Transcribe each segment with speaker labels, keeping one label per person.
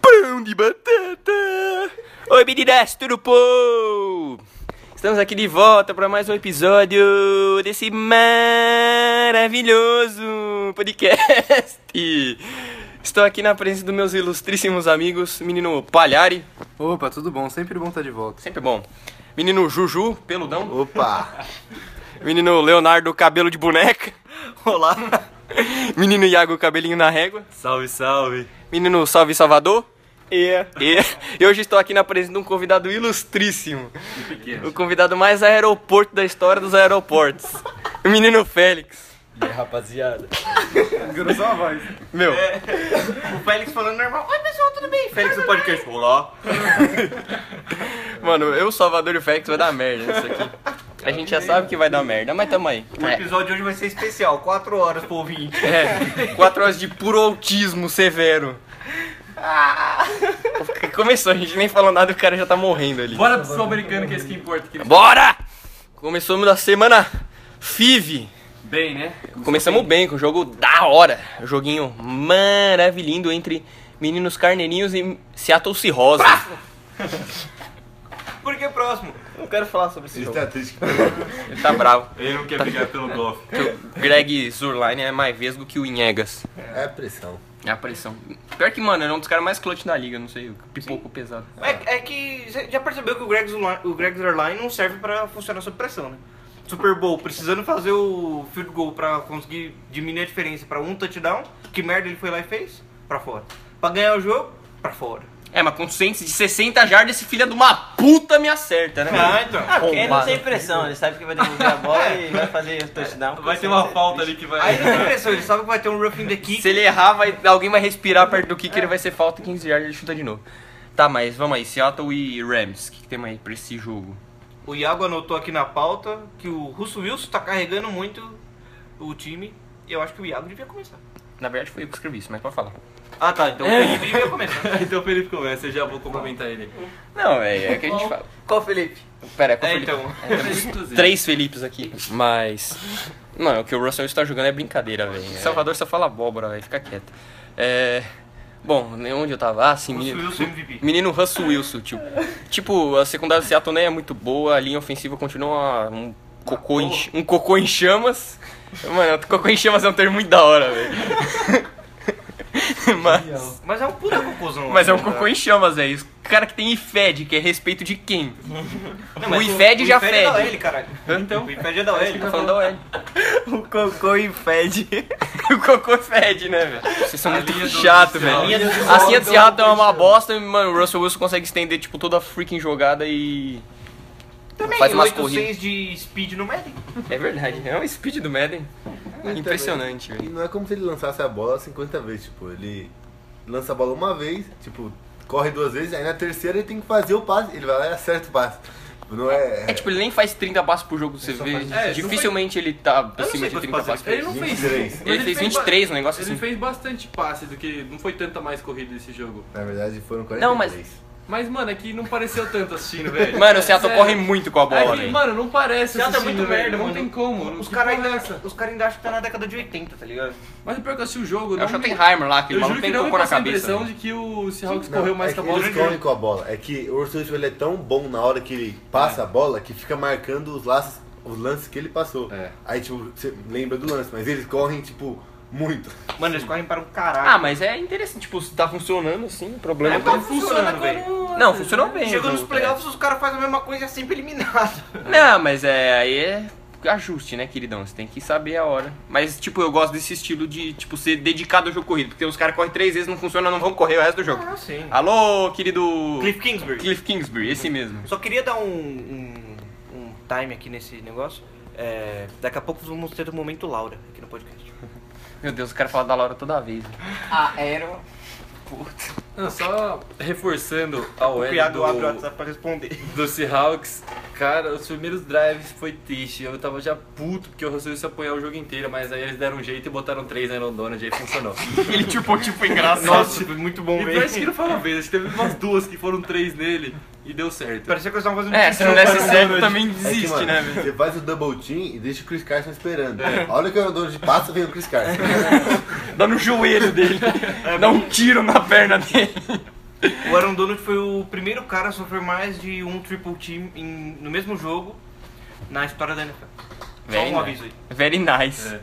Speaker 1: pão de batata. Oi, meninas, tudo bom? Estamos aqui de volta para mais um episódio desse maravilhoso podcast. Estou aqui na presença dos meus ilustríssimos amigos, menino Palhari,
Speaker 2: Opa, tudo bom? Sempre bom estar de volta.
Speaker 1: sempre bom. Menino Juju, peludão.
Speaker 3: Opa!
Speaker 1: Menino Leonardo, cabelo de boneca. Olá. Menino Iago, cabelinho na régua.
Speaker 2: Salve, salve.
Speaker 1: Menino Salve Salvador. E, e hoje estou aqui na presença de um convidado ilustríssimo. O convidado mais aeroporto da história dos aeroportos. O menino Félix.
Speaker 3: Rapaziada.
Speaker 2: Engrossou a voz.
Speaker 1: Meu,
Speaker 3: O Félix falando normal. Oi, pessoal, tudo bem? Félix do podcast. Olá.
Speaker 1: mano, eu, Salvador e o Félix vai dar merda nisso aqui. A gente já sabe que vai dar merda, mas tamo aí.
Speaker 3: O episódio de hoje vai ser especial. 4 horas pro ouvinte.
Speaker 1: É, quatro horas de puro autismo severo. Ah. Começou, a gente nem falou nada, o cara já tá morrendo ali.
Speaker 2: Bora pro sul americano que é isso que importa. Que...
Speaker 1: Bora! Começamos na semana FIV.
Speaker 2: Bem, né?
Speaker 1: Começamos bem com o jogo da hora. Joguinho maravilhindo entre meninos carneirinhos e Seattle Cirrose.
Speaker 3: Porque próximo. Não quero falar sobre esse jogo.
Speaker 2: triste.
Speaker 1: Ele tá bravo.
Speaker 2: Ele não quer brigar pelo golfe.
Speaker 1: Que o Greg Zurline é mais vesgo que o Inhegas.
Speaker 4: É pressão.
Speaker 1: É a pressão. Pior que, mano, ele é um dos caras mais clutch da liga, não sei, o pipoco pesado.
Speaker 3: É, é que você já percebeu que o Greg, Zula- o Greg Zerline não serve pra funcionar sob pressão, né? Super Bowl, precisando fazer o field goal pra conseguir diminuir a diferença pra um touchdown. Que merda ele foi lá e fez? Pra fora. Pra ganhar o jogo? Pra fora.
Speaker 1: É, mas com ciência de 60 jardas, esse filho é de uma puta me acerta, né? mano?
Speaker 3: então.
Speaker 5: Ah, porque ele não
Speaker 1: Arrombado.
Speaker 5: tem pressão, ele sabe que vai devolver a bola e vai fazer o touchdown.
Speaker 2: Vai ter uma falta ali que
Speaker 3: Aí
Speaker 2: vai.
Speaker 3: ele tem pressão, ele sabe que vai ter um roughing the kick.
Speaker 1: Se ele errar, vai- alguém vai respirar perto do kick, ele vai ser falta 15 jardas, ele chuta de novo. Tá, mas vamos aí, Seattle e Rams, o que, que tem mais pra esse jogo?
Speaker 3: O Iago anotou aqui na pauta que o Russo Wilson tá carregando muito o time. Eu acho que o Iago devia começar.
Speaker 1: Na verdade foi eu que escrevi isso, mas pode falar.
Speaker 3: Ah tá, então o Felipe devia começar.
Speaker 2: Então o Felipe começa, eu já vou complementar ele.
Speaker 1: Não, é, é que a gente fala.
Speaker 5: Qual Felipe?
Speaker 1: Pera, qual
Speaker 3: É,
Speaker 1: Felipe?
Speaker 3: então.
Speaker 1: Três Felipes aqui. Mas. Mano, o que o Russell está jogando é brincadeira, velho. Salvador só fala abóbora, velho. Fica quieto. É. Bom, nem onde eu tava? Ah, sim,
Speaker 3: Russell
Speaker 1: menino.
Speaker 3: Wilson é MVP.
Speaker 1: Menino Russell Wilson, tipo. Tipo, a secundária do Seattle nem é muito boa, a linha ofensiva continua um cocô, em, um cocô em chamas. Mano, cocô em chamas é um termo muito da hora, velho. Mas.
Speaker 3: Mas é um puta cocôzão.
Speaker 1: Mas é um
Speaker 3: né?
Speaker 1: cocô em chamas, velho. O cara que tem IFED, que é respeito de quem?
Speaker 3: Não, mas
Speaker 1: o IFED já
Speaker 3: O IFED é da
Speaker 1: fede.
Speaker 3: OL, caralho.
Speaker 1: Então.
Speaker 3: O IFED é da
Speaker 1: Tá
Speaker 3: OL.
Speaker 1: falando da OL.
Speaker 5: O cocô e fede.
Speaker 1: O cocô fede, né, velho? Vocês são muito
Speaker 2: linha do-
Speaker 1: chato,
Speaker 2: do
Speaker 1: velho.
Speaker 2: Seattle.
Speaker 1: A linha do- A linha do Seattle é uma bosta e, mano, o Russell Wilson consegue estender, tipo, toda a freaking jogada e...
Speaker 3: Também
Speaker 1: Faz umas
Speaker 3: 8-6
Speaker 1: corridas.
Speaker 3: de speed no Madden.
Speaker 1: É verdade, é um speed do Madden. Impressionante,
Speaker 4: E
Speaker 1: velho.
Speaker 4: não é como se ele lançasse a bola 50 vezes, tipo, ele lança a bola uma vez, tipo, corre duas vezes, aí na terceira ele tem que fazer o passe, ele vai lá e acerta o passe. Tipo, Não é.
Speaker 1: É tipo, ele nem faz 30 passos por jogo, você vê.
Speaker 2: faz- É,
Speaker 1: Dificilmente ele tá
Speaker 3: não
Speaker 1: acima
Speaker 3: sei
Speaker 1: de
Speaker 3: quantos
Speaker 1: 30
Speaker 3: passes
Speaker 1: passos por
Speaker 2: Ele
Speaker 1: jogo.
Speaker 2: não fez.
Speaker 4: 23.
Speaker 2: mas
Speaker 1: Ele fez 23, um negócio
Speaker 2: Ele
Speaker 1: assim.
Speaker 2: fez bastante passe do que. Não foi tanta mais corrida esse jogo.
Speaker 4: Na verdade foram 43.
Speaker 1: Não, mas-
Speaker 2: Mas, mano, é que não pareceu tanto assistindo, velho.
Speaker 1: Mano, o Seattle
Speaker 2: Sério.
Speaker 1: corre muito com a bola,
Speaker 2: É que,
Speaker 1: velho.
Speaker 2: mano, não parece
Speaker 1: tá
Speaker 3: Seattle é
Speaker 2: assistindo,
Speaker 3: muito
Speaker 2: velho.
Speaker 3: merda,
Speaker 2: Não
Speaker 3: mano.
Speaker 2: tem como.
Speaker 3: Os
Speaker 2: que
Speaker 3: caras
Speaker 2: porra é
Speaker 3: ainda,
Speaker 2: essa?
Speaker 3: os cara ainda acham que tá na década de 80, tá ligado?
Speaker 2: Mas pior que eu assisti o jogo,
Speaker 1: É o
Speaker 2: não me-
Speaker 1: Schottenheimer lá, que
Speaker 2: um Eu
Speaker 1: o
Speaker 2: juro
Speaker 1: maluco
Speaker 2: que
Speaker 1: tem
Speaker 2: não me
Speaker 1: cocô na
Speaker 2: passou a
Speaker 1: cabeça. né?
Speaker 2: impressão de que o Seahawks
Speaker 4: Não,
Speaker 2: correu mais
Speaker 4: é
Speaker 2: com a
Speaker 4: que
Speaker 2: bola.
Speaker 4: eles correm com a bola. É que o Urso Wilson, ele é tão bom na hora que ele passa a bola que fica marcando os laços, os lances que ele passou.
Speaker 2: É.
Speaker 4: Aí, tipo, você lembra do lance, mas eles correm, tipo, muito.
Speaker 3: Mano, eles correm para um caralho.
Speaker 1: Ah, mas é interessante, tipo, se tá funcionando assim, o problema
Speaker 2: É, né?
Speaker 1: é
Speaker 2: tá
Speaker 1: que...
Speaker 2: funcionando, velho.
Speaker 3: quando-
Speaker 1: Não, funcionou bem. então,
Speaker 3: Chega
Speaker 1: o
Speaker 3: nos
Speaker 1: jogo,
Speaker 3: playoffs, os caras fazem a mesma coisa e é sempre eliminado.
Speaker 1: Não, mas é aí é ajuste, né, queridão? Você tem que saber a hora. Mas, tipo, eu gosto desse estilo de, tipo, ser dedicado ao jogo corrido. Porque os caras correm três vezes, não funciona, não vão correr o resto do jogo.
Speaker 3: Ah, sim.
Speaker 1: Alô, querido...
Speaker 3: Cliff Kingsbury.
Speaker 1: Cliff Kingsbury, esse mesmo.
Speaker 3: Só queria dar um, um, um time aqui nesse negócio. É, daqui a pouco vamos ter um momento Laura aqui no podcast.
Speaker 1: Meu Deus, o cara fala da Laura toda vez.
Speaker 5: Aero.
Speaker 2: Não, só reforçando a OL
Speaker 4: é
Speaker 3: o Iago abre o
Speaker 2: do,
Speaker 3: WhatsApp pra responder.
Speaker 2: do Seahawks, cara, os primeiros drives foi triste. Eu tava já puto porque eu resolvi se apoiar o jogo inteiro, mas aí eles deram um jeito e botaram três na Rondônia, e aí funcionou.
Speaker 1: Ele, tipo, tipo, engraçado.
Speaker 3: Nossa, foi muito bom
Speaker 2: e parece
Speaker 3: mesmo.
Speaker 2: que não foi uma vez, acho que teve umas duas que foram três nele e deu certo.
Speaker 3: Parecia que eles estavam fazendo
Speaker 1: É, se não desse
Speaker 3: para o
Speaker 1: certo,
Speaker 3: Donald.
Speaker 1: também
Speaker 4: É que,
Speaker 1: desiste,
Speaker 4: mano,
Speaker 1: né, velho? É.
Speaker 4: Você faz o double team e deixa o Chris Carson esperando. A hora que o dono de passa, vem o Chris Carson.
Speaker 3: É
Speaker 1: Dá no joelho dele. Dá um tiro na perna dele.
Speaker 3: O Aaron Donald foi o primeiro cara a sofrer mais de um triple team em- no mesmo jogo na história da NFL. Só
Speaker 1: Very
Speaker 3: um aviso aí.
Speaker 1: nice. Very nice.
Speaker 3: É.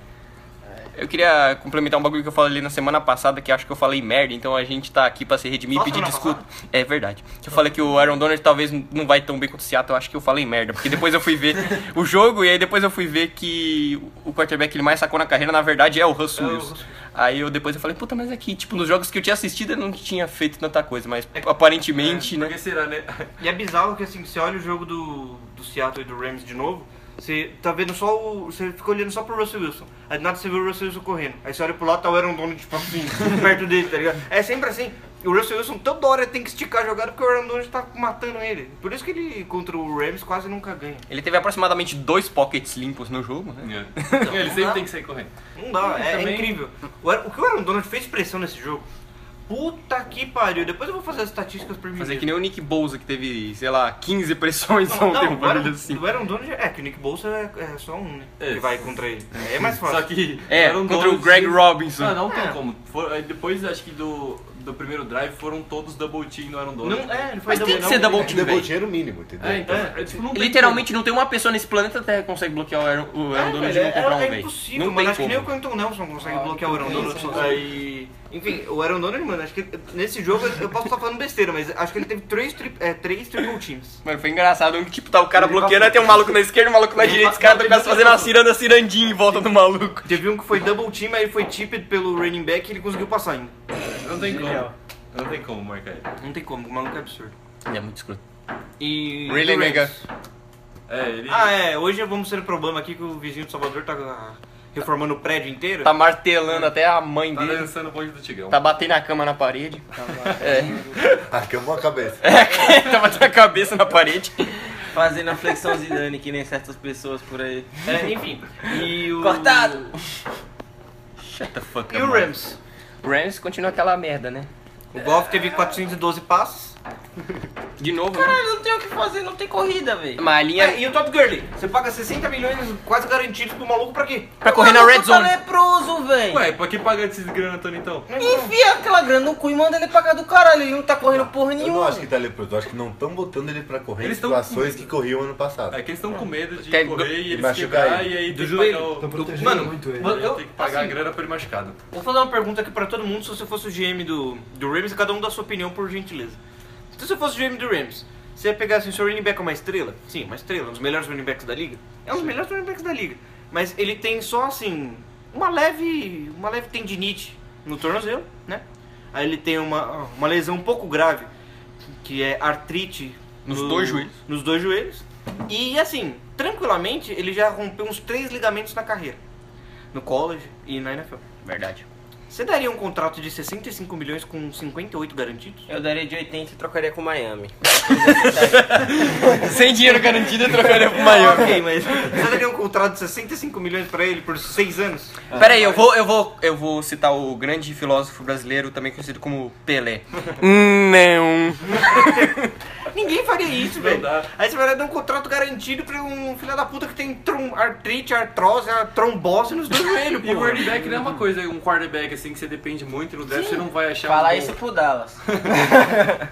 Speaker 1: Eu queria complementar um bagulho que eu falei na semana passada, que acho que eu falei merda, então a gente tá aqui pra se redimir e
Speaker 3: Só
Speaker 1: pedir
Speaker 3: semana
Speaker 1: desculpa. É verdade. Eu falei que o Aaron Donald talvez não vai tão bem contra o Seattle, eu acho que eu falei merda, porque depois eu fui ver o jogo e aí depois eu fui ver que o quarterback que ele mais sacou na carreira, na verdade, é o Russell
Speaker 3: É o
Speaker 1: Wilson.
Speaker 3: Russell.
Speaker 1: Aí eu depois eu falei, puta, mas aqui, tipo, nos jogos que eu tinha assistido ele não tinha feito tanta coisa, mas
Speaker 3: É
Speaker 1: aparentemente,
Speaker 2: Por
Speaker 1: né?
Speaker 2: que será, né?
Speaker 3: E é bizarro que assim, você olha o jogo do, do Seattle e do Rams de novo, você tá vendo só o. Você fica olhando só pro Russell Wilson. Aí do nada você vê o Russell Wilson correndo. Aí você olha pro lado tá o Aaron Donald, tipo assim, perto dele, tá ligado? É sempre assim. O Russell Wilson toda hora tem que esticar a jogada porque o Aaron Donald tá matando ele. Por isso que ele contra o Rams quase nunca ganha.
Speaker 1: Ele teve aproximadamente dois pockets limpos no jogo, né?
Speaker 2: Ele sempre tem que sair correndo.
Speaker 3: Não dá, é, é
Speaker 2: Também-
Speaker 3: incrível. O, Aaron- o que o Aaron Donald fez pressão nesse jogo? Puta que pariu. Depois eu vou fazer as estatísticas por mim.
Speaker 1: Fazer
Speaker 3: mesmo.
Speaker 1: que nem o Nick Bolsa, que teve, sei lá, 15 pressões
Speaker 3: Não,
Speaker 1: ontem,
Speaker 3: não,
Speaker 1: um
Speaker 3: o Aaron-
Speaker 1: barulho assim.
Speaker 3: O Aaron Donald é que o Nick Bolsa é, é só um, né?
Speaker 2: É.
Speaker 3: Que vai contra ele. É, mais fácil.
Speaker 2: Só que.
Speaker 1: É,
Speaker 2: Aaron
Speaker 1: contra o
Speaker 2: Donald-
Speaker 1: Greg Robinson.
Speaker 2: Ah, não tem como. For- aí depois, acho que do, do primeiro drive foram todos double team no Aaron Donald.
Speaker 3: Não, é, ele foi
Speaker 1: Mas tem que
Speaker 3: não,
Speaker 1: ser double
Speaker 4: É
Speaker 1: team,
Speaker 4: Deu
Speaker 1: velho.
Speaker 4: dinheiro mínimo, entendeu?
Speaker 2: É, então, é, tipo, não tem
Speaker 1: Literalmente não tem uma pessoa nesse planeta Terra que consegue bloquear o Aaron, o Aaron
Speaker 3: É,
Speaker 1: Donald
Speaker 3: velho,
Speaker 1: e não comprar
Speaker 3: é,
Speaker 1: um,
Speaker 3: é
Speaker 1: velho.
Speaker 3: impossível,
Speaker 1: Não
Speaker 3: mano.
Speaker 1: tem
Speaker 3: Acho que nem o
Speaker 1: como.
Speaker 3: Quentin Nelson consegue
Speaker 2: Ah,
Speaker 3: bloquear o Aaron
Speaker 2: também,
Speaker 3: Donald.
Speaker 2: sim.
Speaker 3: Aí, enfim, o Aaron Donald, mano, acho que nesse jogo eu eu posso estar falando besteira, mas acho que ele teve três, tri, é, três triple teams.
Speaker 1: Mano, foi engraçado. Um que, Tipo, tá o cara
Speaker 3: Ele
Speaker 1: bloqueando,
Speaker 3: passou.
Speaker 1: aí tem um maluco na esquerda, um maluco na
Speaker 2: Ele
Speaker 1: direita, os
Speaker 2: passou,
Speaker 1: caras do
Speaker 2: ele
Speaker 1: cara fazendo
Speaker 2: passou.
Speaker 1: uma ciranda cirandinha em volta do maluco.
Speaker 3: Teve um que foi double team, aí foi tipped pelo running back e ele conseguiu passar ainda.
Speaker 2: como. Não tem
Speaker 5: Genial.
Speaker 2: como. Não tem como marcar ele.
Speaker 3: Não tem como, o maluco é absurdo.
Speaker 1: Ele é muito escroto.
Speaker 3: E.
Speaker 1: Really,
Speaker 3: e o Rams?
Speaker 1: nigga?
Speaker 2: É, ele.
Speaker 3: Ah, é, hoje vamos ter um problema aqui que o vizinho de Salvador tá ah, reformando o prédio inteiro.
Speaker 1: Tá martelando até a mãe
Speaker 2: Tá
Speaker 1: dele.
Speaker 2: dançando o bonde do Tigrão.
Speaker 1: Tá batendo a cama na parede.
Speaker 3: Tá
Speaker 4: Aqui é uma cabeça.
Speaker 1: tá batendo a cabeça na parede.
Speaker 5: Fazendo a flexão Zidane, que nem certas pessoas por aí.
Speaker 3: É, enfim. E o.
Speaker 5: Cortado!
Speaker 1: Shut the fuck
Speaker 3: E o Rams?
Speaker 1: Rams continua aquela merda, né?
Speaker 3: O Golf teve 412 passes.
Speaker 1: De novo, né?
Speaker 5: Caralho, Ah, não tem o que fazer, não tem corrida, velho.
Speaker 1: Mas a linha...
Speaker 3: É, e o Todd Gurley? Você paga 60 milhões quase garantidos pro maluco pra quê?
Speaker 1: Pra correr na
Speaker 5: Maluco
Speaker 1: red zone.
Speaker 5: Tá leproso, velho.
Speaker 2: Ué, pra que pagar esses grana, Tony, então?
Speaker 5: Enfia aquela grana no cu e manda ele pagar do caralho. Ele não tá correndo porra
Speaker 4: Eu não
Speaker 5: nenhuma.
Speaker 4: acho que tá leproso, eu acho que não estão botando ele pra correr em
Speaker 2: Eles tão-
Speaker 4: situações que corriam ano passado.
Speaker 2: É que eles estão com medo de
Speaker 1: Quer-
Speaker 2: correr e
Speaker 4: E
Speaker 2: eles se
Speaker 4: machucar
Speaker 2: quebrar
Speaker 4: ele.
Speaker 2: e aí tem que
Speaker 3: joelho.
Speaker 2: pagar o.
Speaker 6: Estão protegendo
Speaker 3: Mano,
Speaker 6: muito ele.
Speaker 3: mano,
Speaker 2: Aí
Speaker 3: eu-
Speaker 2: tem que pagar
Speaker 3: assim,
Speaker 2: a grana pra ele machucado.
Speaker 3: Vou fazer uma pergunta aqui pra todo mundo. Se você fosse o GM do, do Rams, cada um dá sua opinião, por gentileza. Então, Se você fosse o GM do Rams, você ia pegar assim, o seu running back é uma estrela? Sim, uma estrela, um dos melhores running backs da liga. É um dos melhores running backs da liga. Mas ele tem só assim, uma leve, uma leve tendinite no tornozelo, né? Aí ele tem uma, uma lesão um pouco grave, que é artrite
Speaker 1: Nos dois joelhos.
Speaker 3: Nos dois joelhos. E assim, tranquilamente, ele já rompeu uns três ligamentos na carreira. No college e na NFL.
Speaker 1: Verdade.
Speaker 3: Você daria um contrato de 65 milhões com 58 garantidos?
Speaker 5: Eu daria de 80 e trocaria com Miami.
Speaker 1: Sem dinheiro garantido, eu trocaria pro Miami.
Speaker 3: ok, mas você daria um contrato de 65 milhões pra ele por 6 anos?
Speaker 1: Pera aí, eu vou, eu, vou, eu vou citar o grande filósofo brasileiro, também conhecido como Pelé. Não.
Speaker 3: Ninguém faria isso, velho.
Speaker 2: dá.
Speaker 3: Aí você vai dar um contrato garantido pra um filho da puta que tem trom- artrite, artrose, a- trombose nos dois joelhos,
Speaker 2: E o running
Speaker 3: pô.
Speaker 2: back não é uma coisa, um quarterback assim que você depende muito no draft, você não vai achar. um
Speaker 5: Falar
Speaker 2: bom.
Speaker 5: isso pro Dallas.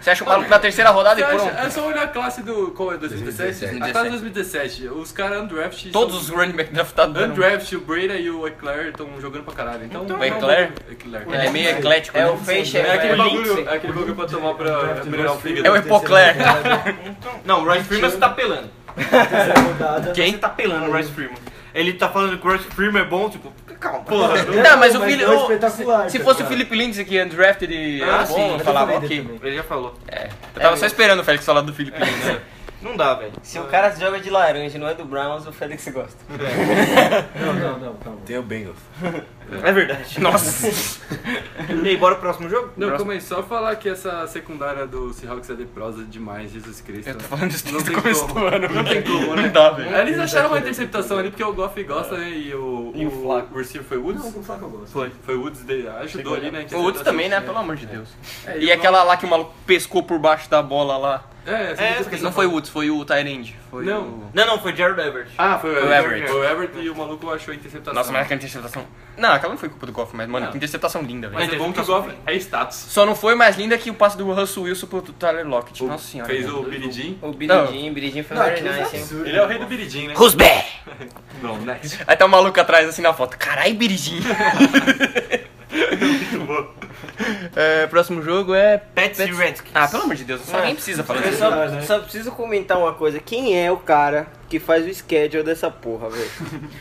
Speaker 1: Você acha o maluco na terceira rodada
Speaker 2: Você
Speaker 1: e um,
Speaker 2: acha-
Speaker 1: pronto?
Speaker 2: é só olhar a classe do. Qual é? 2017?
Speaker 4: 2017.
Speaker 2: A classe de 2017. Os caras undrafted.
Speaker 1: Todos
Speaker 2: são-
Speaker 1: os running back tá draftados. do ano.
Speaker 2: Undraft, o Breda e o Eclair estão jogando pra caralho. Então,
Speaker 1: O Eclair?
Speaker 2: Eclair.
Speaker 1: Ele é meio eclético,
Speaker 5: É
Speaker 1: né?
Speaker 5: o Feixe,
Speaker 2: É, aquele
Speaker 5: é o
Speaker 2: bagulho,
Speaker 5: Lindsay.
Speaker 2: é aquele bagulho pra tomar pra melhorar o fígado. né?
Speaker 1: É o Epocler.
Speaker 3: Não, o Rice Freeman você tá pelando.
Speaker 6: Terceira rodada.
Speaker 3: Você tá pelando o Rice Freeman. Ele tá falando que o Rice Freeman é bom, tipo, calma.
Speaker 1: Não, Tá, mas o
Speaker 6: Mas
Speaker 1: Fili-
Speaker 6: é
Speaker 1: o-
Speaker 6: espetacular,
Speaker 1: Se
Speaker 6: cara.
Speaker 1: fosse o Felipe Lindsay que é undrafted e
Speaker 3: Ah,
Speaker 1: era
Speaker 3: sim,
Speaker 1: bom,
Speaker 6: mas
Speaker 1: eu
Speaker 6: eu
Speaker 1: falava
Speaker 6: falei dele
Speaker 1: ok.
Speaker 6: também.
Speaker 3: Ele já falou.
Speaker 1: É, eu tava só esperando o Félix falar do Felipe Lindsay.
Speaker 3: Não dá, velho.
Speaker 5: Se o cara joga de laranja e não é do Browns, o Félix gosta.
Speaker 6: Não, não, não, calma.
Speaker 4: Tem o Bengals.
Speaker 3: É verdade.
Speaker 1: Nossa.
Speaker 3: E aí, bora pro próximo jogo?
Speaker 2: Não, calma aí, só falar que essa secundária do Seahawks é leprosa demais, Jesus Cristo.
Speaker 1: Eu tô falando isso
Speaker 2: Não
Speaker 1: desde o
Speaker 2: tem
Speaker 1: começo do
Speaker 2: como.
Speaker 1: ano.
Speaker 2: Não tem como, né?
Speaker 1: Não dá, velho.
Speaker 2: Eles acharam uma interceptação ali porque o Goff gosta, né? E o,
Speaker 5: E o Flaco.
Speaker 2: o receiver foi Woods?
Speaker 6: Não, com o Flaco eu gosto.
Speaker 2: Foi. Foi o Woods, de, ajudou ali, né?
Speaker 1: O outro também, né? Pelo amor de Deus.
Speaker 2: É,
Speaker 1: E aquela lá que o maluco pescou por baixo da bola lá.
Speaker 2: É, essa
Speaker 3: É,
Speaker 2: é,
Speaker 3: essa
Speaker 2: que
Speaker 1: Não foi o Woods, foi o Tyrande. Foi
Speaker 2: Não.
Speaker 1: o-
Speaker 3: Não, não, foi Jared Everett.
Speaker 2: Ah, foi o
Speaker 1: Foi o
Speaker 2: Everett.
Speaker 1: Everett.
Speaker 2: Foi o Everett e o maluco achou a interceptação.
Speaker 1: Nossa, mas aquela interceptação. Não, aquela não foi culpa do Goff, mas, mano,
Speaker 2: Não.
Speaker 1: que interceptação linda,
Speaker 2: Mas
Speaker 1: velho.
Speaker 2: é bom que o Goff é status.
Speaker 1: Só não foi mais linda que o passe do Russell Wilson pro Tyler Lockett. Nossa senhora.
Speaker 2: Fez
Speaker 1: velho.
Speaker 2: o Biridim.
Speaker 7: O
Speaker 1: Biridinho,
Speaker 7: Biridinho, Biridinho foi
Speaker 4: Não,
Speaker 7: very
Speaker 4: aquilo é
Speaker 7: nice, hein?
Speaker 4: absurdo.
Speaker 2: Ele é o rei do Biridim, né?
Speaker 1: Who's back?
Speaker 2: Não, next.
Speaker 1: Aí tá o maluco atrás assim na foto. Carai, Biridinho. É, próximo jogo é.
Speaker 3: Pets e Redskins.
Speaker 1: Ah, pelo amor de Deus, só nem precisa falar
Speaker 7: Eu
Speaker 1: disso.
Speaker 7: É
Speaker 3: né?
Speaker 7: só, só preciso comentar uma coisa. Quem é o cara que faz o schedule dessa porra, velho?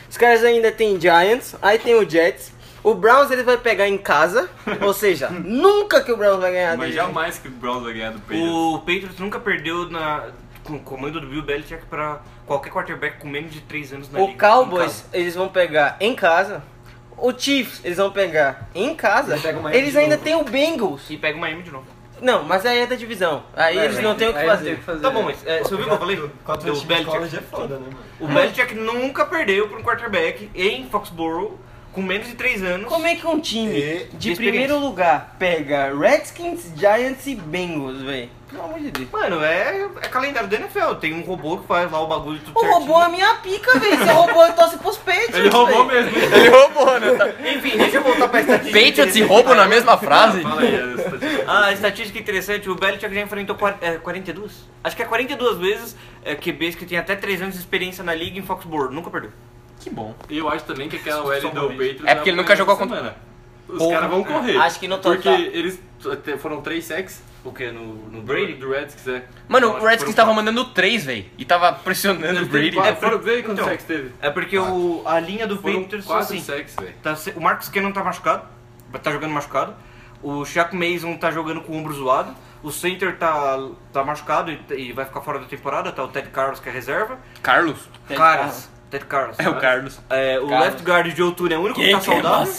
Speaker 7: Os caras ainda tem Giants, aí tem o Jets. O Browns ele vai pegar em casa, ou seja, nunca que o Browns vai ganhar
Speaker 2: Mas
Speaker 7: dele.
Speaker 2: jamais que o Browns vai ganhar do Patriots.
Speaker 3: O Patriots nunca perdeu na, com o comando do Bill Belichick pra qualquer quarterback com menos de 3 anos na
Speaker 7: O
Speaker 3: liga. em
Speaker 7: Cowboys
Speaker 3: casa.
Speaker 7: eles vão pegar em casa. O Chiefs eles vão pegar em casa.
Speaker 6: Eles pegam o Miami
Speaker 7: Eles
Speaker 6: de
Speaker 7: ainda
Speaker 6: novo.
Speaker 7: têm o Bengals.
Speaker 3: E pega o Miami de novo.
Speaker 7: Não, mas aí é da divisão. Aí eles não têm o que
Speaker 6: Aí
Speaker 7: fazer.
Speaker 6: tem
Speaker 7: Então,
Speaker 6: fazer.
Speaker 3: Tá bom, mas é, você ouviu o que eu falei?
Speaker 6: Quatro
Speaker 3: O
Speaker 6: times de college
Speaker 3: Belichick,
Speaker 6: é foda, né, mano?
Speaker 3: o Belichick nunca perdeu pra um quarterback em Foxborough com menos de 3 anos.
Speaker 7: Como é que um time
Speaker 4: E-
Speaker 7: de
Speaker 3: de
Speaker 7: primeiro
Speaker 3: experiência.
Speaker 7: lugar pega Redskins, Giants e Bengals, velho? Pelo amor de Deus.
Speaker 3: Mano, é, é calendário da NFL. Tem um robô que faz lá o bagulho tudo
Speaker 7: O
Speaker 3: certinho.
Speaker 7: roubou a minha pica, velho. Você roubou, eu torço pros peitos.
Speaker 2: Ele roubou mesmo.
Speaker 1: Ele roubou, né? Tá-
Speaker 3: Enfim, deixa eu voltar pra estatística.
Speaker 1: Patriots e roubo na mesma frase?
Speaker 2: Fala aí, a estatística.
Speaker 3: Ah, estatística interessante, o Belichick já enfrentou quar- é, 42? Acho que é 42 vezes é, QBs que tem até 3 anos de experiência na liga em Foxborough, nunca perdeu.
Speaker 1: Que bom.
Speaker 2: E eu acho também que aquela OL do Patriots...
Speaker 1: É porque ele nunca jogou contra-
Speaker 2: semana. Os
Speaker 1: Porra.
Speaker 2: caras vão correr.
Speaker 7: Acho que no total-
Speaker 2: Porque eles até foram três sacks
Speaker 3: O que? No, no
Speaker 2: do-
Speaker 3: Brady?
Speaker 2: do Redskins, é.
Speaker 1: Mano,
Speaker 2: Eu acho
Speaker 1: o
Speaker 2: que
Speaker 1: Redskins
Speaker 2: foram
Speaker 1: tava mandando três, velho. E tava pressionando o
Speaker 2: Eles teve
Speaker 1: Brady. É, né?
Speaker 2: quatro- É, foram ver quantos
Speaker 3: Então.
Speaker 2: sacks teve.
Speaker 3: É porque o, a linha do
Speaker 2: Foram
Speaker 3: Patriots foi
Speaker 2: quatro
Speaker 3: assim.
Speaker 2: sacks, velho.
Speaker 3: Tá se- o Marcos Cannon tá machucado, tá jogando machucado. O Shaq Mason tá jogando com o ombro zoado. O Center tá, tá machucado e, e vai ficar fora da temporada. Tá o Ted Carlos, que é reserva.
Speaker 1: Carlos?
Speaker 7: Ted
Speaker 3: Caras. Ted Carlos.
Speaker 1: É o Carlos.
Speaker 3: É, o
Speaker 1: Carlos.
Speaker 3: left guard de Otune é o único que tá saudável.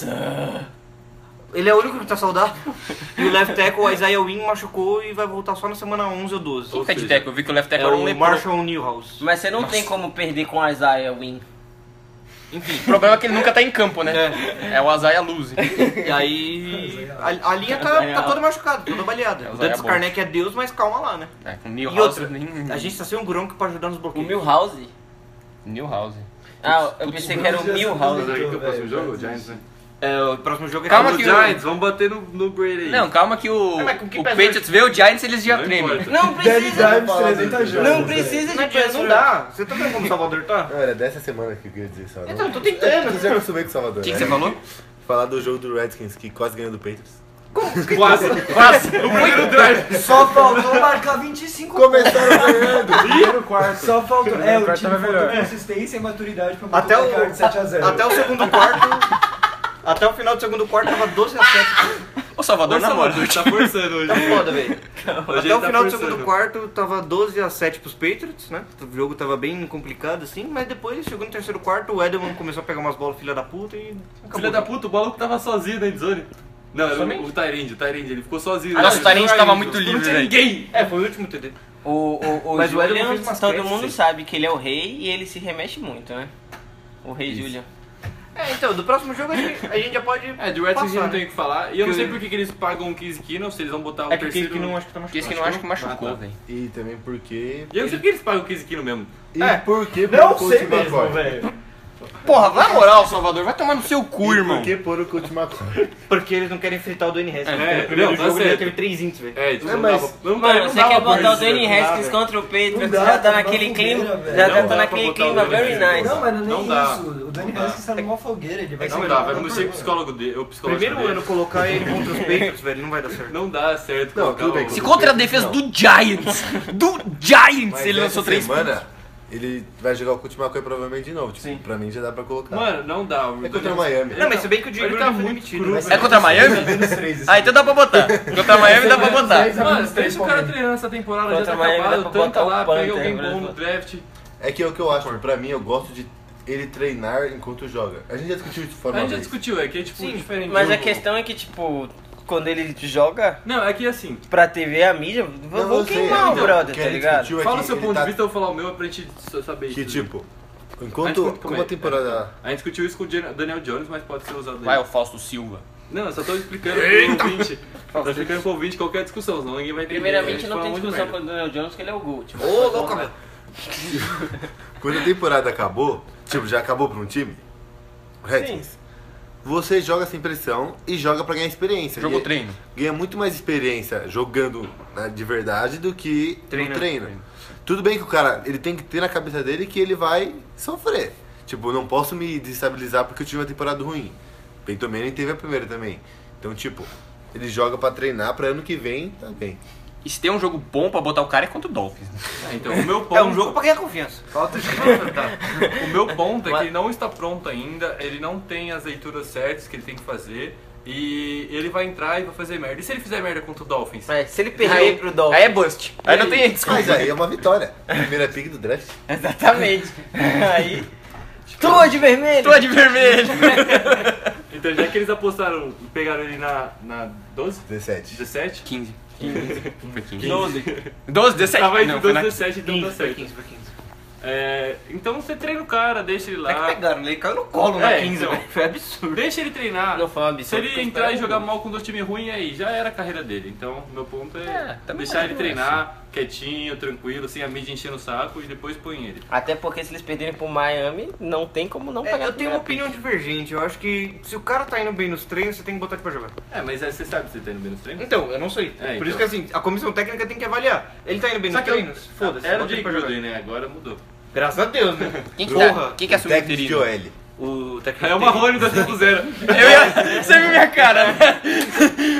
Speaker 3: Ele é o único que tá saudável. E o left tackle, o Isaiah Wynn, machucou e vai voltar só na semana 11 ou 12.
Speaker 1: Quem que é de
Speaker 2: seja,
Speaker 1: tackle? Eu vi que o left
Speaker 3: É
Speaker 1: tackle era um
Speaker 3: o
Speaker 1: lepro.
Speaker 3: Marshall Newhouse.
Speaker 7: Mas você não tem como perder com a Isaiah Win.
Speaker 1: O problema é que ele nunca tá em campo, né? É o Azaia Luz.
Speaker 3: E aí. A, a linha tá, tá toda machucada, toda baleada.
Speaker 1: É, o
Speaker 3: O
Speaker 1: Isaiah
Speaker 3: Dantes
Speaker 1: Bond.
Speaker 3: Karnek é Deus, mas calma lá, né?
Speaker 1: É, com Neil
Speaker 3: E outra,
Speaker 1: nem...
Speaker 3: a gente tá sem um Gronk pra ajudar nos
Speaker 7: O
Speaker 3: bloqueios.
Speaker 7: Milhouse?
Speaker 1: Newhouse.
Speaker 7: Ah, eu pensei que era o
Speaker 2: Mas
Speaker 7: Milhouse.
Speaker 2: aí que é o
Speaker 6: Velho,
Speaker 2: próximo jogo, o
Speaker 6: velho.
Speaker 2: Giants, né?
Speaker 3: É, o próximo jogo é
Speaker 1: Calma
Speaker 2: Os
Speaker 1: que o-
Speaker 2: Giants, vamos bater no, no Brady aí.
Speaker 1: Não, calma que o,
Speaker 3: É, mas com que
Speaker 1: o
Speaker 3: peso
Speaker 1: Patriots vê o Giants eles já
Speaker 2: Não
Speaker 1: tremem.
Speaker 2: importa.
Speaker 7: Não
Speaker 6: Danny
Speaker 2: é
Speaker 7: precisa.
Speaker 4: Dimes,
Speaker 6: Dimes,
Speaker 4: 300
Speaker 2: tá
Speaker 6: 300 jogos.
Speaker 7: Não precisa
Speaker 3: Não é
Speaker 7: de peso, né?
Speaker 3: adianta, não dá. Você tá vendo como o Salvador tá?
Speaker 4: Não, era dessa semana que eu queria dizer só. não.
Speaker 3: Então, eu tô
Speaker 4: Eu já
Speaker 3: tentando.
Speaker 4: acostumei com o Salvador.
Speaker 1: O que, que
Speaker 4: né?
Speaker 1: você falou?
Speaker 4: Falar do jogo do Redskins que quase ganhou do Patriots.
Speaker 2: Quase.
Speaker 1: Quase.
Speaker 2: O primeiro drive.
Speaker 6: Só faltou marcar 25
Speaker 4: Começaram ganhando, primeiro quarto.
Speaker 6: Só faltou. É, o time faltou
Speaker 8: melhor.
Speaker 6: consistência e maturidade pra manter
Speaker 3: Até
Speaker 6: o placar
Speaker 3: o,
Speaker 6: de 7 a 0.
Speaker 3: até o segundo quarto. Até o final do segundo quarto tava 12 a 7.
Speaker 1: O Salvador namora.
Speaker 2: Tá forçando hoje.
Speaker 3: Tá foda, velho.
Speaker 2: Hoje ele
Speaker 3: Até o
Speaker 2: tá
Speaker 3: final do
Speaker 2: forçando.
Speaker 3: segundo quarto tava 12 a 7 pros Patriots, né? O jogo tava bem complicado assim, mas depois, segundo e terceiro quarto, o Edelman começou a pegar umas bolas filha da puta e acabou.
Speaker 2: Filha da puta, o maluco tava sozinho na endzone. Não, era o, o Tyrande, o Tyrande, ele ficou sozinho.
Speaker 1: Ah, nossa, o Tyrande tava muito
Speaker 2: Não
Speaker 1: livre,
Speaker 2: tinha
Speaker 1: velho.
Speaker 2: ninguém.
Speaker 3: É, foi o último TD.
Speaker 7: O, o, o
Speaker 3: Mas o Edelman
Speaker 7: Julian,
Speaker 3: fez umas
Speaker 7: todo
Speaker 3: creches,
Speaker 7: mundo
Speaker 3: hein?
Speaker 7: sabe que ele é o rei e ele se remexe muito, né? O rei Julian.
Speaker 3: É, então, do próximo jogo a gente, a gente já pode
Speaker 2: É, de Redskins
Speaker 3: passar,
Speaker 2: não tem o
Speaker 3: né?
Speaker 2: que falar. E eu não
Speaker 3: Que-
Speaker 2: sei por que que eles pagam o Case Keenum, se eles vão botar o
Speaker 3: É que
Speaker 2: terceiro...
Speaker 3: que não acho que tá
Speaker 1: Porque
Speaker 3: machucado.
Speaker 1: esse que não acho que machucou,
Speaker 2: Ah, tá.
Speaker 1: velho.
Speaker 4: E também porque.
Speaker 2: E eu não sei por que eles pagam o Case Keenum mesmo.
Speaker 4: E
Speaker 3: É.
Speaker 4: por que pôr
Speaker 6: Não
Speaker 4: o
Speaker 6: sei
Speaker 4: Coach
Speaker 6: mesmo,
Speaker 4: McCoy?
Speaker 6: velho.
Speaker 1: Porra, na moral, Salvador, vai tomar no seu cu,
Speaker 4: E
Speaker 1: irmão.
Speaker 4: Por que pôr o Coach McCoy?
Speaker 3: Porque eles não querem enfrentar o Danny Hess.
Speaker 2: É,
Speaker 3: É, primeiro
Speaker 2: não, tá
Speaker 3: jogo ele
Speaker 2: certo.
Speaker 3: teve 3 ints, velho.
Speaker 2: É, tipo,
Speaker 4: É,
Speaker 2: não
Speaker 4: mas-
Speaker 2: dava- não dava-
Speaker 7: Mano,
Speaker 2: não
Speaker 7: você
Speaker 2: dava
Speaker 7: quer
Speaker 2: pra
Speaker 7: botar o
Speaker 2: eles,
Speaker 7: Danny
Speaker 2: né?
Speaker 7: Haskins contra o Pedro,
Speaker 6: Não dá,
Speaker 7: já tá
Speaker 6: tá
Speaker 7: naquele
Speaker 6: uma
Speaker 7: clima,
Speaker 6: fogueira, velho.
Speaker 7: já
Speaker 2: Não
Speaker 7: tá
Speaker 2: dá pra
Speaker 7: naquele
Speaker 2: botar o
Speaker 7: clima
Speaker 2: Danny
Speaker 7: very
Speaker 2: Haskins.
Speaker 7: nice.
Speaker 6: Não, mas não é
Speaker 2: Não
Speaker 6: nem
Speaker 2: dá.
Speaker 6: isso. O Danny
Speaker 2: Não dá.
Speaker 6: Heskins tá numa fogueira, ele vai
Speaker 2: Não
Speaker 6: ser
Speaker 2: dá,
Speaker 6: melhor
Speaker 2: vai
Speaker 6: do
Speaker 2: mexer com o
Speaker 6: que-
Speaker 2: psicólogo dele. O psicólogo
Speaker 3: Primeiro
Speaker 2: dele.
Speaker 3: ano colocar ele contra os Patriots, velho, não vai dar certo.
Speaker 2: Não dá certo
Speaker 4: Não,
Speaker 2: colocar
Speaker 4: tudo bem.
Speaker 2: o-
Speaker 1: Se contra a defesa do Giants, do Giants, ele
Speaker 4: essa
Speaker 1: lançou três
Speaker 4: semana, ele vai jogar o Coach McCoy provavelmente de novo. Tipo, pra mim já dá pra colocar.
Speaker 2: Mano, não dá. o
Speaker 4: é contra
Speaker 2: Danny-
Speaker 4: o Miami.
Speaker 3: Não, mas se bem que o Jay
Speaker 2: Ele
Speaker 3: Gruden
Speaker 2: tá
Speaker 3: foi
Speaker 2: muito
Speaker 3: demitido,
Speaker 2: cru,
Speaker 3: né?
Speaker 1: É contra Miami?
Speaker 6: assim,
Speaker 1: Ah, então dá pra botar. Contra a Miami dá pra botar.
Speaker 2: Mano, deixa o cara treinando essa temporada,
Speaker 7: Contra
Speaker 2: já tá
Speaker 7: Miami dá
Speaker 2: acabado,
Speaker 7: pra
Speaker 2: tanca
Speaker 7: botar o
Speaker 2: lá, pega
Speaker 7: Panther,
Speaker 2: alguém
Speaker 7: né?
Speaker 2: bom no draft.
Speaker 4: É que é o que eu acho. Pra mim, eu gosto de ele treinar enquanto joga. A gente já discutiu isso de forma
Speaker 2: A gente já
Speaker 4: vez.
Speaker 2: discutiu, é que é tipo diferente.
Speaker 7: Mas a
Speaker 2: Jogo.
Speaker 7: questão é que, tipo, quando ele joga
Speaker 2: Não, é que assim,
Speaker 7: pra TV, a mídia,
Speaker 4: Não,
Speaker 7: vão vão
Speaker 4: eu sei,
Speaker 7: queimar
Speaker 4: então,
Speaker 7: o brother,
Speaker 4: que
Speaker 7: tá
Speaker 4: a gente
Speaker 7: ligado?
Speaker 4: discutiu é
Speaker 2: fala o
Speaker 4: que
Speaker 2: seu
Speaker 4: ele
Speaker 2: ponto
Speaker 4: tá-
Speaker 2: de vista, eu vou falar o meu pra gente s- saber
Speaker 4: Que
Speaker 2: isso.
Speaker 4: tipo,
Speaker 2: Antes,
Speaker 4: enquanto
Speaker 2: como
Speaker 4: como
Speaker 2: é?
Speaker 4: a temporada.
Speaker 2: A gente discutiu isso com o Jan- Daniel Jones, mas pode ser usado aí.
Speaker 1: Vai o Fausto Silva.
Speaker 2: Não, eu só tô explicando pro ouvinte. Tô explicando pro ouvinte qualquer discussão, senão ninguém vai entender. A
Speaker 7: Primeiramente,
Speaker 2: gente
Speaker 7: não
Speaker 2: fala
Speaker 7: tem
Speaker 2: muito
Speaker 7: discussão com
Speaker 2: merda.
Speaker 7: o Daniel Jones, que ele é o Gold.
Speaker 3: é Ô, louco, meu.
Speaker 4: Quando a temporada acabou, tipo, já acabou pra um time? Redskins. Você joga sem pressão e joga pra ganhar experiência.
Speaker 1: Jogo
Speaker 4: E-
Speaker 1: treino.
Speaker 4: Ganha muito mais experiência jogando né, de verdade do que
Speaker 3: Treino.
Speaker 4: no treino. Tudo bem que o cara, ele tem que ter na cabeça dele que ele vai sofrer. Tipo, eu não posso me destabilizar porque eu tive uma temporada ruim. Peyton Manning teve a primeira também. Então, tipo, ele joga pra treinar pra ano que vem, tá bem.
Speaker 1: E se tem um jogo bom pra botar o cara é contra o Dolphins.
Speaker 2: Ah, Então, o meu ponto...
Speaker 3: É um jogo pra ganhar confiança.
Speaker 2: Falta de tá. O meu ponto é que ele não está pronto ainda, ele não tem as leituras certas que ele tem que fazer e ele vai entrar e vai fazer merda. E se ele fizer merda contra o Dolphins?
Speaker 5: É, se ele perder pro Dolphins.
Speaker 1: Aí é bust. Aí não tem desculpa.
Speaker 4: Mas aí é uma vitória. Primeira pick do draft.
Speaker 5: Exatamente. Aí. tipo, Tua de vermelho!
Speaker 1: Tô de vermelho.
Speaker 2: Então, já que eles apostaram, pegaram ele na, na 12,
Speaker 4: 17.
Speaker 2: 17,
Speaker 1: 15. 15.
Speaker 2: 12,
Speaker 1: 12, 17.
Speaker 2: tava entre
Speaker 1: não,
Speaker 2: 12
Speaker 1: foi
Speaker 2: e
Speaker 1: na...
Speaker 2: 17, então tá certo. É, então você treina o cara, deixa ele lá.
Speaker 3: Pegaram, ele caiu no colo na
Speaker 2: É,
Speaker 3: 15,
Speaker 2: então.
Speaker 3: velho. Foi absurdo.
Speaker 2: Deixa ele treinar.
Speaker 5: Não foi um
Speaker 2: Se
Speaker 5: absurdo.
Speaker 2: ele entrar e jogar mal com dois times ruins, aí já era a carreira dele. Então, meu ponto é, deixar ele treinar quietinho, tranquilo, sem a mídia enchendo o saco e depois põe ele.
Speaker 5: Até porque se eles perderem pro Miami, não tem como não
Speaker 3: É,
Speaker 5: pegar
Speaker 3: eu
Speaker 5: pro
Speaker 3: tenho uma
Speaker 5: Miami.
Speaker 3: opinião divergente. Eu acho que se o cara tá indo bem nos treinos, você tem que botar ele pra jogar.
Speaker 2: É, mas aí você sabe se ele tá indo bem nos treinos?
Speaker 3: Então, eu não sei.
Speaker 2: É, então.
Speaker 3: Por isso que assim, a comissão técnica tem que avaliar. Ele tá indo bem
Speaker 2: Só
Speaker 3: nos
Speaker 2: que eu-
Speaker 3: treinos? Foda-se.
Speaker 2: Era
Speaker 3: bota
Speaker 2: o
Speaker 3: ele
Speaker 2: Jake
Speaker 3: pra jogar.
Speaker 2: Gruden, né? Agora mudou.
Speaker 3: Graças a Deus, né?
Speaker 7: Quem que,
Speaker 3: Porra.
Speaker 7: tá, quem que assume o
Speaker 4: Técnico de
Speaker 7: interino?
Speaker 4: OL.
Speaker 3: O
Speaker 2: É
Speaker 3: técnico.
Speaker 2: uma Rony da Tempo Zero.
Speaker 1: Eu ia... Você viu minha cara, né?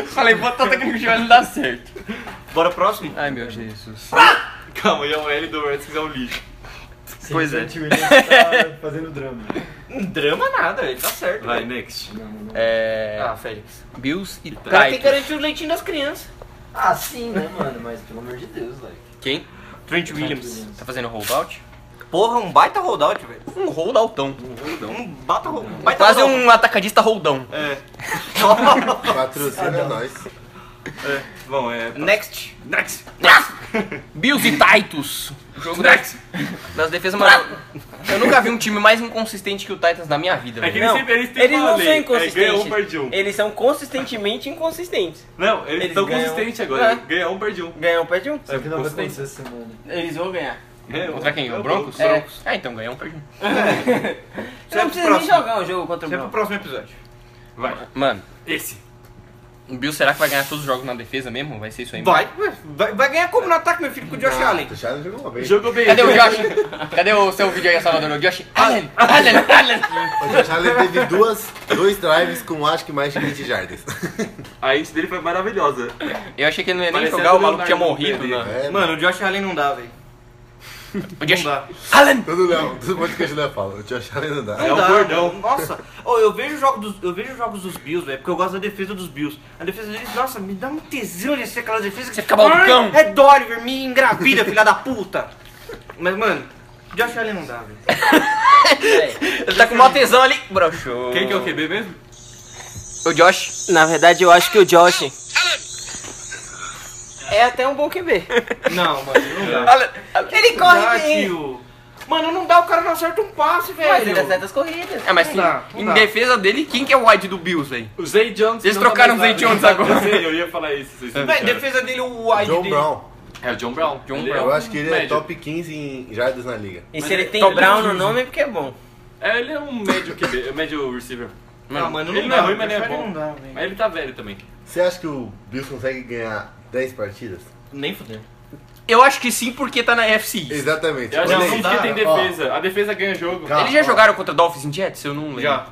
Speaker 1: Falei, tá botar o técnico de joelho não dá certo.
Speaker 3: Bora próximo?
Speaker 1: Ai, meu Jesus.
Speaker 2: Calma, e a OL do Redskins é um lixo.
Speaker 1: Pois é.
Speaker 6: Sim, o Trent Williams tá fazendo drama.
Speaker 3: Um drama nada, ele tá certo.
Speaker 2: Vai,
Speaker 3: velho.
Speaker 2: next.
Speaker 6: Não, não.
Speaker 1: É...
Speaker 3: Ah, Tá, então. Félix.
Speaker 1: Bills e
Speaker 7: O cara tem que
Speaker 1: Titans.
Speaker 7: garantir o leitinho das crianças.
Speaker 6: Ah, sim, né, mano? Mas pelo amor de Deus, velho.
Speaker 1: Quem?
Speaker 3: Trent Williams.
Speaker 1: Tá fazendo holdout?
Speaker 3: Porra, um baita holdout, velho.
Speaker 1: Um holdoutão.
Speaker 3: Um baita hold- um baita
Speaker 1: Quase
Speaker 3: holdout.
Speaker 1: um atacadista roldão.
Speaker 4: Patrocina nós.
Speaker 2: Bom, é.
Speaker 3: Next.
Speaker 2: Next!
Speaker 1: Bills e Titus. O jogo da-
Speaker 2: Next!
Speaker 1: das defesas, mano. Eu nunca vi um time mais inconsistente que o Titans na minha vida.
Speaker 2: É que
Speaker 1: velho.
Speaker 2: eles
Speaker 5: Não,
Speaker 2: sempre eles têm
Speaker 5: Eles
Speaker 2: uma
Speaker 5: não são
Speaker 2: lei, É, ganha um,
Speaker 5: inconsistentes.
Speaker 2: perde um.
Speaker 5: Eles são consistentemente inconsistentes.
Speaker 2: Não, eles um.
Speaker 5: Eles
Speaker 2: estão
Speaker 5: ganham.
Speaker 2: consistentes agora.
Speaker 5: É.
Speaker 2: Ganha um, perde um.
Speaker 5: Ganhar um pé de um.
Speaker 6: Só É que não vai
Speaker 2: Gostei.
Speaker 6: acontecer essa semana.
Speaker 5: Eles vão ganhar.
Speaker 2: É,
Speaker 1: Contra quem?
Speaker 2: é
Speaker 1: O Broncos?
Speaker 2: É.
Speaker 1: Ah, então ganhou um perdi.
Speaker 5: Você não precisa
Speaker 3: pro
Speaker 5: nem
Speaker 3: próximo. é
Speaker 5: jogar um jogo contra o
Speaker 3: Sempre pro
Speaker 5: Brown.
Speaker 3: próximo episódio.
Speaker 2: Vai.
Speaker 1: Mano,
Speaker 2: Esse.
Speaker 1: o Bill será que vai ganhar todos os jogos na defesa mesmo? Vai ser isso aí mesmo?
Speaker 3: Vai, vai, vai ganhar como no ataque, meu filho, com o Josh Allen.
Speaker 4: Já não jogou uma vez.
Speaker 2: Jogou bem.
Speaker 1: Cadê o Josh? Cadê o seu vídeo aí, Salvador? O Josh? Allen! Allen! Allen!
Speaker 4: O Josh Allen teve duas, dois drives com acho que mais de 20 jardas.
Speaker 2: A int dele foi maravilhosa.
Speaker 1: Eu achei que ele não ia nem
Speaker 2: Parecia
Speaker 1: jogar, o
Speaker 2: do
Speaker 1: maluco tinha
Speaker 2: Leonardo
Speaker 1: morrido.
Speaker 2: no
Speaker 1: Né?
Speaker 4: É,
Speaker 3: Mano, o Josh Allen não dá, velho.
Speaker 1: O Josh?
Speaker 3: Não dá.
Speaker 1: Allen!
Speaker 4: Todo Léo, todo mundo que a Julia fala. O Josh Allen não dá.
Speaker 2: É um
Speaker 3: dá,
Speaker 2: bordão.
Speaker 3: mano. Nossa, Ô, eu, vejo o jogo dos, eu vejo os jogos dos Bills, velho, porque eu gosto da defesa dos Bills. A defesa deles, nossa, me dá um tesão de ser aquela defesa que
Speaker 1: Você fica malucão.
Speaker 3: Ai, É Doriver, me engravida, filha da puta. Mas, mano, Josh Allen não dá, velho.
Speaker 1: Ele tá com mó tesão ali. Broxou.
Speaker 2: Quem que é o QB mesmo?
Speaker 1: O Josh?
Speaker 5: Na verdade, eu acho que o Josh. É até um bom QB.
Speaker 3: Não, mano, não dá.
Speaker 1: Allen! Allen.
Speaker 5: Ele
Speaker 3: Não dá,
Speaker 5: corre bem.
Speaker 3: tio. Mano, não dá, o cara não acerta um passe, velho.
Speaker 5: Mas ele acerta as corridas.
Speaker 1: É, mas
Speaker 3: Não
Speaker 1: sim,
Speaker 3: dá, não
Speaker 1: em
Speaker 3: dá.
Speaker 1: defesa dele, quem que é o wide do Bills, velho?
Speaker 2: O Zay Jones. É
Speaker 1: Eles
Speaker 2: não tá
Speaker 1: trocaram
Speaker 2: mais
Speaker 1: o Zay
Speaker 2: lá.
Speaker 1: Jones agora.
Speaker 2: Eu sei, eu ia falar isso. Vocês
Speaker 3: Véi,
Speaker 2: deixaram.
Speaker 3: defesa dele, o wide
Speaker 4: John
Speaker 3: dele.
Speaker 4: Brown.
Speaker 2: É o John Brown.
Speaker 1: John
Speaker 2: Ele é
Speaker 1: Brown.
Speaker 4: Eu
Speaker 2: um
Speaker 4: acho que ele é
Speaker 2: médio.
Speaker 4: top 15 em jardas na liga.
Speaker 5: E
Speaker 2: Mas
Speaker 5: se ele
Speaker 2: ele-
Speaker 5: tem
Speaker 2: Top
Speaker 5: Brown no
Speaker 2: Jesus.
Speaker 5: nome é porque é bom.
Speaker 2: É, ele é um médio QB, é médio receiver.
Speaker 3: Ah, mano, não
Speaker 2: Ele
Speaker 3: dá.
Speaker 2: não é ruim, mas
Speaker 3: Josh
Speaker 2: não é
Speaker 3: Allen
Speaker 2: bom.
Speaker 3: não dá, velho.
Speaker 2: Mas ele tá velho também.
Speaker 4: Você acha que o Bills consegue ganhar 10 partidas?
Speaker 7: é-
Speaker 3: Nem fudeu.
Speaker 1: Eu acho que sim, porque tá na FC. Eles
Speaker 4: Exatamente.
Speaker 2: Eu acho
Speaker 4: Olha
Speaker 2: que
Speaker 4: aí.
Speaker 2: sim que tem
Speaker 4: Ó,
Speaker 2: defesa. A defesa ganha jogo.
Speaker 4: Calma.
Speaker 1: já jogaram contra Dolphins e Jets? Eu não lembro.
Speaker 3: Já.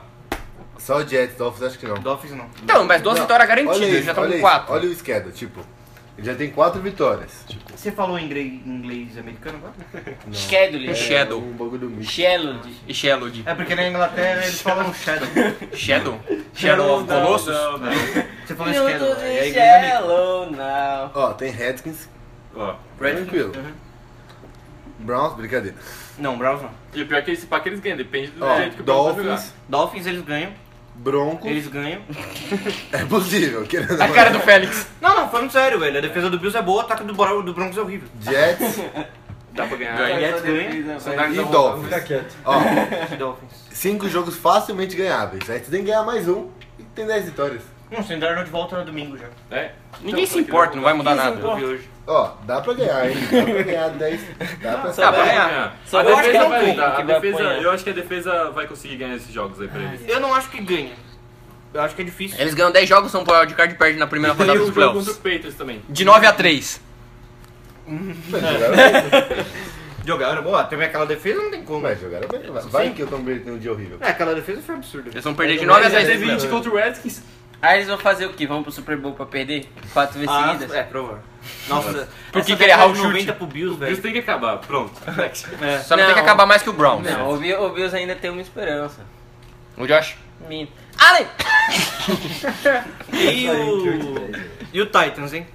Speaker 4: Só o Jets, Dolphins acho que não.
Speaker 3: Dolphins não.
Speaker 1: Então, mas duas
Speaker 4: Não,
Speaker 1: vitórias
Speaker 4: olha
Speaker 1: garantidas,
Speaker 4: isso,
Speaker 1: já estão
Speaker 4: olha
Speaker 1: com
Speaker 4: isso,
Speaker 1: quatro.
Speaker 4: Olha o esquerdo, tipo. Ele já tem quatro vitórias.
Speaker 2: Tipo
Speaker 3: Você falou inglês, inglês americano agora?
Speaker 7: Schedule.
Speaker 1: É. Shadow.
Speaker 4: Um bagulho misto.
Speaker 7: Schedule.
Speaker 1: E Shallow de...
Speaker 3: É porque na Inglaterra eles falam shadow.
Speaker 1: Shadow? Shadow of Colossus?
Speaker 2: Não, não.
Speaker 3: Você falou
Speaker 5: Minuto
Speaker 3: shadow.
Speaker 5: de
Speaker 3: É
Speaker 5: Shallow Now.
Speaker 4: Ó, tem Redskins,
Speaker 2: Ó. Uhum.
Speaker 4: tranquilo. Browns, brincadeira.
Speaker 3: Não, Browns não.
Speaker 2: E o pior é que esse pack eles ganham, depende do jeito que
Speaker 4: Ó,
Speaker 2: o Brown vai jogar.
Speaker 4: Dolphins,
Speaker 3: Dolphins eles ganham.
Speaker 4: Broncos.
Speaker 3: Eles ganham.
Speaker 4: É possível, querendo ou
Speaker 1: A
Speaker 4: não.
Speaker 1: cara do Félix.
Speaker 3: Não, não, falando sério, velho. A defesa do Bills é boa, o ataque do, Bro- do Broncos é horrível.
Speaker 4: Jets
Speaker 2: Dá pra ganhar.
Speaker 1: Ganha.
Speaker 3: Jets ganha.
Speaker 4: e
Speaker 6: Vou
Speaker 4: Dolphins.
Speaker 6: ficar quieto.
Speaker 4: Ó,
Speaker 3: Dolphins.
Speaker 4: cinco jogos facilmente ganháveis. Aí você tem que ganhar mais um e tem 10 vitórias.
Speaker 3: Não, se entrar de volta no domingo já.
Speaker 2: É.
Speaker 1: Ninguém
Speaker 2: Então,
Speaker 1: se importa, não vai mudar
Speaker 3: Quem se
Speaker 1: nada.
Speaker 3: envolve hoje.
Speaker 4: Ó, dá pra ganhar, hein? Dá pra ganhar 10. Dá pra
Speaker 1: Dá pra
Speaker 4: saber.
Speaker 1: ganhar.
Speaker 2: A
Speaker 7: Ah,
Speaker 5: eu acho que é
Speaker 2: defesa
Speaker 5: um pouco
Speaker 2: vai dar.
Speaker 5: que
Speaker 2: A
Speaker 5: vai
Speaker 2: defesa,
Speaker 5: apanhar.
Speaker 2: eu acho que a defesa vai conseguir ganhar esses jogos aí pra eles.
Speaker 3: Eu não acho que ganha. Eu acho que é difícil.
Speaker 1: Eles ganham 10 jogos, são pro wildcard e perdem na primeira
Speaker 2: E
Speaker 1: rodada
Speaker 2: o
Speaker 1: dos
Speaker 2: jogo contra
Speaker 1: playoffs.
Speaker 2: o Patriots também.
Speaker 1: De 9 a 3.
Speaker 3: né?
Speaker 4: Jogaram bem,
Speaker 3: Jogaram, É. boa, também aquela defesa não tem como.
Speaker 4: mas jogaram bem. Vai- Vai que o Tom Brady tem um dia horrível.
Speaker 3: É, aquela defesa foi absurda.
Speaker 1: Eles vão perder de 9 a
Speaker 2: Vai
Speaker 1: 3.
Speaker 2: ser 20 contra o Redskins.
Speaker 7: Aí Ah, eles vão fazer o quê? Vão pro Super Bowl pra perder? Quatro vezes
Speaker 3: Ah,
Speaker 7: seguidas?
Speaker 3: é, provável. Nossa,
Speaker 1: Por que
Speaker 3: essa
Speaker 1: que ele errar o
Speaker 3: década de
Speaker 1: chute?
Speaker 3: 90 pro Bills,
Speaker 2: Isso
Speaker 3: velho.
Speaker 2: tem que acabar, pronto.
Speaker 1: Tá
Speaker 2: Next.
Speaker 1: Só não, tem que
Speaker 7: Não.
Speaker 1: acabar mais que o Browns.
Speaker 7: Não, o Bill- o Bills ainda tem uma esperança.
Speaker 1: O Josh?
Speaker 7: Minha. Allen!
Speaker 3: E o... E o Titans, hein?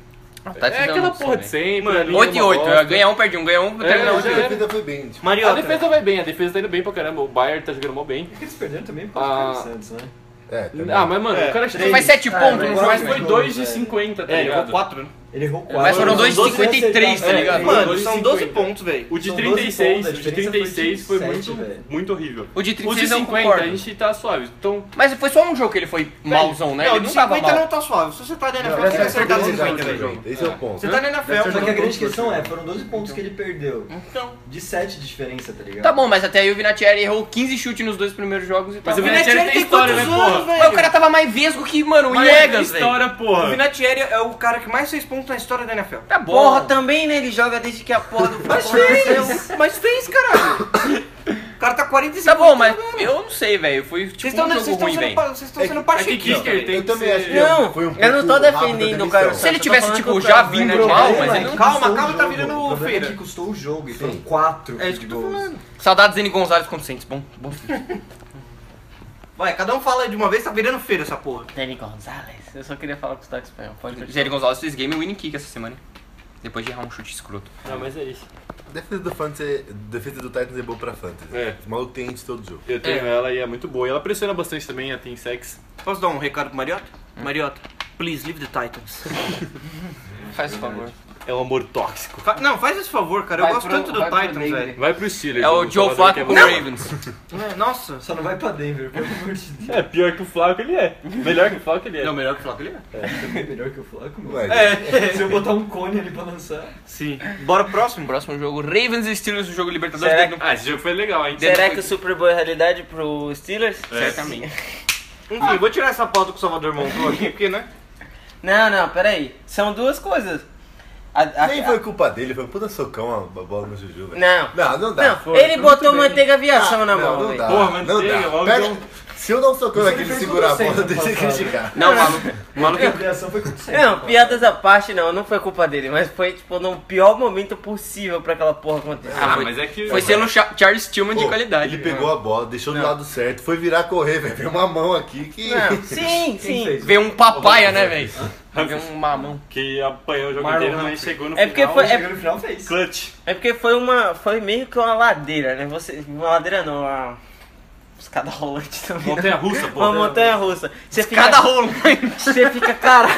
Speaker 1: Tá
Speaker 2: É aquela porra de sempre. a linha
Speaker 1: 8 e
Speaker 2: uma
Speaker 1: 8.
Speaker 2: bosta. É,
Speaker 1: Ganha um, perde um. Ganha um, termina
Speaker 3: É,
Speaker 2: não,
Speaker 1: outro.
Speaker 4: Hoje a
Speaker 2: já era.
Speaker 4: defesa foi bem. Tipo,
Speaker 1: um
Speaker 2: A
Speaker 3: Mariota.
Speaker 2: defesa vai bem, a defesa tá indo bem pra caramba. O Bayern tá jogando mal bem.
Speaker 6: Eles perderam também por
Speaker 2: Ah.
Speaker 6: causa do Santos, né?
Speaker 4: é, também.
Speaker 2: Ah, mas mano,
Speaker 3: É,
Speaker 2: o cara
Speaker 1: Você faz 7 pontos.
Speaker 6: mas-
Speaker 1: não faz?
Speaker 2: Mas foi 2 de 50, tá
Speaker 3: É, ele
Speaker 2: ligado?
Speaker 3: errou 4, né?
Speaker 6: Ele errou quatro.
Speaker 1: Mas foram dois de
Speaker 6: Doze
Speaker 1: 53, tá
Speaker 6: acertados.
Speaker 1: ligado?
Speaker 6: É,
Speaker 3: Mano,
Speaker 2: doze
Speaker 3: são
Speaker 2: e
Speaker 3: 12
Speaker 2: cinquenta.
Speaker 3: pontos, velho.
Speaker 2: O de
Speaker 6: São
Speaker 2: 36,
Speaker 6: doze
Speaker 2: o de
Speaker 6: pontos, a diferença
Speaker 2: 36 foi
Speaker 6: foi de
Speaker 2: muito,
Speaker 6: sete, velho.
Speaker 2: muito horrível.
Speaker 1: O de
Speaker 2: O de
Speaker 1: 36 eu não
Speaker 2: 50 a
Speaker 1: concordo.
Speaker 2: gente tá suave. Então,
Speaker 1: Mas foi só um jogo que ele foi malzão, né?
Speaker 3: Não,
Speaker 1: Ele
Speaker 3: de
Speaker 1: não tava
Speaker 3: 50
Speaker 1: mal.
Speaker 3: não tá suave. Se você tá na NFL,
Speaker 4: Essa
Speaker 3: você
Speaker 4: é
Speaker 3: vai
Speaker 4: a
Speaker 3: acertar de
Speaker 4: segunda
Speaker 3: 50,
Speaker 4: jogada,
Speaker 3: velho.
Speaker 4: Esse é o ponto.
Speaker 3: Você tá na NFL,
Speaker 6: Só que a grande
Speaker 3: você
Speaker 6: questão é, foram 12 pontos que ele perdeu.
Speaker 2: então.
Speaker 6: De 7 de diferença, tá ligado?
Speaker 1: Tá bom, mas até aí o Vinatieri errou 15 chutes nos dois primeiros jogos e tal.
Speaker 2: mas o
Speaker 3: não
Speaker 2: Vinatieri
Speaker 3: Vinatieri
Speaker 2: tem
Speaker 3: tem
Speaker 2: história, né,
Speaker 3: quantos
Speaker 2: porra?
Speaker 3: anos, velho?
Speaker 1: Mas o cara tava mais vesgo que, mano, o
Speaker 2: Mas ele tem
Speaker 1: Iegas, velho.
Speaker 2: história,
Speaker 3: O
Speaker 2: porra.
Speaker 3: Vinatieri é o cara que mais fez pontos na história da NFL.
Speaker 1: Tá bom.
Speaker 7: Porra, também, né? Ele joga desde que a porra do futebol aconteceu.
Speaker 3: Mas fez, caralho. O cara tá 45
Speaker 1: Tá bom, mas
Speaker 3: jogando.
Speaker 1: eu não sei, velho. Foi
Speaker 3: Vocês
Speaker 1: tipo
Speaker 3: estão
Speaker 1: um jogo ruim,
Speaker 3: sendo,
Speaker 1: velho.
Speaker 3: pa- vocês estão
Speaker 4: É que-
Speaker 3: sendo
Speaker 2: É que
Speaker 3: paixão.
Speaker 2: kicker tem
Speaker 4: Eu
Speaker 2: que
Speaker 4: também acho
Speaker 2: ser...
Speaker 4: que
Speaker 7: Não,
Speaker 4: foi um
Speaker 7: eu não tô
Speaker 4: pouco rápido a
Speaker 7: defendendo o
Speaker 4: demissão.
Speaker 7: cara.
Speaker 1: Se ele tivesse, tipo, já vindo
Speaker 6: O
Speaker 1: mal,
Speaker 6: problema
Speaker 1: mas
Speaker 7: né?
Speaker 6: é
Speaker 1: ele
Speaker 6: que
Speaker 1: não...
Speaker 3: calma,
Speaker 6: custou o
Speaker 3: calma, tá
Speaker 6: jogo.
Speaker 3: virando
Speaker 6: O problema
Speaker 3: feira.
Speaker 6: é que custou o jogo e foram 4
Speaker 3: É isso que eu tô falando.
Speaker 1: Saudades Zene Gonzalez contra o Saints. Bom, bom.
Speaker 3: Vai, cada um fala de uma vez, tá virando feira essa porra.
Speaker 7: Danny Gonzalez. Eu só queria falar com o sotaque espanhol. Pode continuar.
Speaker 1: Zene Gonzalez fez game winning kick essa semana. Depois de errar um chute escroto.
Speaker 2: Não, mas é isso.
Speaker 4: Defesa do, fantasy, defesa do Titans é boa pra fantasy.
Speaker 2: É.
Speaker 4: Os malucos têm antes todo jogo.
Speaker 2: Eu tenho ela e é muito boa. E ela pressiona bastante também, ela tem sex.
Speaker 3: Posso dar um recado pro Mariota? Mariota, please leave the Titans.
Speaker 1: Faz favor.
Speaker 2: É um amor tóxico.
Speaker 3: Fa- Não, faz esse favor, cara. Eu
Speaker 7: Vai
Speaker 3: gosto
Speaker 7: pro-
Speaker 3: tanto do
Speaker 7: vai pro
Speaker 3: Titans,
Speaker 7: Denver.
Speaker 3: velho.
Speaker 2: Vai pro Steelers.
Speaker 1: É o
Speaker 2: vou
Speaker 1: Joe
Speaker 2: falar
Speaker 1: Flacco
Speaker 2: que é
Speaker 1: com o
Speaker 2: bom.
Speaker 1: Ravens.
Speaker 3: É, Nossa.
Speaker 6: Só não vai pra Denver, pelo amor de Deus.
Speaker 2: É pior que o Flacco ele é. Melhor que o Flacco ele é.
Speaker 3: melhor que o Flávio
Speaker 6: É melhor que o Flaco, mano.
Speaker 4: Mas, é.
Speaker 6: Se eu botar um cone ali pra lançar.
Speaker 3: Sim. Bora pro próximo?
Speaker 1: Próximo jogo, Ravens e Steelers, o jogo Libertadores.
Speaker 7: Será
Speaker 1: Deve no-
Speaker 2: Ah, esse jogo foi legal, hein?
Speaker 1: Deve-
Speaker 7: Será que o Super Bowl é realidade pro Steelers?
Speaker 1: Certamente.
Speaker 3: Enfim, vou tirar essa pauta que o Salvador montou aqui, porque, né?
Speaker 7: Não, não, peraí. São duas coisas. A- a-
Speaker 4: Nem foi culpa dele, foi um puta socão a a bola no Juju, velho.
Speaker 7: Não.
Speaker 4: Não, não dá.
Speaker 7: Não, ele botou manteiga aviação na é mão,
Speaker 4: Ah, Não, não
Speaker 7: velho.
Speaker 4: dá.
Speaker 2: Porra,
Speaker 4: não
Speaker 2: manteiga,
Speaker 4: dá.
Speaker 2: logo
Speaker 4: Pega-
Speaker 2: deu
Speaker 4: Se eu dar um socão naquele
Speaker 6: fez
Speaker 4: segurar a
Speaker 6: tudo
Speaker 4: bola,
Speaker 6: sem
Speaker 4: deixa eu
Speaker 6: passar,
Speaker 4: criticar.
Speaker 1: Não, maluco.
Speaker 6: Maluco, a criação foi com você.
Speaker 7: Não,
Speaker 3: é-
Speaker 7: piadas à parte não, não foi culpa dele, mas foi tipo no pior momento possível pra aquela porra acontecer.
Speaker 2: Ah,
Speaker 1: foi-
Speaker 2: mas é que.
Speaker 1: Foi sendo um Cha- Charles Tillman de
Speaker 4: Pô,
Speaker 1: qualidade. né?
Speaker 4: Ele pegou a bola, deixou do lado certo, foi virar correr, velho. Veio uma mão aqui que.
Speaker 7: Não, sim,
Speaker 6: Quem
Speaker 7: sim.
Speaker 6: fez?
Speaker 1: Veio um papaya, né, velho? Veio um mamão.
Speaker 2: Que apanhou o jogo
Speaker 6: Marlon
Speaker 2: inteiro, mas
Speaker 6: Humphrey.
Speaker 2: chegou no
Speaker 7: É porque
Speaker 2: final.
Speaker 7: foi-
Speaker 6: Chegou no final, fez.
Speaker 2: Clutch.
Speaker 7: É porque foi uma. Foi meio que uma ladeira, né? Você. Uma ladeira não, uma. Escada rolante também. né?
Speaker 2: Montanha russa,
Speaker 7: Uma
Speaker 2: pô.
Speaker 7: montanha russa. Você fica.
Speaker 1: Cada rolo.
Speaker 7: Você fica, cara.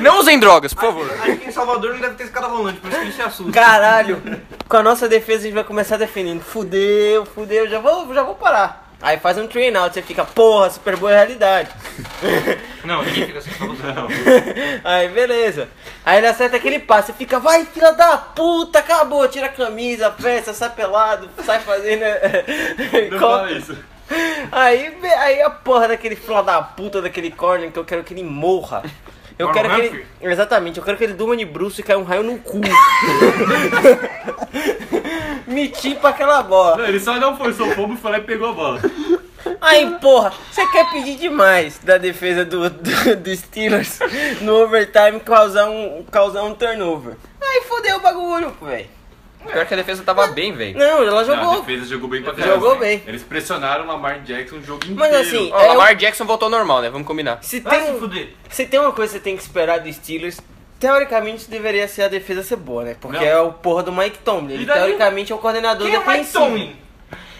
Speaker 1: Não usem drogas, por favor.
Speaker 3: Acho que em Salvador não deve ter escada rolante, por isso que ele se assusta.
Speaker 7: Caralho. Com a nossa defesa a gente vai começar defendendo. Fudeu, fudeu, já vou, já vou parar. Aí faz um train out, você fica, porra, super boa realidade.
Speaker 3: Não, ninguém fica assim, sem Salvador.
Speaker 7: Aí beleza. Aí ele acerta aquele passe, fica, vai filha da puta, acabou, tira a camisa, festa, sai pelado, sai fazendo.
Speaker 2: Não
Speaker 7: Copa.
Speaker 2: fala isso.
Speaker 7: aí, be- aí a porra daquele filha da puta daquele corner que eu quero que ele morra. Eu
Speaker 3: Marlon
Speaker 7: quero que ele.
Speaker 3: Humphrey?
Speaker 7: Exatamente, eu quero que ele durma de bruxo e caia um raio no cu. Meti pra tipo aquela bola.
Speaker 2: Não, ele só não forçou o pombo e foi lá e pegou a bola.
Speaker 7: Aí, porra, você quer pedir demais da defesa do, do, do Steelers no overtime causar um, causar um turnover. Aí fodeu o bagulho, velho.
Speaker 1: Pior que a defesa tava bem, velho.
Speaker 7: Não, ela
Speaker 2: Não, Ah, a
Speaker 7: jogou.
Speaker 2: defesa jogou bem pra
Speaker 7: Jogou
Speaker 2: caralho.
Speaker 7: bem.
Speaker 2: Eles pressionaram o Lamar Jackson o jogo inteiro.
Speaker 7: Mas assim,
Speaker 1: Ó,
Speaker 7: É, eu-
Speaker 1: Lamar Jackson voltou ao normal, né? Vamos combinar.
Speaker 7: Se
Speaker 3: Vai se
Speaker 7: tem, um-
Speaker 3: fuder.
Speaker 7: se tem uma coisa que você tem que esperar do Steelers, teoricamente deveria ser a defesa ser boa, né? Porque
Speaker 2: Não.
Speaker 7: é o porra do Mike Tomlin. Ele
Speaker 3: E daí?
Speaker 7: teoricamente é o coordenador
Speaker 3: Quem é mais
Speaker 7: defensivo.
Speaker 3: Tomlin?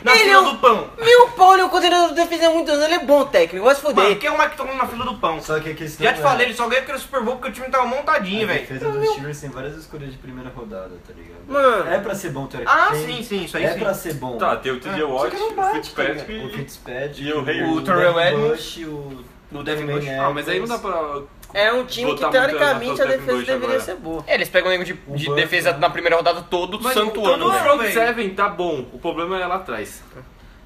Speaker 3: Na
Speaker 7: Ele
Speaker 3: fila
Speaker 7: é um-
Speaker 3: do pão.
Speaker 7: Meu Paulo é o coordenador da defesa há muitos anos, ele é bom técnico, vai se
Speaker 3: Mano,
Speaker 7: foder.
Speaker 3: quem é o Mike Tomlin na fila do pão?
Speaker 6: Só que a questão
Speaker 3: Já te
Speaker 6: é,
Speaker 3: falei, ele só ganha aquele Super Bowl porque o time tava montadinho,
Speaker 6: A
Speaker 3: velho.
Speaker 6: defesa dos Steelers tem várias escolhas de primeira rodada, tá ligado?
Speaker 7: Mano.
Speaker 6: É pra ser bom, teoricamente.
Speaker 3: Ah, sim, sim, isso aí
Speaker 6: É
Speaker 3: sim. Tá.
Speaker 6: pra ser bom.
Speaker 2: Tá, tem o TJ Watt, o Fitzpatrick
Speaker 6: né? O
Speaker 2: e-
Speaker 6: Fitzpatrick,
Speaker 2: E o Hayward.
Speaker 6: Devin Bush, o No Devin
Speaker 5: Também,
Speaker 6: Bush.
Speaker 5: né?
Speaker 2: Ah, mas aí não dá pra.
Speaker 5: É um time
Speaker 2: Botar
Speaker 5: que,
Speaker 2: muito na
Speaker 5: teoricamente,
Speaker 2: conta
Speaker 5: a
Speaker 2: do Devin
Speaker 5: defesa
Speaker 2: Bush
Speaker 5: deveria
Speaker 2: agora.
Speaker 5: ser boa.
Speaker 1: É, eles pegam o nego de, de
Speaker 6: Bucks,
Speaker 1: defesa
Speaker 6: né?
Speaker 1: na primeira rodada todo
Speaker 2: Mas
Speaker 1: santo
Speaker 2: todo
Speaker 1: ano.
Speaker 2: o
Speaker 1: velho.
Speaker 2: front seven tá bom. O problema é lá atrás.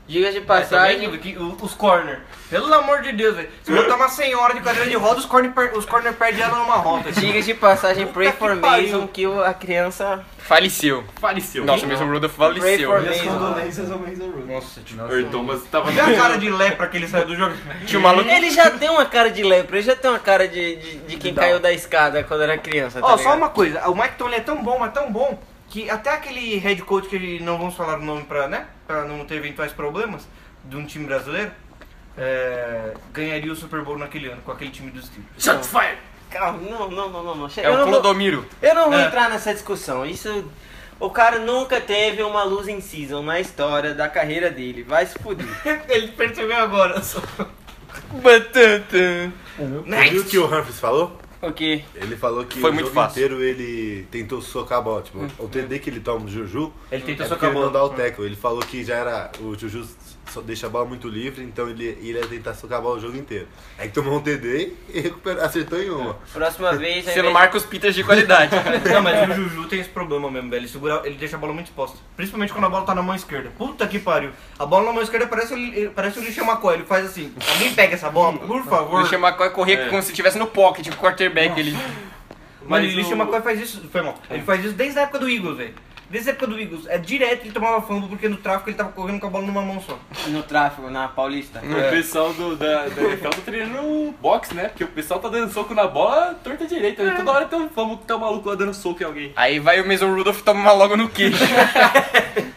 Speaker 5: Diga de
Speaker 3: Mas É, também,
Speaker 5: passagem.
Speaker 3: que- o- os corner. Pelo amor de Deus, velho. Se botar uma senhora de cadeira de roda, os corner, per- os corner perdem ela numa rota. assim.
Speaker 5: Diga de passagem, pray
Speaker 3: que
Speaker 5: for
Speaker 3: pariu.
Speaker 5: Mason, que o- a criança.
Speaker 1: Faleceu.
Speaker 2: Faleceu.
Speaker 1: Nossa, mesmo o Rudolph
Speaker 5: Pray for
Speaker 1: faleceu.
Speaker 6: Minhas
Speaker 5: Amazing.
Speaker 6: condolências ao Mason Rudolph.
Speaker 2: Nossa, o Thomas tava.
Speaker 3: Olha a cara de lepra que ele saiu do jogo.
Speaker 6: Tá
Speaker 1: Tinha um maluco.
Speaker 5: Ele já tem uma cara de lepra, ele já tem uma cara de, de, de quem
Speaker 6: Não.
Speaker 5: caiu da escada quando era criança. Tá
Speaker 3: Ó, só
Speaker 5: ligado?
Speaker 3: uma coisa. O Mike Tomlin é tão bom, mas tão bom, que até aquele head coach que não vamos falar o nome pra, né? Pra não ter eventuais problemas de um time brasileiro, é, ganharia o Super Bowl naquele ano com aquele time dos Steelers.
Speaker 2: Shots fired!
Speaker 5: Calma, não, não, não, não, não. Chega.
Speaker 1: É
Speaker 5: eu,
Speaker 1: o
Speaker 5: não vou,
Speaker 1: Clodomiro.
Speaker 5: eu não vou
Speaker 3: É.
Speaker 5: entrar nessa discussão. Isso. O cara nunca teve uma luz em season na história da carreira dele. Vai se fuder.
Speaker 3: Ele percebeu agora.
Speaker 4: Você viu o que o Humphries falou?
Speaker 5: O quê?
Speaker 4: Ele falou que
Speaker 1: Foi
Speaker 4: o
Speaker 1: muito
Speaker 4: jogo
Speaker 1: fácil.
Speaker 4: inteiro ele tentou socar a bola. Tipo, o TD que ele toma do Juju,
Speaker 3: Ele tentou
Speaker 4: é porque
Speaker 3: socar a
Speaker 4: ele não dá
Speaker 3: bola.
Speaker 4: o tackle. Ele falou que já era. O Juju só deixa a bola muito livre, então ele, ele ia tentar socar a bola o jogo inteiro. Aí tomou um TD e recuperou, acertou em uma.
Speaker 7: É.
Speaker 5: Próxima vez. ao
Speaker 1: Sendo
Speaker 5: invés-
Speaker 1: Marcos Peters de qualidade.
Speaker 3: Não, mas o Juju tem esse problema mesmo, velho. Ele, segura, ele deixa a bola muito exposta. Principalmente quando a bola tá na mão esquerda. Puta que pariu. A bola na mão esquerda parece, ele- parece o Lixão McCoy. Ele faz assim: alguém pega essa bola, por favor.
Speaker 1: Deixa o McCoy correr
Speaker 2: É.
Speaker 1: como se estivesse no pocket, o quarterback ali.
Speaker 3: Mano,
Speaker 2: Mas
Speaker 3: o É. Lixão
Speaker 2: o-
Speaker 3: McCoy faz isso. Foi mal. Ele faz isso desde a época do Eagles, velho. Desde a época do Eagles. É direto ele tomava fumble porque no tráfico ele tava correndo com a bola numa mão só.
Speaker 5: No tráfego, na Paulista.
Speaker 2: O pessoal do, da, da NFL tá treinando boxe, né? Porque o pessoal tá dando soco na bola torta direita.
Speaker 5: É.
Speaker 2: né? Toda hora tem um famo que tá um maluco lá dando soco em alguém.
Speaker 1: Aí vai o Mason Rudolph e toma uma logo no Kid.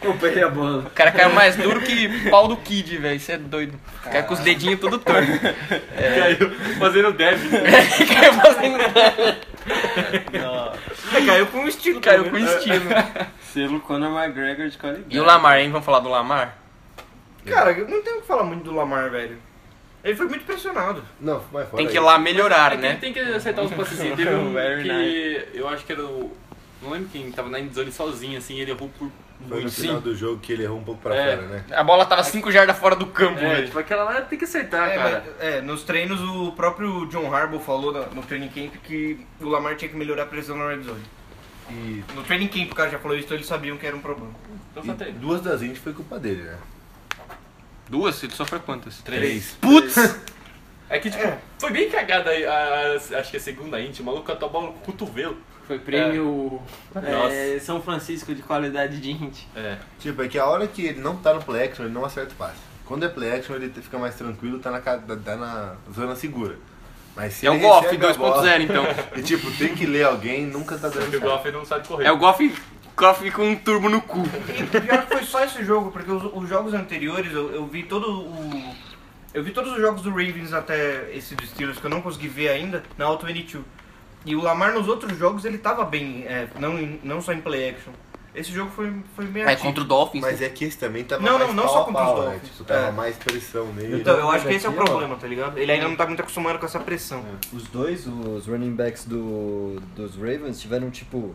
Speaker 6: Eu peguei a bola.
Speaker 1: O cara caiu mais duro que pau do Kid, velho. Isso é doido. Caiu com os dedinhos tudo torto. É.
Speaker 2: Caiu fazendo deve.
Speaker 1: caiu fazendo.
Speaker 3: É, caiu com um estilo.
Speaker 1: Caiu
Speaker 3: pelo
Speaker 1: com
Speaker 3: menos.
Speaker 1: estilo.
Speaker 7: Selo Conor McGregor de qualidade.
Speaker 1: E o Lamar, hein? Vamos falar do Lamar?
Speaker 3: Cara, eu não tenho o que falar muito do Lamar, velho. Ele foi muito pressionado.
Speaker 4: Não, vai fora.
Speaker 1: Tem que ir
Speaker 4: aí.
Speaker 1: lá melhorar,
Speaker 2: É que ele
Speaker 1: né?
Speaker 2: tem que acertar os passes. Teve um que eu acho que era o. Não lembro quem tava na endzone sozinho, assim, ele errou por
Speaker 4: Foi
Speaker 2: muito.
Speaker 4: no final do jogo que ele errou um pouco pra
Speaker 2: É.
Speaker 4: fora, né?
Speaker 1: A bola tava 5 jardas fora do campo,
Speaker 2: É,
Speaker 1: velho.
Speaker 2: tipo, aquela lá tem que acertar,
Speaker 3: É,
Speaker 2: cara.
Speaker 3: mas, é, nos treinos o próprio John Harbaugh falou na- no training camp que o Lamar tinha que melhorar a pressão na red zone.
Speaker 4: E,
Speaker 3: No training camp o cara já falou isso, então eles sabiam que era um problema.
Speaker 2: Então só
Speaker 4: e
Speaker 2: tem.
Speaker 4: duas das índias foi culpa dele, né?
Speaker 1: Duas? Ele sofreu quantas?
Speaker 2: Três.
Speaker 1: Putz!
Speaker 2: É que, tipo, foi bem cagada aí, a, a- acho que a segunda int, o maluco catou a bola no cotovelo.
Speaker 7: Foi prêmio
Speaker 2: É.
Speaker 7: é, São Francisco de qualidade de gente.
Speaker 2: É.
Speaker 4: Tipo, é que a hora que ele não tá no play action, ele não acerta o passe. Quando é play action, ele fica mais tranquilo, tá na, ca- tá na zona segura. Mas se
Speaker 1: É o
Speaker 4: ele
Speaker 1: Goff
Speaker 4: recebe a bola-
Speaker 1: 2.0, então.
Speaker 4: E tipo, tem que ler alguém, nunca tá dando
Speaker 2: Porque o
Speaker 4: certo.
Speaker 2: Goff não sabe correr.
Speaker 1: É o Goff, Goff com um turbo no cu.
Speaker 3: E pior é que foi só esse jogo, porque os, os jogos anteriores eu, eu vi todo o. Eu vi todos os jogos do Ravens até esse do Steelers, que eu não consegui ver ainda, na Auto 22. E o Lamar nos outros jogos ele tava bem, é, não, em- não só em play action. Esse jogo foi, foi meio
Speaker 1: É
Speaker 3: atípico.
Speaker 1: contra o Dolphins.
Speaker 4: Mas é que esse também tava
Speaker 3: Não, não,
Speaker 4: mais
Speaker 3: não
Speaker 4: pau
Speaker 3: só
Speaker 4: a
Speaker 3: contra os
Speaker 4: pau, né?
Speaker 3: Dolphins.
Speaker 4: Tipo, tava
Speaker 3: É.
Speaker 4: mais pressão nele.
Speaker 3: Então, eu acho que esse é o
Speaker 6: Daqui, ó.
Speaker 3: problema, tá ligado? Ele ainda não tá muito acostumado com essa pressão.
Speaker 4: É.
Speaker 6: Os dois, os running backs do, dos Ravens, tiveram tipo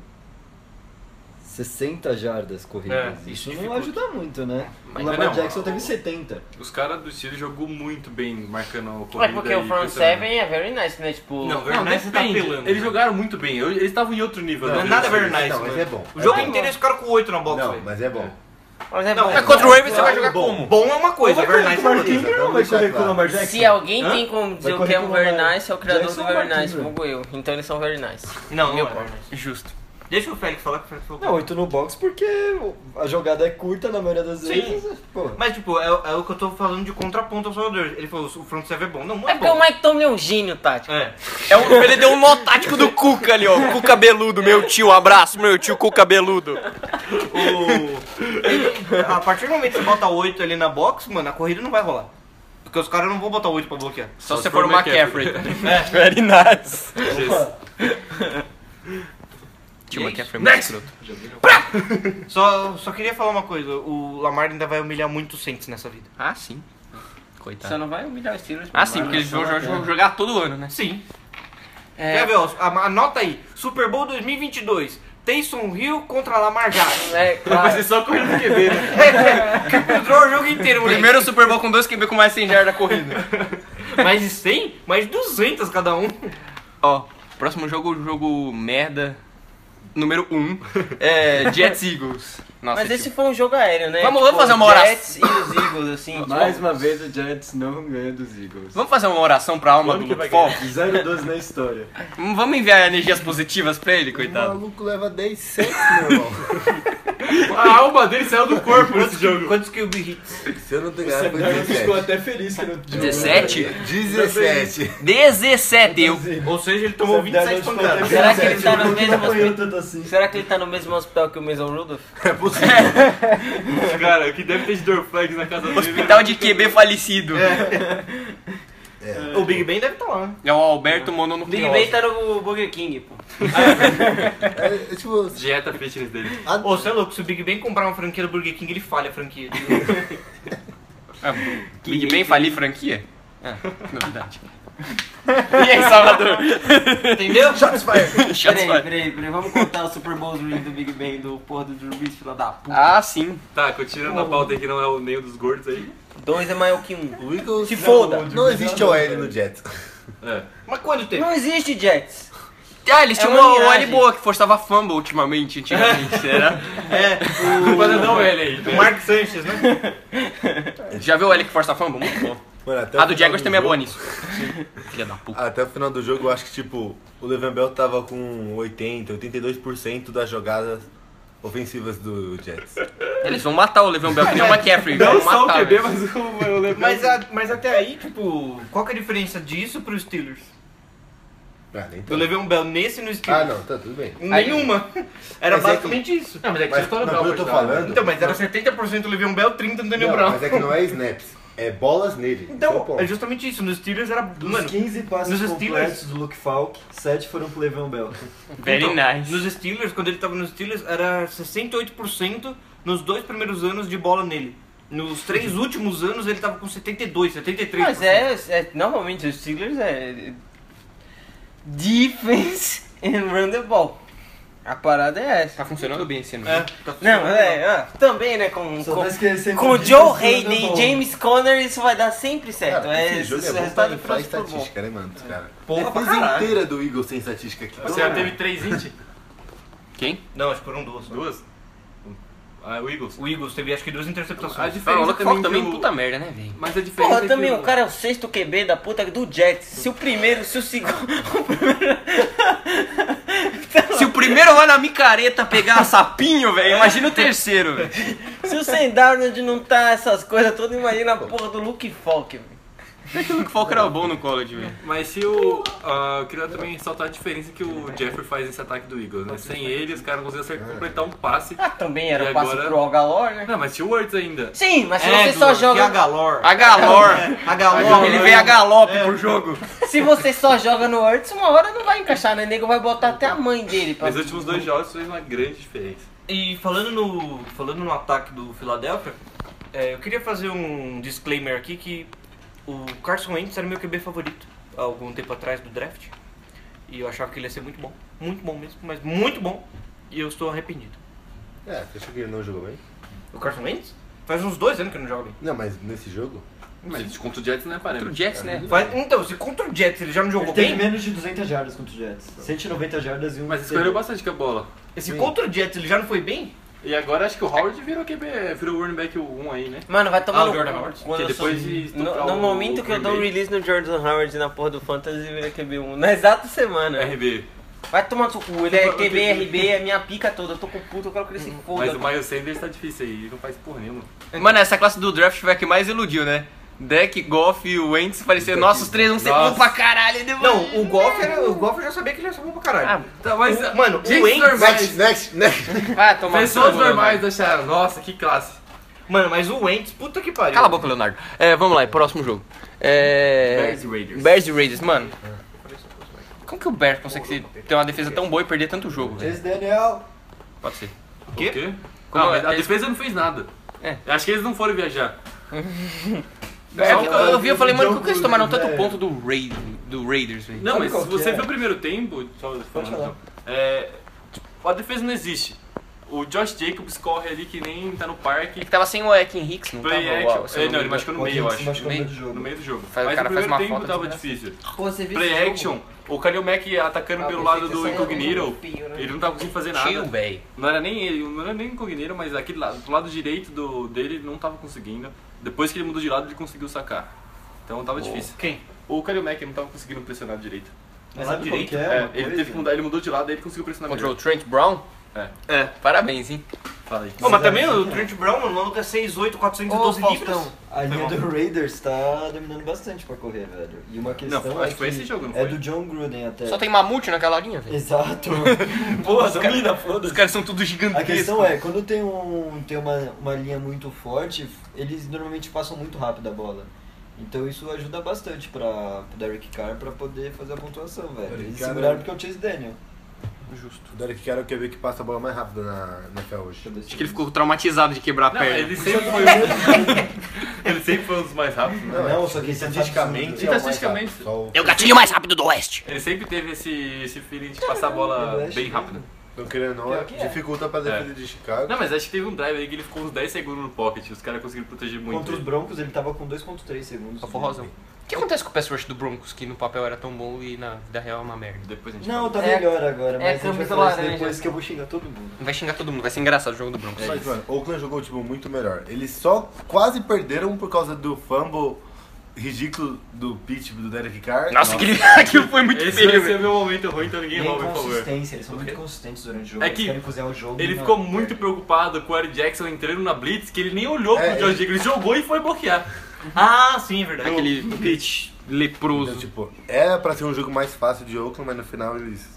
Speaker 6: 60 jardas corridas.
Speaker 2: É,
Speaker 6: isso
Speaker 2: isso
Speaker 6: não
Speaker 2: dificulta.
Speaker 6: ajuda muito, né?
Speaker 2: Mas
Speaker 6: o Lamar
Speaker 2: não,
Speaker 6: Jackson
Speaker 2: o-
Speaker 6: teve 70.
Speaker 2: Os caras do Steelers jogou muito bem marcando a corrida.
Speaker 5: É porque o
Speaker 2: e
Speaker 5: Front
Speaker 2: pressionando.
Speaker 5: 7 é very nice, né? Tipo.
Speaker 3: Não,
Speaker 2: tá Não,
Speaker 3: Vernice tá
Speaker 2: depende.
Speaker 3: apelando.
Speaker 2: Eles jogaram muito bem. Eu- Eles estavam em outro nível.
Speaker 3: Não, é
Speaker 2: né?
Speaker 3: nada
Speaker 2: Eles-
Speaker 3: very nice,
Speaker 4: Tipo, Não, mas
Speaker 3: mano.
Speaker 4: é bom.
Speaker 3: O
Speaker 4: É
Speaker 3: jogo
Speaker 4: bom.
Speaker 3: inteiro eles ficaram com 8 na box,
Speaker 4: Não,
Speaker 3: velho.
Speaker 4: mas é bom.
Speaker 5: Por exemplo,
Speaker 3: Não,
Speaker 1: É contra o Ravens, você vai jogar
Speaker 4: Bom.
Speaker 1: como?
Speaker 3: Bom é uma coisa, é very nice é outra.
Speaker 4: Kinker não vai correr com o Lamar
Speaker 7: é
Speaker 5: se alguém
Speaker 6: Hã?
Speaker 5: tem como dizer
Speaker 6: Vai
Speaker 5: o que é um
Speaker 6: correr com o
Speaker 5: very
Speaker 6: Lamar.
Speaker 5: nice, é o criador
Speaker 6: Jackson
Speaker 5: do
Speaker 6: ou
Speaker 5: very
Speaker 6: Martin
Speaker 5: nice,
Speaker 6: Graham?
Speaker 5: como eu. Então eles são very nice.
Speaker 3: Não,
Speaker 5: Meu
Speaker 3: não é.
Speaker 5: pai.
Speaker 1: Justo.
Speaker 3: Deixa o Félix falar que o Félix falou.
Speaker 6: Não, 8 no box porque a jogada é curta na maioria das vezes. Pô,
Speaker 3: Mas, tipo, é, é o que eu tô falando de contraponto ao Salvador. Ele falou, o front serve é bom. Não, não
Speaker 5: É
Speaker 3: é
Speaker 5: porque o
Speaker 3: bom.
Speaker 5: Mike Tomlin é um gênio, Tati.
Speaker 3: É.
Speaker 1: É um- ele deu um nó tático do Cuca ali, ó. Cuca Beludo, meu tio. Um Abraço, meu tio Cuca Beludo.
Speaker 3: O... ele- a partir do momento que você bota 8 ali na box, mano, a corrida não vai rolar. Porque os caras não vão botar 8 pra bloquear.
Speaker 1: Só,
Speaker 2: Só
Speaker 1: se
Speaker 2: se
Speaker 1: for tá? o
Speaker 2: for McCaffrey.
Speaker 1: McCaffrey. É. Very nice.
Speaker 2: Jesus.
Speaker 1: Tio McCaffrey é muito escroto.
Speaker 3: Só, só queria falar uma coisa. O Lamar ainda vai humilhar muito o Saints nessa vida.
Speaker 1: Ah, sim. Coitado.
Speaker 5: Só não vai humilhar os Steelers.
Speaker 1: Ah, sim, porque eles vão jo- jo- jogar todo ano, né?
Speaker 3: Sim.
Speaker 5: É.
Speaker 3: Quer ver, ó, a- anota aí. Super Bowl 2022. Taysom Hill contra Lamar Jackson. É,
Speaker 5: É, claro.
Speaker 2: Mas só correndo no QB, né?
Speaker 3: Entrou o jogo inteiro, moleque.
Speaker 1: Primeiro Super Bowl com dois QB com mais 100 jardas da corrida.
Speaker 3: Mais de 100? Mais de 200 cada um.
Speaker 1: Ó, próximo jogo, jogo merda. Número 1. Um, é Jets Eagles. Nossa,
Speaker 7: Mas esse
Speaker 1: tipo,
Speaker 7: foi um jogo aéreo, né?
Speaker 1: Vamos- vamos fazer uma oração.
Speaker 7: Jets e os Eagles, assim.
Speaker 6: Mais uma vez o Giants não ganha dos Eagles.
Speaker 1: Vamos fazer uma oração pra alma do
Speaker 6: Quando que vai
Speaker 1: Lupol?
Speaker 6: ganhar? 0-12 na história.
Speaker 1: Vamos enviar energias positivas pra ele,
Speaker 4: O
Speaker 1: coitado.
Speaker 4: maluco leva 10 sets, meu irmão.
Speaker 2: A alma dele saiu do corpo nesse jogo.
Speaker 3: Quantos que o hits?
Speaker 4: Se eu não ter
Speaker 6: Você
Speaker 4: ganhado, foi
Speaker 6: ficou
Speaker 4: 17.
Speaker 6: até feliz que não
Speaker 1: 17?
Speaker 4: 17.
Speaker 1: 17! Eu,
Speaker 3: Ou seja, ele tomou 27 pancadas.
Speaker 7: Será que ele tá no mesmo
Speaker 6: apanhou
Speaker 7: hospital?
Speaker 6: tanto assim?
Speaker 7: Será que ele tá no mesmo hospital que o Mason Rudolph?
Speaker 4: É possível.
Speaker 2: Cara, que deve ter de Dorflex na casa dele.
Speaker 1: hospital de QB falecido. É,
Speaker 3: O Big Ben deve estar lá, né?
Speaker 1: o Alberto Mono no
Speaker 7: Big Ben tá no Burger King, pô.
Speaker 4: É, tipo,
Speaker 2: Dieta fitness dele.
Speaker 4: a-
Speaker 3: Ô, você é louco, se o Big Ben comprar uma franquia do Burger King, ele falha a franquia.
Speaker 1: Ah, Big Ben falir franquia? Ah, novidade. e aí, Salvador?
Speaker 7: Entendeu?
Speaker 1: Shots
Speaker 7: Peraí,
Speaker 1: fired. né?
Speaker 7: peraí, peraí, vamos contar o Super Bowls do Big Ben do porra do Drew Brees, fila da puta.
Speaker 1: Ah, sim.
Speaker 2: Tá, continuando a pauta aí que não é o nenhum dos gordos aí.
Speaker 7: Dois é maior que um.
Speaker 4: o Eagles...
Speaker 7: Se foda.
Speaker 4: Não existe OL no Jets.
Speaker 2: É.
Speaker 3: Mas quando teve?
Speaker 7: Não existe Jets.
Speaker 1: Ah, eles tinham
Speaker 7: É uma
Speaker 1: uma OL
Speaker 7: miragem.
Speaker 1: boa que forçava fumble ultimamente, antigamente, era.
Speaker 2: Culpa da não ele aí.
Speaker 3: O Mark Sanchez, né?
Speaker 1: Já viu o OL que força fumble? Muito bom.
Speaker 4: Mano, até
Speaker 1: A
Speaker 4: o
Speaker 1: do
Speaker 4: final
Speaker 1: Jaguars também é
Speaker 4: jogo-
Speaker 1: boa nisso. Filha da puta.
Speaker 4: Até o final do jogo, eu acho que, tipo, o Levan Bell tava com 80, 82% das jogadas ofensivas do Jets.
Speaker 1: Eles vão matar o Le'Veon Bell, que nem É, o McCaffrey.
Speaker 2: Não
Speaker 1: vão
Speaker 2: só o
Speaker 1: matar,
Speaker 2: QB,
Speaker 1: velho.
Speaker 2: mas o eu lembro.
Speaker 3: Mas, a- mas até aí, tipo, qual que é a diferença disso pro Steelers?
Speaker 4: Ah, nem
Speaker 3: Eu levei um Bell nesse e no
Speaker 4: Ah,
Speaker 3: Steelers.
Speaker 4: não, tá tudo bem.
Speaker 3: Nenhuma. Era
Speaker 4: Mas é
Speaker 3: basicamente isso.
Speaker 2: Não, mas é que
Speaker 4: Mas
Speaker 2: você tá
Speaker 4: não,
Speaker 2: legal,
Speaker 4: eu tô
Speaker 2: tá?
Speaker 4: falando...
Speaker 3: Então, mas era 70% Levião Bell, 30% no Daniel
Speaker 4: Não,
Speaker 3: Brown.
Speaker 4: mas é que não é snaps, é bolas nele. Esse é o
Speaker 3: Então,
Speaker 4: ponto.
Speaker 3: é justamente isso. Nos Steelers era. Mano,
Speaker 6: Dos 15 passes
Speaker 3: nos Steelers-
Speaker 6: completos do Luke Falk, 7 foram pro Le'Veon Bell.
Speaker 1: Very
Speaker 3: então,
Speaker 1: nice.
Speaker 3: Nos Steelers, quando ele tava nos Steelers, era 68% nos dois primeiros anos de bola nele. Nos três
Speaker 4: Uhum.
Speaker 3: últimos anos ele tava com 72, 73%.
Speaker 7: Mas é, é- normalmente os Steelers é é- defense and run the ball. A parada é essa.
Speaker 1: Tá funcionando bem esse ano.
Speaker 3: É,
Speaker 1: né?
Speaker 3: tá
Speaker 7: Não, é, ah, também né, com
Speaker 6: Só tá
Speaker 7: com,
Speaker 6: esquecendo
Speaker 7: com
Speaker 6: de
Speaker 7: Joe
Speaker 6: fazer o
Speaker 7: Hayden
Speaker 6: gol.
Speaker 7: e James Conner isso vai dar sempre certo.
Speaker 4: Cara,
Speaker 7: é,
Speaker 4: esse jogo é
Speaker 7: esse
Speaker 4: bom pra
Speaker 7: resultado
Speaker 4: inflar
Speaker 7: pro Super Bowl.
Speaker 4: estatística, né, mano? Cara.
Speaker 3: Porra, pra
Speaker 4: Defesa
Speaker 3: caralho.
Speaker 4: inteira do Eagles sem estatística aqui.
Speaker 2: Você já teve três hit?
Speaker 1: Quem?
Speaker 3: Não, acho que foram duas. só.
Speaker 2: Duas? Ah, o Eagles.
Speaker 3: O Eagles teve acho que duas
Speaker 2: A
Speaker 3: interceptações.
Speaker 1: Ah, o
Speaker 2: diferença
Speaker 1: Luke Falk também,
Speaker 2: que o-
Speaker 1: puta merda, né, velho?
Speaker 2: Mas a diferença
Speaker 7: Porra,
Speaker 2: é
Speaker 7: também
Speaker 2: que
Speaker 7: o
Speaker 4: um
Speaker 7: cara é o sexto QB da puta do Jets. Se o primeiro, se o segundo.
Speaker 1: Se o primeiro vai na micareta pegar sapinho, velho, imagina o terceiro, velho.
Speaker 7: Se o Sam Darnold não tá essas coisas todas, imagina a porra do Luke Falk, velho.
Speaker 1: É que o Luke Falk era bom no college, velho.
Speaker 2: Mas se o. ah, eu queria também saltar a diferença que o Jeffrey faz nesse ataque do Eagles, né? Sem ele, os caras não conseguiam acertar- completar um passe.
Speaker 7: Ah, também
Speaker 2: E
Speaker 7: era o passe
Speaker 2: agora?
Speaker 7: pro Algalor, né?
Speaker 2: Não, mas tinha o Words ainda.
Speaker 7: Sim, mas se
Speaker 3: É,
Speaker 7: você só
Speaker 3: Duan, que é a
Speaker 7: joga.
Speaker 3: Galor.
Speaker 1: A galor.
Speaker 3: A Galor.
Speaker 1: Ele veio a galope
Speaker 2: É.
Speaker 1: pro jogo.
Speaker 7: Se você só joga no Hurts, uma hora não vai encaixar, né? O nego vai botar até a mãe dele pra.
Speaker 2: Nos últimos dois jogos fez uma grande diferença.
Speaker 3: E falando no, falando no ataque do Philadelphia, é, eu queria fazer um disclaimer aqui que o Carson Wentz era meu QB favorito há algum tempo atrás do draft. E eu achava que ele ia ser muito bom. Muito bom mesmo, mas muito bom. E eu estou arrependido.
Speaker 4: É, você achou que ele não jogou bem?
Speaker 3: O Carson Wentz? Faz uns dois anos que ele não joga bem.
Speaker 4: Não, mas nesse jogo?
Speaker 2: Mas contra o Jets não é parâmetro.
Speaker 1: Pro Jets, né?
Speaker 3: Faz- então, se contra o Jets ele já não
Speaker 6: Ele
Speaker 3: jogou
Speaker 6: teve
Speaker 3: bem,
Speaker 6: menos de 200 jardas contra o Jets. 190 jardas e um.
Speaker 2: Mas escolheu bastante com a bola.
Speaker 3: se contra o Jets ele já não foi bem,
Speaker 2: E agora acho que o Howard virou QB, virou o running back 1 aí, né?
Speaker 7: Mano, vai tomar
Speaker 2: Ah,
Speaker 7: no.
Speaker 2: o Jordan Howard?
Speaker 7: Quando
Speaker 2: Que
Speaker 7: eu
Speaker 2: depois
Speaker 7: sou-
Speaker 2: de estuprar
Speaker 7: No, no
Speaker 2: o-
Speaker 7: momento
Speaker 2: o
Speaker 7: que eu dou um
Speaker 2: Green Bay.
Speaker 7: release no Jordan Howard na porra do Fantasy, ele vira QB1. Na exata semana.
Speaker 2: RB.
Speaker 7: Vai tomar no seu cu, ele é QB, RB, é minha pica toda. Eu tô com puto, eu quero que ele se foda.
Speaker 2: Mas o Miles Sanders tá difícil aí, ele não faz porra nenhuma.
Speaker 1: Mano, essa classe do draft foi a que mais iludiu, né? Deck, Goff e o Wentz pareciam, nossa, os três vão ser bom
Speaker 2: Nossa.
Speaker 1: pra caralho. Depois...
Speaker 3: Não, o Golf, era, o Golf eu já sabia que ele ia ser bom pra
Speaker 1: Ah,
Speaker 3: caralho.
Speaker 2: Tá, mas.
Speaker 1: Um
Speaker 3: O- mano, o
Speaker 2: Gente,
Speaker 3: Wentz-
Speaker 4: Next, next, next.
Speaker 1: Vai tomar no
Speaker 2: Pessoas
Speaker 1: seu cu,
Speaker 2: normais acharam, nossa, que classe.
Speaker 3: Mano, mas o Wentz, puta que pariu.
Speaker 1: Cala a boca, Leonardo. É, vamos lá, próximo jogo. É...
Speaker 2: Bears e Raiders.
Speaker 1: Bears e Raiders, mano. Como que o Bears consegue ser- ter uma defesa tão boa e perder tanto jogo, velho?
Speaker 6: Chase Daniel.
Speaker 1: Pode ser.
Speaker 2: O quê?
Speaker 1: Como
Speaker 2: Não,
Speaker 1: é?
Speaker 2: mas a
Speaker 1: Eles-
Speaker 2: defesa não fez nada.
Speaker 1: É.
Speaker 2: Eu Acho que eles não foram viajar.
Speaker 1: Só que É, eu, eu vi, eu falei, mano,
Speaker 6: jogo
Speaker 1: como que eles tomaram tanto
Speaker 2: É.
Speaker 6: velho.
Speaker 1: ponto do, Raid, do Raiders, velho?
Speaker 2: Não,
Speaker 6: Sabe
Speaker 2: mas
Speaker 6: qual
Speaker 2: se
Speaker 6: que
Speaker 2: você
Speaker 6: é?
Speaker 2: viu o primeiro tempo, só falando,
Speaker 6: falar.
Speaker 2: então, é, tipo, a defesa não existe. O O Josh Jacobs corre ali que nem tá no parque.
Speaker 1: Ele tava sem o Ekin Hicks, não
Speaker 2: Play
Speaker 1: tava?
Speaker 2: action.
Speaker 1: Uau, se eu
Speaker 2: É, não, ele
Speaker 1: me engano.
Speaker 2: machucou no
Speaker 6: O
Speaker 2: meio, eu
Speaker 6: Hicks
Speaker 2: acho.
Speaker 6: machucou no meio do jogo.
Speaker 2: No meio do jogo.
Speaker 1: Faz- o
Speaker 2: Mas
Speaker 1: cara
Speaker 2: no
Speaker 1: faz
Speaker 2: primeiro
Speaker 1: uma foto
Speaker 2: tempo tava
Speaker 1: desgraçada.
Speaker 2: difícil.
Speaker 7: Você viu
Speaker 2: Play action, o Kalil Mack atacando
Speaker 7: Ah,
Speaker 2: pelo
Speaker 7: eu
Speaker 2: lado
Speaker 7: pensei
Speaker 2: do
Speaker 7: que essa era
Speaker 2: Incognito,
Speaker 7: um pio, né?
Speaker 2: ele não tava conseguindo fazer
Speaker 1: Chill,
Speaker 2: nada.
Speaker 1: véi.
Speaker 2: Não era nem ele, não era nem Incognito, mas aquele lado, do lado direito do, dele ele não tava conseguindo. Depois que ele mudou de lado, ele conseguiu sacar. Então tava difícil.
Speaker 3: Quem?
Speaker 2: O Kalil Mack não tava conseguindo pressionar direito.
Speaker 6: Mas
Speaker 3: Lá
Speaker 6: sabe qual
Speaker 3: direito,
Speaker 6: que é?
Speaker 2: É,
Speaker 6: uma
Speaker 2: ele
Speaker 6: coisa?
Speaker 2: teve que mudar, ele mudou de lado, aí ele conseguiu pressionar
Speaker 1: Contra o
Speaker 2: melhor.
Speaker 1: Trent Brown?
Speaker 2: É.
Speaker 1: É. Parabéns, hein?
Speaker 2: Fala aí.
Speaker 3: Pô, mas também o Trent Brown, mano, o maluco é 6'8", 412
Speaker 7: Ô,
Speaker 3: libras.
Speaker 7: Faustão.
Speaker 6: A linha
Speaker 3: Foi
Speaker 6: do Raiders tá dominando bastante pra correr, velho. E uma questão
Speaker 2: Não,
Speaker 6: é
Speaker 2: acho que foi esse jogo, não
Speaker 6: é
Speaker 2: foi?
Speaker 6: do John Gruden até.
Speaker 1: Só tem mamute naquela linha, velho.
Speaker 6: Exato.
Speaker 2: Porra, domina, foda-se.
Speaker 1: Os caras são tudo gigantescos.
Speaker 6: A questão é, quando tem, um, tem uma, uma linha muito forte, eles normalmente passam muito rápido a bola. Então isso ajuda bastante pra, pro Derek Carr pra poder fazer a pontuação, velho.
Speaker 4: Derek
Speaker 6: Eles
Speaker 4: Carr,
Speaker 6: seguraram
Speaker 4: né?
Speaker 6: porque é o Chase Daniel.
Speaker 4: O Derek Carr é o QB que passa a bola mais rápido na, na NFL hoje.
Speaker 1: Acho que ele ficou traumatizado de quebrar a
Speaker 2: Não,
Speaker 1: perna.
Speaker 2: ele sempre foi um... ele sempre foi um dos mais rápidos, né?
Speaker 6: Não, só
Speaker 4: é
Speaker 6: que
Speaker 4: porque
Speaker 6: isso é
Speaker 4: estatisticamente.
Speaker 6: absurdo.
Speaker 4: é o mais
Speaker 2: Estatisticamente.
Speaker 4: rápido. Só o-
Speaker 1: É o gatilho mais rápido do Oeste.
Speaker 2: Ele sempre teve esse, esse feeling de passar a bola bem rápido.
Speaker 4: Não querendo ou não,
Speaker 6: Pior que é.
Speaker 4: dificulta pra defesa de Chicago.
Speaker 2: Não, mas acho que teve um drive aí que ele ficou uns 10 segundos no pocket. Os caras conseguiram proteger muito.
Speaker 6: Contra os Broncos ele tava com 2.3 segundos.
Speaker 1: Só forrozão. O que acontece com o pass rush do Broncos, que no papel era tão bom e na vida real é uma merda?
Speaker 2: Depois a gente
Speaker 6: Não,
Speaker 2: fala.
Speaker 6: tá
Speaker 7: É-
Speaker 6: melhor agora,
Speaker 7: é
Speaker 6: mas a gente vai
Speaker 7: camisa
Speaker 6: falar isso
Speaker 7: laranja. né?
Speaker 6: depois que eu vou xingar todo mundo.
Speaker 1: Vai xingar todo mundo, vai ser engraçado o jogo do Broncos.
Speaker 4: Mas, mano, o Oakland jogou, tipo, muito melhor. Eles só quase perderam por causa do fumble ridículo do pitch do Derek Carr.
Speaker 1: Nossa, aquele, aquilo foi muito
Speaker 2: Esse
Speaker 1: feio,
Speaker 2: vai
Speaker 1: velho.
Speaker 2: ser meu momento ruim, então ninguém
Speaker 6: E
Speaker 2: rouba, por favor.
Speaker 6: consistência, eles são
Speaker 2: O
Speaker 6: muito
Speaker 2: quê?
Speaker 6: consistentes durante o jogo.
Speaker 2: É
Speaker 6: eles
Speaker 2: que
Speaker 6: querem cozinhar o jogo.
Speaker 2: Ele
Speaker 6: não,
Speaker 2: ficou
Speaker 6: não
Speaker 2: muito
Speaker 6: perde.
Speaker 2: preocupado com o Eric Jackson entrando na blitz, que ele nem olhou pro
Speaker 4: É,
Speaker 2: Josh
Speaker 4: ele-
Speaker 2: Jacobs, ele jogou e foi bloquear.
Speaker 3: Ah, sim, é verdade.
Speaker 1: Aquele pitch
Speaker 4: Então,
Speaker 1: leproso.
Speaker 4: tipo, era pra ser um jogo mais fácil de Oakland, mas no final eles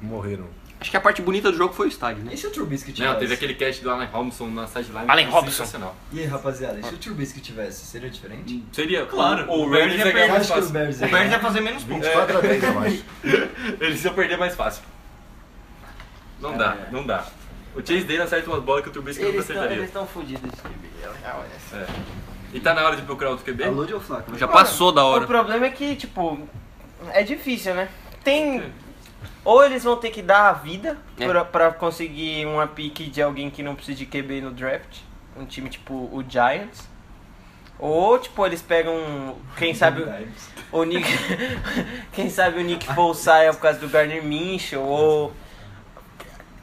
Speaker 4: morreram.
Speaker 1: Acho que a parte bonita do jogo foi o estádio, né?
Speaker 6: E se o Trubisky tivesse?
Speaker 2: Não, teve aquele catch do Allen Robinson na sideline.
Speaker 1: Allen
Speaker 2: que foi
Speaker 1: Robinson.
Speaker 2: sensacional.
Speaker 6: E aí, rapaziada, e se o Trubisky tivesse, seria diferente?
Speaker 2: Seria,
Speaker 3: Claro.
Speaker 2: O, o
Speaker 3: O
Speaker 2: Rams
Speaker 3: Rams
Speaker 2: ia
Speaker 3: ia
Speaker 2: perder
Speaker 6: Eu
Speaker 2: Hum. mais
Speaker 6: acho que o
Speaker 2: fácil.
Speaker 6: Bears
Speaker 3: O Bears ia fazer menos pontos.
Speaker 4: 24 a 10, eu acho.
Speaker 2: Eles iam perder mais fácil. Não dá, não dá. O Chase Dane acerta uma bola que o Trubisky nunca
Speaker 7: Eles tão-
Speaker 2: acertaria.
Speaker 7: eles estão fodidos de QB, é o real é essa.
Speaker 2: E tá na hora de procurar outro QB?
Speaker 6: Alô, Joe Flacco.
Speaker 1: Já passou da
Speaker 7: O
Speaker 1: hora.
Speaker 7: problema é que, tipo, é difícil, né? Tem. Ou eles vão ter que dar a vida
Speaker 1: É.
Speaker 7: pra, pra conseguir uma pique de alguém que não precisa de QB no draft. Um time tipo o Giants. Ou, tipo, eles pegam, quem sabe, o Nick. quem sabe o Nick Foles saia por causa do Gardner Minshew, ou.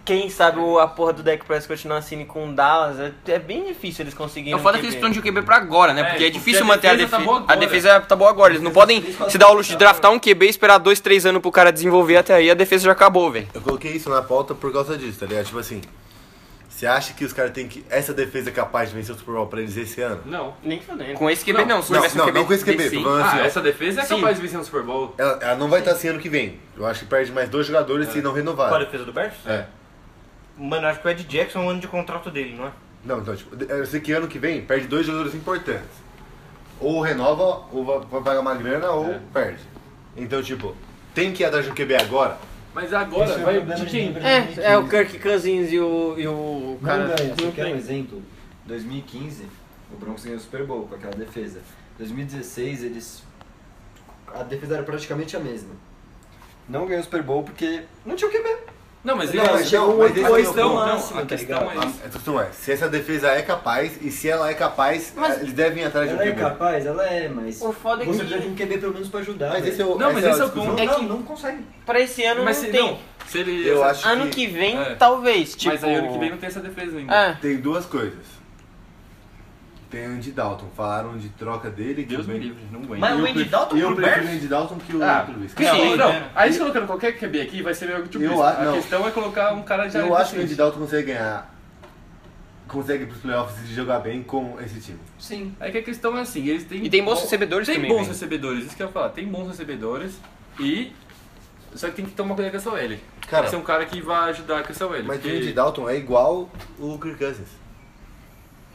Speaker 7: Quem sabe o- a porra do Deck Prescott não assine com o Dallas. É, é bem difícil eles conseguirem.
Speaker 1: Eu falo que
Speaker 7: um
Speaker 1: eles
Speaker 7: QB.
Speaker 1: precisam de um QB pra agora, né?
Speaker 2: É,
Speaker 1: Porque é
Speaker 2: porque
Speaker 1: difícil
Speaker 2: a
Speaker 1: manter a
Speaker 2: defesa tá
Speaker 1: defesa.
Speaker 2: boa
Speaker 1: a
Speaker 2: agora.
Speaker 1: defesa tá boa agora. Eles não podem se dar o luxo de draftar um QB e esperar dois, três anos pro cara desenvolver até aí. A defesa já acabou, velho.
Speaker 4: Eu coloquei isso na pauta por causa disso, tá ligado? Tipo assim, você acha que os caras têm que. Essa defesa é capaz de vencer o Super Bowl pra eles esse ano?
Speaker 2: Não.
Speaker 7: Nem fodendo.
Speaker 1: Com esse QB não. Se
Speaker 4: Não,
Speaker 1: tivesse um
Speaker 4: não,
Speaker 1: QB
Speaker 4: não com esse QB, tô
Speaker 1: decente-
Speaker 4: falando assim,
Speaker 2: Ah,
Speaker 4: ó.
Speaker 2: essa defesa é
Speaker 1: Sim.
Speaker 2: capaz de vencer um Super Bowl.
Speaker 4: Ela, ela não vai estar assim ano que vem. Eu acho que perde mais dois jogadores
Speaker 2: É.
Speaker 4: se não renovar.
Speaker 3: Qual a defesa do Bears?
Speaker 4: É.
Speaker 3: Mano, acho que o Ed Jackson é um ano de contrato dele, não é?
Speaker 4: Não, então, tipo, eu sei que ano que vem perde dois jogadores importantes. Ou renova, ou va- vai pagar uma grana, ou
Speaker 2: É.
Speaker 4: perde. Então, tipo, tem que ir atrás de um QB agora?
Speaker 2: Mas agora
Speaker 6: Esse é o
Speaker 2: vai
Speaker 6: problema
Speaker 2: de
Speaker 6: de
Speaker 2: quem?
Speaker 6: número.
Speaker 7: É, é o Kirk Cousins e o, e o
Speaker 6: Não
Speaker 7: cara.
Speaker 6: ganha, só
Speaker 7: não
Speaker 6: quero um
Speaker 7: tem.
Speaker 6: exemplo. 2015, o Broncos ganhou o Super Bowl com aquela defesa. 2016, eles. A defesa era praticamente a mesma. Não ganhou o Super Bowl porque não tinha o QB.
Speaker 2: Não, mas
Speaker 6: Não,
Speaker 2: ele-
Speaker 6: mas chegou
Speaker 4: mas
Speaker 6: um
Speaker 4: esse é o
Speaker 6: oitão
Speaker 2: ponto.
Speaker 6: máximo,
Speaker 2: Não, a
Speaker 6: tá
Speaker 2: questão
Speaker 6: ligado?
Speaker 2: é-
Speaker 4: A questão é, se essa defesa é capaz, e se ela é capaz, eles devem ir atrás de um
Speaker 6: Ela é
Speaker 4: QB.
Speaker 6: capaz, ela é, mas.
Speaker 7: O foda é
Speaker 6: Você
Speaker 7: que-
Speaker 6: precisa de um QB pelo menos pra ajudar.
Speaker 4: Mas
Speaker 6: velho.
Speaker 4: esse é o,
Speaker 2: Não, mas
Speaker 4: essa
Speaker 2: esse é o
Speaker 4: discussão.
Speaker 2: ponto.
Speaker 6: Não, não, não consegue.
Speaker 7: Pra esse ano
Speaker 2: Mas
Speaker 7: não
Speaker 2: se,
Speaker 7: tem.
Speaker 2: não, se ele...
Speaker 4: Eu acho
Speaker 7: ano
Speaker 4: que,
Speaker 7: que vem,
Speaker 2: É.
Speaker 7: talvez. Tipo...
Speaker 2: Mas aí ano que vem não tem essa defesa ainda.
Speaker 7: É.
Speaker 4: tem duas coisas. Tem o Andy Dalton, falaram de troca dele. que
Speaker 2: Deus
Speaker 4: o
Speaker 2: me
Speaker 4: Ben-
Speaker 2: livre, não aguento.
Speaker 3: Mas
Speaker 4: Eu
Speaker 3: o Andy
Speaker 4: prefiro-
Speaker 3: Dalton
Speaker 4: Eu
Speaker 3: pro
Speaker 4: prefiro o
Speaker 3: Bears?
Speaker 4: Andy Dalton que o
Speaker 2: Ah,
Speaker 4: Trubisky.
Speaker 2: Não,
Speaker 7: Sim,
Speaker 2: não.
Speaker 7: né?
Speaker 2: Aí se colocando qualquer QB aqui, vai ser meio que
Speaker 4: Eu
Speaker 2: o
Speaker 4: acho-
Speaker 2: A
Speaker 4: não.
Speaker 2: questão é colocar um cara já
Speaker 4: Eu acho que o
Speaker 2: decente.
Speaker 4: Andy Dalton consegue ganhar. Consegue ir pros playoffs e jogar bem com esse time.
Speaker 6: Sim.
Speaker 2: É que a questão é assim, eles têm...
Speaker 1: E tem bons
Speaker 2: bom-
Speaker 1: recebedores
Speaker 2: Tem
Speaker 1: também,
Speaker 2: bons
Speaker 1: né?
Speaker 2: recebedores, isso que eu ia falar. Tem bons recebedores e... Só que tem que tomar cuidado com essa OL.
Speaker 4: Cara,
Speaker 2: Esse é um cara que vai ajudar com essa OL.
Speaker 4: mas
Speaker 2: porque-
Speaker 4: o Andy Dalton é igual o Kirk Cousins.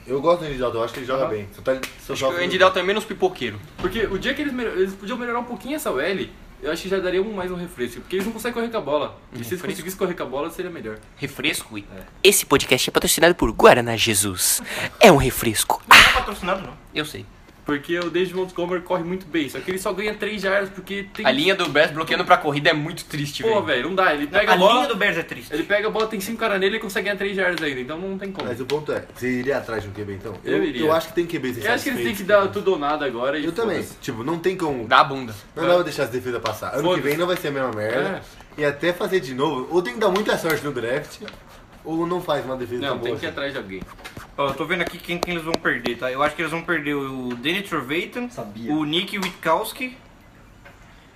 Speaker 4: Eu gosto do Andy Dalton, eu acho que ele joga
Speaker 2: Aham.
Speaker 4: bem. Só tá, só
Speaker 1: Acho que
Speaker 4: sofre-
Speaker 1: o Andy Dalton é menos pipoqueiro.
Speaker 2: Porque o dia que eles, melhor- eles podiam melhorar um pouquinho essa OL, eu acho que já daria um, mais um refresco. Porque eles não conseguem correr com a bola. E se eles
Speaker 1: refresco.
Speaker 2: conseguissem correr com a bola, seria melhor.
Speaker 1: Refresco. e- Esse podcast é patrocinado por Guaraná Jesus. É um refresco.
Speaker 3: Não é patrocinado, não.
Speaker 1: Eu sei.
Speaker 2: Porque o David Montgomery corre muito bem, só que ele só ganha 3 jardas porque tem.
Speaker 1: A linha do Bears bloqueando pra corrida é muito triste,
Speaker 2: Pô,
Speaker 1: velho.
Speaker 2: velho, não dá. Ele pega
Speaker 3: A
Speaker 2: a bola,
Speaker 3: linha do Bears é triste.
Speaker 2: ele pega a bola, tem 5 caras nele e consegue ganhar 3 jardas ainda, então não tem como.
Speaker 4: Mas o ponto é, você iria atrás de um QB então?
Speaker 2: Eu iria.
Speaker 4: Eu acho que tem QB.
Speaker 2: Eu acho que eles têm que dar tudo ou nada agora. e
Speaker 4: Eu também.
Speaker 2: foda-se.
Speaker 4: Tipo, não tem como.
Speaker 1: Dá a bunda.
Speaker 4: Não dá pra deixar as defesas passar. Ano que
Speaker 2: Foda-se.
Speaker 4: vem não vai ser a mesma
Speaker 2: É,
Speaker 4: merda. E até fazer de novo, ou tem que dar muita sorte no draft, ou não faz uma defesa
Speaker 2: Não,
Speaker 4: tão
Speaker 2: tem
Speaker 4: boa. assim. Tá
Speaker 2: que ir atrás de alguém.
Speaker 3: Ó, eu tô vendo aqui quem, quem eles vão perder, tá? Eu acho que eles vão perder o Danny Trevathan,
Speaker 6: Sabia.
Speaker 3: o Nick Witkowski.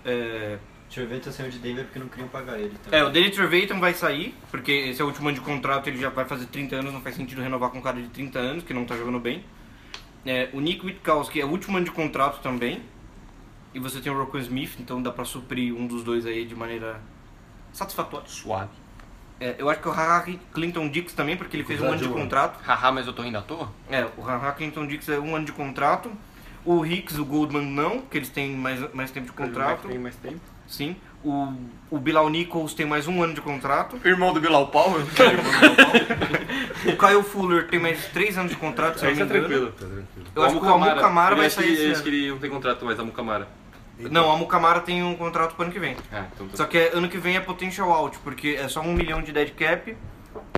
Speaker 3: É,
Speaker 6: Deixa eu ver se eu saiu de Denver porque não queriam pagar ele. Então.
Speaker 3: é, o Danny Trevathan vai sair, porque esse é o último ano de contrato, ele já vai fazer 30 anos, não faz sentido renovar com um cara de 30 anos, que não tá jogando bem. É, o Nick Witkowski é o último ano de contrato também. E você tem o Rocco Smith, então dá pra suprir um dos dois aí de maneira satisfatória.
Speaker 1: Suave.
Speaker 3: É, eu acho que o Harry Clinton Dix também, porque ele fez um ano de contrato.
Speaker 1: Haha, mas eu tô indo à toa?
Speaker 3: É, o Haha Clinton Dix é um ano de contrato. O Hicks, o Goldman não, que eles têm mais, mais tempo de contrato.
Speaker 2: mais tempo.
Speaker 3: Sim. O, o Bilal Nichols tem mais um ano de contrato.
Speaker 1: Irmão do Bilal Palmer?
Speaker 3: O Kyle Fuller tem mais três anos de contrato, se eu
Speaker 2: Aí
Speaker 3: não me
Speaker 2: tá
Speaker 3: engano.
Speaker 2: tranquilo.
Speaker 3: Eu acho que o Amu Camara vai sair
Speaker 2: Eu acho
Speaker 3: esse
Speaker 2: que
Speaker 3: ano.
Speaker 2: ele não tem contrato mais, Amu Camara.
Speaker 3: Não, o Amu Camara tem um contrato pro ano que vem.
Speaker 2: Ah, então
Speaker 3: Só que é- ano que vem é potential out, porque é só um milhão de dead cap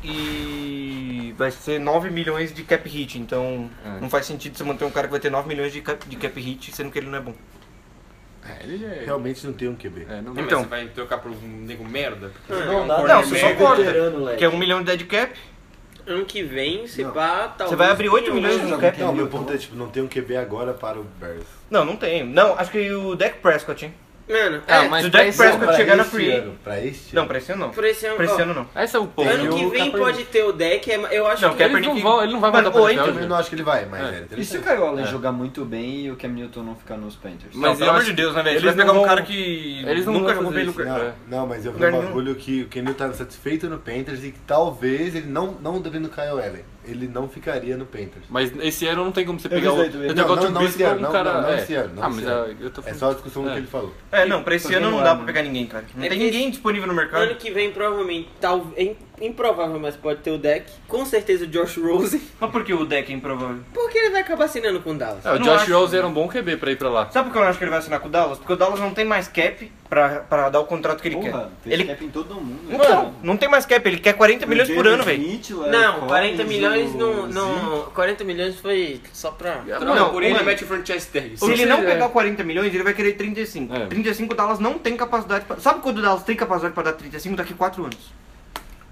Speaker 3: e vai ser 9 milhões de cap hit. Então não faz sentido você manter um cara que vai ter 9 milhões de cap, de cap hit, sendo que ele não é bom.
Speaker 2: É, ele já é.
Speaker 4: Realmente não tem um QB.
Speaker 2: É, não tem,
Speaker 3: Então.
Speaker 2: mas você vai trocar por um nego merda?
Speaker 6: Não, dá,
Speaker 3: Não, você só corta.
Speaker 6: veterano, leque.
Speaker 3: Que é 1 milhão de dead cap,
Speaker 7: um
Speaker 5: Ano que vem, se
Speaker 4: Não.
Speaker 5: pá, talvez...
Speaker 3: você vai abrir 8
Speaker 5: tenha
Speaker 3: milhões
Speaker 5: um-
Speaker 3: de cap.
Speaker 4: Não, meu ponto é, tipo, não tem um QB agora para o Bears.
Speaker 3: Não, não tem. Não, acho que o Dak Prescott, hein?
Speaker 5: Mano,
Speaker 1: Ah,
Speaker 5: é,
Speaker 1: mas
Speaker 3: Se o
Speaker 1: pra
Speaker 3: Dak
Speaker 1: esse ano-
Speaker 3: Prescott chegar na
Speaker 4: este
Speaker 3: free.
Speaker 4: ano, Pra este
Speaker 3: Não,
Speaker 4: ano.
Speaker 3: pra esse ano não.
Speaker 5: por esse ano...
Speaker 3: Pra esse
Speaker 5: ó,
Speaker 3: ano não.
Speaker 1: Esse é o ponto.
Speaker 5: Ano
Speaker 4: Eu-
Speaker 5: que vem
Speaker 4: Kaepernick.
Speaker 5: pode ter o deck, é- eu acho
Speaker 3: Não,
Speaker 5: que...
Speaker 3: Kaepernick-
Speaker 2: Ele não, vão, ele não vai voltar
Speaker 3: Mano,
Speaker 2: pra
Speaker 3: oito
Speaker 4: Eu não
Speaker 2: NFL.
Speaker 4: acho que ele vai, mas né? é,
Speaker 6: E se
Speaker 4: interessante.
Speaker 6: o Kyle Allen jogar muito bem e o Cam Newton não ficar nos Panthers?
Speaker 3: Mas
Speaker 2: pelo
Speaker 3: eu
Speaker 2: amor
Speaker 3: acho-
Speaker 2: de Deus, né, velho?
Speaker 3: Eles
Speaker 2: Você vai
Speaker 3: não
Speaker 2: pegar um
Speaker 3: vão-
Speaker 2: cara que
Speaker 3: eles não
Speaker 2: nunca
Speaker 3: vão
Speaker 2: jogou
Speaker 3: fazer
Speaker 2: bem no
Speaker 3: isso.
Speaker 2: cara.
Speaker 4: Não, não, mas eu vi
Speaker 3: Lugar
Speaker 4: um
Speaker 3: nenhum.
Speaker 4: bagulho que o Kenil tá satisfeito no Panthers e que talvez ele não, não devendo o Kyle Allen. Ele não ficaria no Panthers.
Speaker 2: Mas esse ano não tem como você pegar
Speaker 6: vi
Speaker 2: o.
Speaker 6: isso aí também.
Speaker 2: Você
Speaker 4: Não,
Speaker 2: pegar o
Speaker 4: não, não
Speaker 2: Trubisky
Speaker 4: esse ano,
Speaker 2: como um
Speaker 4: não,
Speaker 2: cara.
Speaker 4: não, não
Speaker 2: é.
Speaker 4: esse ano, não
Speaker 2: Ah,
Speaker 4: esse
Speaker 2: mas
Speaker 4: ano.
Speaker 2: ah, eu tô
Speaker 4: É
Speaker 2: falando.
Speaker 4: só a discussão do
Speaker 2: É.
Speaker 4: que ele falou.
Speaker 3: É, não, pra esse
Speaker 6: Porque
Speaker 3: ano
Speaker 6: não
Speaker 3: não
Speaker 6: é,
Speaker 3: dá pra
Speaker 6: mano.
Speaker 3: pegar ninguém, cara. Não
Speaker 5: É
Speaker 3: tem
Speaker 5: que-
Speaker 3: ninguém disponível no
Speaker 5: Ano
Speaker 3: mercado.
Speaker 5: que vem, provavelmente, tal, é improvável, mas pode ter o deck. Com certeza o Josh Rosen.
Speaker 3: Mas por que o Dak é improvável?
Speaker 5: Porque ele vai acabar assinando com o Dallas.
Speaker 2: É, o
Speaker 3: Eu não
Speaker 2: Josh
Speaker 3: acho-
Speaker 2: Rose era um bom QB pra ir pra lá.
Speaker 3: Sabe por que eu não acho que ele vai assinar com o Dallas? Porque o Dallas não tem mais cap pra, pra dar o contrato que ele
Speaker 6: Porra,
Speaker 3: quer.
Speaker 6: fez
Speaker 3: Ele...
Speaker 6: cap em todo mundo.
Speaker 3: Então, não tem mais cap, ele quer 40 milhões por ano, velho.
Speaker 6: é,
Speaker 5: Não, 40 milhões não, não. 40 milhões foi só pra.
Speaker 3: Não,
Speaker 1: por ele
Speaker 3: mano.
Speaker 1: mete o franchise tag.
Speaker 3: Se ele não
Speaker 4: é.
Speaker 3: pegar 40 milhões, ele vai querer 35.
Speaker 2: É.
Speaker 3: 35 o Dallas não tem capacidade pra... Sabe quando o Dallas tem capacidade pra dar 35 daqui 4 anos?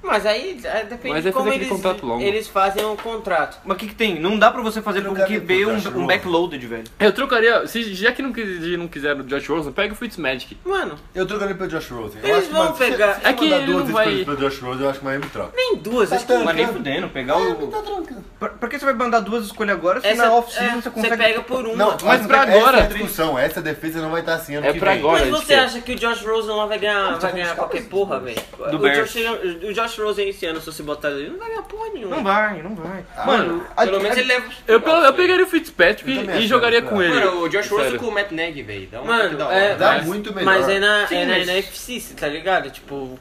Speaker 5: Mas aí é, depende
Speaker 2: Mas
Speaker 5: de
Speaker 2: aí
Speaker 5: como
Speaker 2: faz aquele
Speaker 5: eles,
Speaker 2: contrato longo.
Speaker 5: eles fazem o contrato.
Speaker 3: Mas o que, que tem? Não dá pra você fazer com
Speaker 4: Trocar
Speaker 3: que
Speaker 4: ele
Speaker 3: vê
Speaker 4: pro
Speaker 3: um,
Speaker 4: Josh
Speaker 3: um
Speaker 4: Rosen.
Speaker 3: backloaded, velho.
Speaker 2: Eu trocaria. Se, já que não, quis- não quiseram o Josh Rosen, pega o Fitzmagic.
Speaker 5: Mano,
Speaker 4: Eu trocaria pelo Josh Rosen. Eu
Speaker 5: Eles
Speaker 4: acho que,
Speaker 5: vão
Speaker 4: mano, se-
Speaker 5: pegar-
Speaker 4: Se,
Speaker 2: É que
Speaker 4: mandar
Speaker 2: ele
Speaker 4: duas
Speaker 2: não vai-
Speaker 4: escolhas pelo Josh Rosen, eu acho que o Miami troca.
Speaker 5: nem duas. acho que-
Speaker 4: Tá
Speaker 3: Mas nem
Speaker 4: trancando.
Speaker 3: fudendo, pegar o...
Speaker 4: Tá trancando.
Speaker 3: Pra, pra que você vai mandar duas escolhas agora se
Speaker 5: Essa,
Speaker 3: na off-season
Speaker 5: é,
Speaker 3: você consegue...
Speaker 5: pega por uma.
Speaker 4: Não,
Speaker 2: mas pra
Speaker 4: essa
Speaker 2: agora-
Speaker 4: É a discussão, essa defesa não vai estar assim ano
Speaker 2: É
Speaker 4: que
Speaker 2: pra
Speaker 4: vem.
Speaker 2: agora.
Speaker 5: Mas
Speaker 2: isso
Speaker 5: você
Speaker 2: é.
Speaker 5: acha que o Josh Rosen lá vai ganhar, vai
Speaker 1: um
Speaker 5: ganhar qualquer porra, velho? O
Speaker 3: Bears.
Speaker 5: Josh, o Josh Rosen esse ano, se você botar ele, não vai ganhar porra nenhuma.
Speaker 3: Não vai, não vai.
Speaker 4: Ah,
Speaker 2: Mano,
Speaker 5: Pelo menos ele leva.
Speaker 2: eu, pelo- eu pegaria o
Speaker 4: Eu
Speaker 2: Fitzpatrick
Speaker 4: também
Speaker 2: e
Speaker 4: acho,
Speaker 2: jogaria
Speaker 4: né?
Speaker 2: com ele.
Speaker 1: Mano, o Josh Rosen
Speaker 2: Sério.
Speaker 1: com o Matt Nagy, velho. Dá um
Speaker 5: Mano,
Speaker 1: toque da
Speaker 5: é-
Speaker 1: hora.
Speaker 4: Dá
Speaker 1: Mas-
Speaker 4: muito melhor.
Speaker 5: Mas é na,
Speaker 3: Sim,
Speaker 5: é na
Speaker 3: mas-
Speaker 5: NFC, tá ligado? Tipo, o-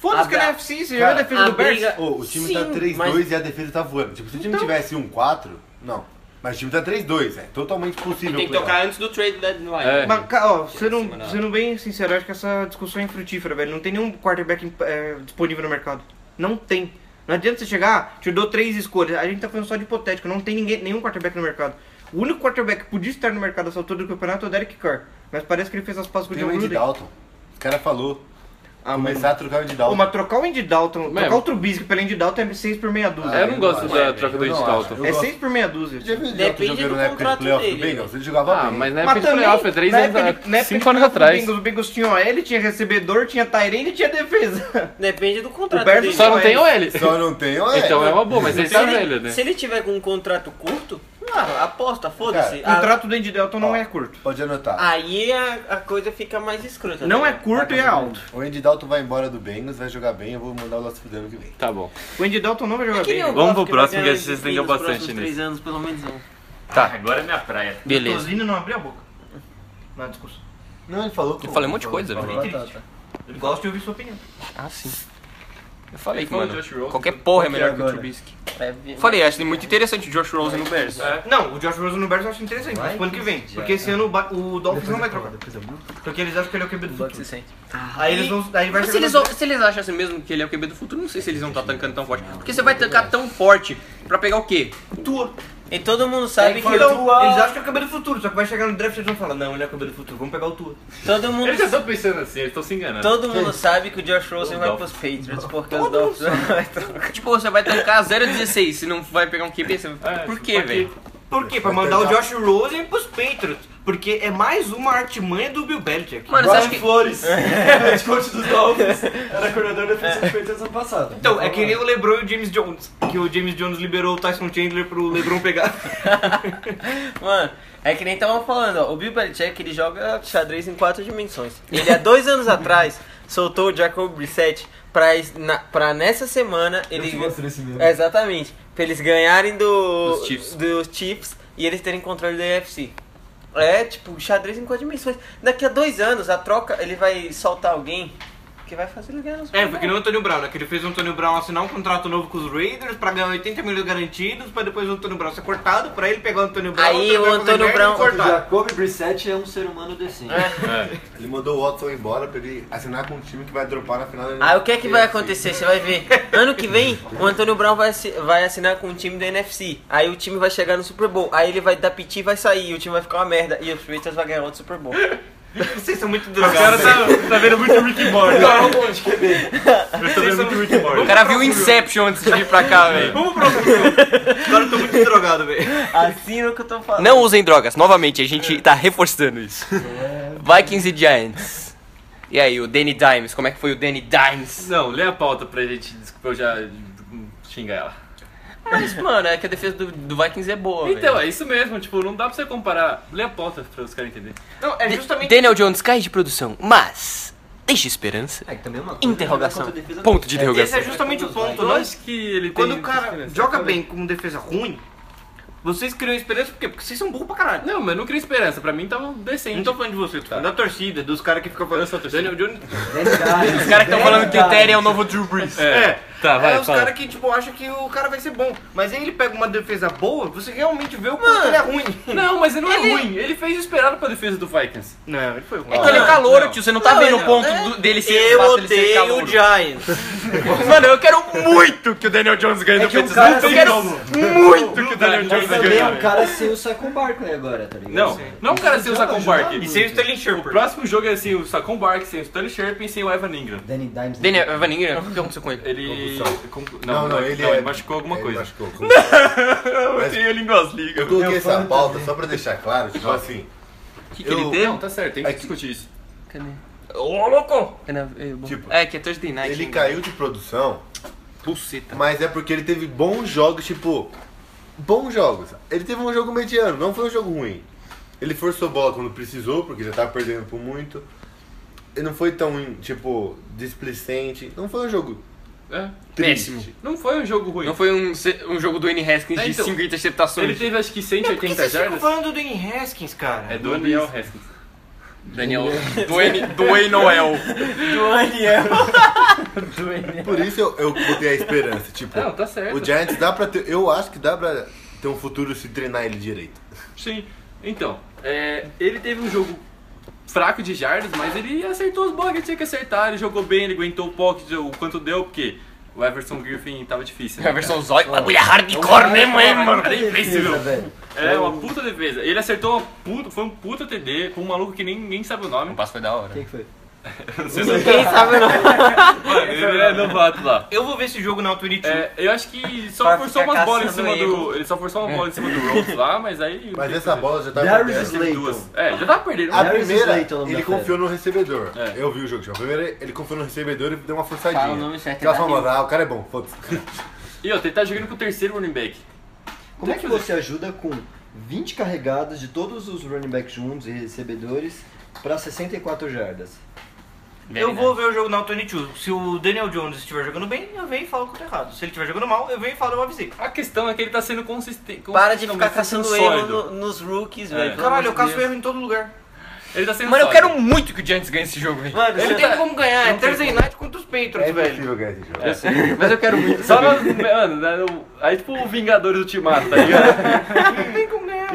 Speaker 3: Foda-se que
Speaker 5: A
Speaker 3: ele é
Speaker 5: bra-
Speaker 3: FC, você já é a
Speaker 4: Cara,
Speaker 3: defesa
Speaker 5: Ah, tá. a
Speaker 3: do Bears.
Speaker 5: briga-
Speaker 4: Ô, o time
Speaker 5: Sim,
Speaker 4: tá 3-2
Speaker 5: mas-
Speaker 4: e a defesa tá voando. Tipo, se o time
Speaker 3: Então-
Speaker 4: tivesse 1-4, não. Mas o time tá 3-2, é totalmente possível.
Speaker 1: Tem que
Speaker 4: playoff.
Speaker 1: tocar antes do trade deadline.
Speaker 2: É.
Speaker 3: Mas, cara, ó, sendo, um-
Speaker 1: semana.
Speaker 3: sendo bem sincero, eu acho que essa discussão é infrutífera, velho. Não tem nenhum quarterback é, disponível no mercado. Não tem. Não adianta você chegar, ah, te dou três escolhas. A gente tá falando só de hipotético, não tem ninguém, nenhum quarterback no mercado. O único quarterback que podia estar no mercado nessa altura do campeonato é o Derek Carr. Mas parece que ele fez as passas com o
Speaker 4: Tem
Speaker 3: John
Speaker 4: o Andy
Speaker 3: Gruden.
Speaker 4: Dalton. O cara falou.
Speaker 3: Ah, mano.
Speaker 4: Começar a trocar o Andy
Speaker 3: Pô,
Speaker 4: Dalton.
Speaker 3: mas trocar o Andy Dalton,
Speaker 2: Mesmo.
Speaker 3: trocar o Trubisky pelo Andy Dalton é 6 por meia dúzia.
Speaker 2: é eu não gosto
Speaker 4: acho.
Speaker 2: da troca
Speaker 4: Ah,
Speaker 2: do
Speaker 4: Eu não
Speaker 2: Andy
Speaker 4: acho.
Speaker 2: Dalton.
Speaker 4: Eu
Speaker 3: é
Speaker 4: gosto.
Speaker 3: 6 por meia dúzia.
Speaker 4: Já viu o
Speaker 5: Depende
Speaker 4: Dalton
Speaker 5: do
Speaker 4: jogando na época de
Speaker 5: contrato
Speaker 4: playoff do
Speaker 5: dele.
Speaker 4: Bengals? Ele jogava
Speaker 2: Ah,
Speaker 4: bem.
Speaker 2: mas na
Speaker 3: Mas
Speaker 2: época de
Speaker 3: também,
Speaker 2: playoff, é 3
Speaker 3: na época de- na
Speaker 2: anos,
Speaker 3: época
Speaker 2: 5
Speaker 3: de
Speaker 2: anos
Speaker 3: playoff do
Speaker 2: atrás.
Speaker 3: Bengals, o Bengals tinha OL, tinha recebedor, tinha Tyrene e tinha defesa.
Speaker 5: Depende do contrato.
Speaker 3: O Bears
Speaker 5: dele.
Speaker 2: Só não tem o L.
Speaker 4: Só não tem, olha.
Speaker 2: Então é uma boa, mas ele
Speaker 5: Se
Speaker 2: tá
Speaker 5: ele,
Speaker 2: velho, né?
Speaker 5: se ele tiver com um contrato curto, ah, aposta, foda-se.
Speaker 3: O
Speaker 5: Ah,
Speaker 3: contrato do Andy Dalton não é curto.
Speaker 4: Pode anotar.
Speaker 5: Aí é a, a coisa fica mais
Speaker 1: tá
Speaker 5: escrota.
Speaker 3: Não
Speaker 5: né?
Speaker 3: é curto e é alto.
Speaker 4: O Andy Dalton vai embora do Bengals, vai jogar bem. Eu vou mandar o nosso ano que vem.
Speaker 2: Tá bom.
Speaker 3: O Andy Dalton não vai jogar
Speaker 5: É que
Speaker 3: bem.
Speaker 5: nem o
Speaker 3: né?
Speaker 5: Goff
Speaker 2: Vamos pro
Speaker 5: que vai
Speaker 2: próximo, que
Speaker 5: ganhar
Speaker 2: vocês
Speaker 5: MVP
Speaker 2: entendeu
Speaker 5: nos
Speaker 2: bastante
Speaker 5: próximos três anos, pelo menos um.
Speaker 2: Tá.
Speaker 9: Agora é minha praia.
Speaker 1: Beleza.
Speaker 3: Tosino não abriu a boca. Na discussão.
Speaker 4: Não, ele falou que.
Speaker 1: Eu falei um monte de coisa,
Speaker 4: Falou
Speaker 1: velho.
Speaker 4: batata.
Speaker 3: Gosto de ouvir sua opinião.
Speaker 1: Ah, sim. Eu falei
Speaker 2: Ele
Speaker 1: que,
Speaker 2: falou
Speaker 1: mano,
Speaker 2: Josh Rosen.
Speaker 1: qualquer porra é
Speaker 6: Qual que é
Speaker 1: melhor que o
Speaker 6: agora?
Speaker 1: Trubisky.
Speaker 7: É,
Speaker 1: Falei, Ashley, muito interessante o Josh Rosen no Bears.
Speaker 2: É.
Speaker 3: Não, o Josh Rosen no Bears eu acho interessante,
Speaker 6: Vai
Speaker 3: mas pro ano que vem.
Speaker 6: que
Speaker 3: Porque esse
Speaker 4: tá.
Speaker 6: já-
Speaker 3: ano o Ba- o Dolphins não vai
Speaker 6: eu falo,
Speaker 3: trocar.
Speaker 6: Depois eu mando.
Speaker 3: Porque eles acham que ele é o QB do
Speaker 7: Bug
Speaker 3: futuro.
Speaker 7: se sente.
Speaker 3: Aí eles vão. Aí vai
Speaker 1: Mas se
Speaker 3: ser.
Speaker 1: eles, se eles achassem mesmo que ele é o QB do futuro, não sei se eles vão estar tancando tão forte. Porque você vai tancar tão forte pra pegar o quê?
Speaker 3: Tua.
Speaker 7: E todo mundo sabe que o
Speaker 3: Então, eles
Speaker 7: Tua.
Speaker 3: acham que é o QB do futuro, só que vai chegar no draft e eles vão falar: não, ele é o QB do futuro, vamos pegar o Tua.
Speaker 7: Todo mundo,
Speaker 2: Eles já estão pensando assim, eles estão se enganando.
Speaker 7: todo mundo sabe que o Josh Rosen
Speaker 2: Os
Speaker 7: vai pros
Speaker 2: Dolphins.
Speaker 7: Patriots, porque os Dolphins não vai trocar.
Speaker 1: Tipo, você vai tancar 0,16 se não vai pegar um QB. Você...
Speaker 2: É,
Speaker 1: Por
Speaker 2: pra
Speaker 1: quê, velho?
Speaker 3: Por quê? Pra mandar o Josh Rosen pros Patriots. Porque é mais uma artimanha do Bill Belichick.
Speaker 1: Mano, você acha que.
Speaker 6: Flores, head coach dos Dolphins, era coordenador defensivo dos Patriots ano passado.
Speaker 3: Então, é que nem o LeBron e o James Jones. Que o James Jones liberou o Tyson Chandler pro LeBron pegar.
Speaker 7: Mano, é que nem estavam falando, ó, o Bill Belichick ele joga xadrez em quatro dimensões. Ele há dois anos atrás soltou o Jacob Brissett pra, es- na, pra nessa semana
Speaker 6: Eu
Speaker 7: ele
Speaker 6: te mostrei esse mesmo.
Speaker 7: É, Exatamente. Pra eles ganharem do,
Speaker 1: Dos Chiefs.
Speaker 7: dos Chiefs e eles terem controle da UFC. É, tipo, xadrez em quatro dimensões. Daqui a dois anos, a troca, ele vai soltar alguém que vai fazer ele ganhar nos
Speaker 3: É, porque não o Antônio Brown, né? Que ele fez o Antônio Brown assinar um contrato novo com os Raiders pra ganhar 80 milhões garantidos, pra depois o Antônio Brown ser cortado, pra ele pegar o Antônio Brown.
Speaker 7: Aí
Speaker 3: Antônio
Speaker 7: o
Speaker 3: Brown fazer
Speaker 7: Antônio
Speaker 3: merda e
Speaker 7: Brown-
Speaker 6: O
Speaker 3: cortar.
Speaker 6: Jacob Brissett é um ser humano decente.
Speaker 4: Ele mandou o Watson embora pra ele assinar com um time que vai dropar na final da
Speaker 7: Aí o que é que vai
Speaker 4: NFC.
Speaker 7: acontecer? Você vai ver. Ano que vem, o Antônio Brown vai, assi- vai assinar com um time da NFC. Aí o time vai chegar no Super Bowl. Aí ele vai dar piti e vai sair. E o time vai ficar uma merda. E os Patriots vai ganhar outro Super Bowl.
Speaker 3: Vocês são muito
Speaker 2: O cara
Speaker 3: drogados.
Speaker 2: tá, tá vendo muito Rick Morty. Eu tô
Speaker 3: Vocês
Speaker 2: vendo
Speaker 3: são-
Speaker 2: muito Rick
Speaker 1: O
Speaker 2: Morty.
Speaker 1: cara viu Inception antes de vir pra cá, velho.
Speaker 3: Vamos pro próximo jogo. Agora eu tô muito drogado, velho.
Speaker 7: Assim no que eu tô falando.
Speaker 1: Não usem drogas, novamente, a gente tá reforçando isso. Vikings e Giants. E aí, o Danny Dimes, como é que foi o Danny Dimes?
Speaker 2: Não, lê a pauta pra gente. Desculpa, eu já xingar ela.
Speaker 1: Mas, mano, é que a defesa do, do Vikings é boa,
Speaker 2: Então,
Speaker 1: velho.
Speaker 2: é isso mesmo, tipo, não dá pra você comparar. Lê a pauta pra os caras entenderem.
Speaker 3: Não, é
Speaker 1: Da-
Speaker 3: justamente.
Speaker 1: Daniel Jones cai de produção, mas deixa esperança.
Speaker 6: É que também é uma coisa.
Speaker 1: Interrogação.
Speaker 6: né? Contra a defesa-
Speaker 1: Ponto de
Speaker 3: Esse
Speaker 1: interrogação.
Speaker 3: é justamente o ponto,
Speaker 2: Eu
Speaker 3: não?
Speaker 2: acho que ele
Speaker 3: Quando
Speaker 2: tem.
Speaker 3: o cara joga bem com defesa ruim, vocês criam esperança por quê? Porque vocês são burros pra caralho.
Speaker 2: Não, mas eu não queria esperança, pra mim tava
Speaker 3: Não
Speaker 2: decente.
Speaker 3: tô falando de vocês, tô falando da torcida, dos caras que ficam falando. Daniel Jones.
Speaker 1: Os caras que estão falando que o Terry é o novo Drew Brees.
Speaker 2: É, tá, vai,
Speaker 3: é os
Speaker 2: fala.
Speaker 3: caras que, tipo, acham que o cara vai ser bom. Mas aí ele pega uma defesa boa, você realmente vê o quanto ele é ruim.
Speaker 2: Não, mas ele não é ruim, ele fez esperado pra defesa do Vikings.
Speaker 3: Não, Então ele foi ruim.
Speaker 1: É que ele é calor, tio. Você não tá
Speaker 7: Não,
Speaker 1: vendo o
Speaker 7: não,
Speaker 1: ponto
Speaker 7: é.
Speaker 1: do- dele ser
Speaker 7: Eu
Speaker 1: fato dele ser
Speaker 7: odeio
Speaker 1: calouro.
Speaker 7: o Giants.
Speaker 1: Mano, eu quero muito que o Daniel Jones ganhe
Speaker 6: É
Speaker 1: do
Speaker 6: que o
Speaker 1: Pets.
Speaker 6: cara
Speaker 1: Eu
Speaker 6: tem
Speaker 1: quero
Speaker 6: como.
Speaker 1: muito que o Daniel
Speaker 6: Mas
Speaker 1: Jones
Speaker 6: também é
Speaker 1: ganhe.
Speaker 6: um cara sem o Saco Barco né, agora, tá ligado?
Speaker 2: Não, não o cara sem o
Speaker 6: Joga,
Speaker 2: Sacon
Speaker 6: joga
Speaker 2: Bark.
Speaker 6: muito.
Speaker 3: E sem o Sterling Sherper.
Speaker 2: Próximo jogo é sem o Sacon Bark, sem o Stanley Sherpin, sem o Evan Ingram.
Speaker 6: Danny Dimes. né?
Speaker 1: Daniel Van Ingram, o que aconteceu com ele?
Speaker 2: Ele. Conclu-
Speaker 4: Não, não, ele é-
Speaker 2: ele machucou alguma
Speaker 4: Ele
Speaker 2: coisa.
Speaker 4: machucou. Eu Mas-
Speaker 1: Ele ele nas ligas.
Speaker 4: coloquei
Speaker 6: Eu falo
Speaker 4: essa pauta só pra deixar claro, tipo assim.
Speaker 1: O que,
Speaker 4: que ele
Speaker 1: ele
Speaker 4: deu?
Speaker 1: deu?
Speaker 2: Não, tá certo, tem
Speaker 4: É
Speaker 2: que
Speaker 4: que-
Speaker 2: discutir isso.
Speaker 1: Ô, louco! É, na- é, bom.
Speaker 4: Tipo,
Speaker 1: É, que é Thursday Night.
Speaker 4: Ele
Speaker 1: né?
Speaker 4: caiu de produção,
Speaker 1: Buceta.
Speaker 4: mas é porque ele teve bons jogos, tipo. Bons jogos. Ele teve um jogo mediano, não foi um jogo ruim. Ele forçou bola quando precisou, porque já tava perdendo por muito. Ele não foi tão, tipo, displicente. Não foi um jogo
Speaker 2: É.
Speaker 4: triste.
Speaker 1: Péssimo.
Speaker 2: Não foi um jogo ruim.
Speaker 1: Não foi um, se- um jogo do N. Haskins
Speaker 2: É,
Speaker 1: de
Speaker 2: então.
Speaker 1: 5 interceptações.
Speaker 2: Ele teve acho que
Speaker 3: Por que
Speaker 2: 180
Speaker 3: vocês ficam
Speaker 2: jardas.
Speaker 3: falando do Danny Haskins, cara?
Speaker 2: É do Daniel Haskins.
Speaker 1: Daniel. do N. Do N. Noel.
Speaker 4: Por isso eu, eu botei a esperança. Tipo,
Speaker 2: Não, tá certo.
Speaker 1: é
Speaker 4: o Giants dá pra ter. Eu acho que dá pra ter um futuro se treinar ele direito.
Speaker 2: Sim. Então, é, ele teve um jogo fraco de jardas, mas ele acertou os bolas que tinha que acertar, ele jogou bem, ele aguentou o pocket, o quanto deu, porque o Everson Griffin tava difícil. né,
Speaker 1: A versão zóio. Bagulho é hardcore mesmo, hein, mano?
Speaker 2: cara? Era
Speaker 6: Defesa,
Speaker 2: impossível.
Speaker 6: velho.
Speaker 2: É uma puta defesa. Ele acertou uma puta, foi um puta TD com um maluco que nem, nem sabe o nome.
Speaker 1: O passo foi da hora.
Speaker 6: Quem que foi?
Speaker 7: Quem sabe não.
Speaker 2: Mano, ele é novato lá.
Speaker 3: Eu vou ver esse jogo na Twitch.
Speaker 2: É, eu acho que só
Speaker 7: Pra
Speaker 2: forçou
Speaker 7: ficar
Speaker 2: umas bolas em
Speaker 7: caçando
Speaker 2: cima do.
Speaker 7: erro.
Speaker 2: Ele só forçou uma bola em cima do Rhodes lá, mas aí.
Speaker 4: Mas essa Ah. bola já tá
Speaker 6: Darius
Speaker 4: perdendo.
Speaker 2: Teve
Speaker 6: Slayton.
Speaker 2: duas. É, já tava perdendo.
Speaker 4: A
Speaker 6: Darius
Speaker 4: primeira,
Speaker 6: Slayton, o nome
Speaker 4: ele
Speaker 6: da fera.
Speaker 4: confiou no recebedor.
Speaker 2: É.
Speaker 4: Eu vi o jogo. já. A primeira, ele confiou no recebedor e deu uma forçadinha.
Speaker 7: Fala o nome certo,
Speaker 4: Aquela
Speaker 7: é
Speaker 4: famosa,
Speaker 7: Darius.
Speaker 4: ah, o cara é bom, foda-se.
Speaker 2: E ó, ele tá jogando com o terceiro running back.
Speaker 6: Como é que
Speaker 2: Tem que
Speaker 6: você ajuda com 20 carregadas de todos os running backs juntos e recebedores pra 64 jardas?
Speaker 3: Eu vou ver o jogo na Tony Chu. Se o Daniel Jones estiver jogando bem, eu venho e falo que eu tô errado. Se ele estiver jogando mal, eu venho e falo, eu avisei.
Speaker 2: A questão é que ele tá sendo consistente.
Speaker 7: Para de ficar
Speaker 2: consistente,
Speaker 7: caçando
Speaker 2: sendo
Speaker 7: erro
Speaker 2: sólido.
Speaker 7: no- nos rookies,
Speaker 2: É.
Speaker 7: velho. pelo
Speaker 3: Caralho, eu
Speaker 7: amor de
Speaker 3: caço
Speaker 7: Deus.
Speaker 3: erro em todo lugar.
Speaker 2: Ele tá sendo
Speaker 1: Mano, eu
Speaker 2: sólido.
Speaker 7: um-
Speaker 1: quero muito que o Giants ganhe esse jogo, velho.
Speaker 5: Mano,
Speaker 3: Não
Speaker 5: você-
Speaker 3: tem como ganhar, é Thursday Night contra os Patriots,
Speaker 4: É
Speaker 3: velho.
Speaker 4: impossível ganhar esse jogo.
Speaker 2: Eu sei.
Speaker 1: Mas eu quero muito.
Speaker 2: Só na, mano, na- no- aí tipo o Vingadores Ultimato, tá ligado?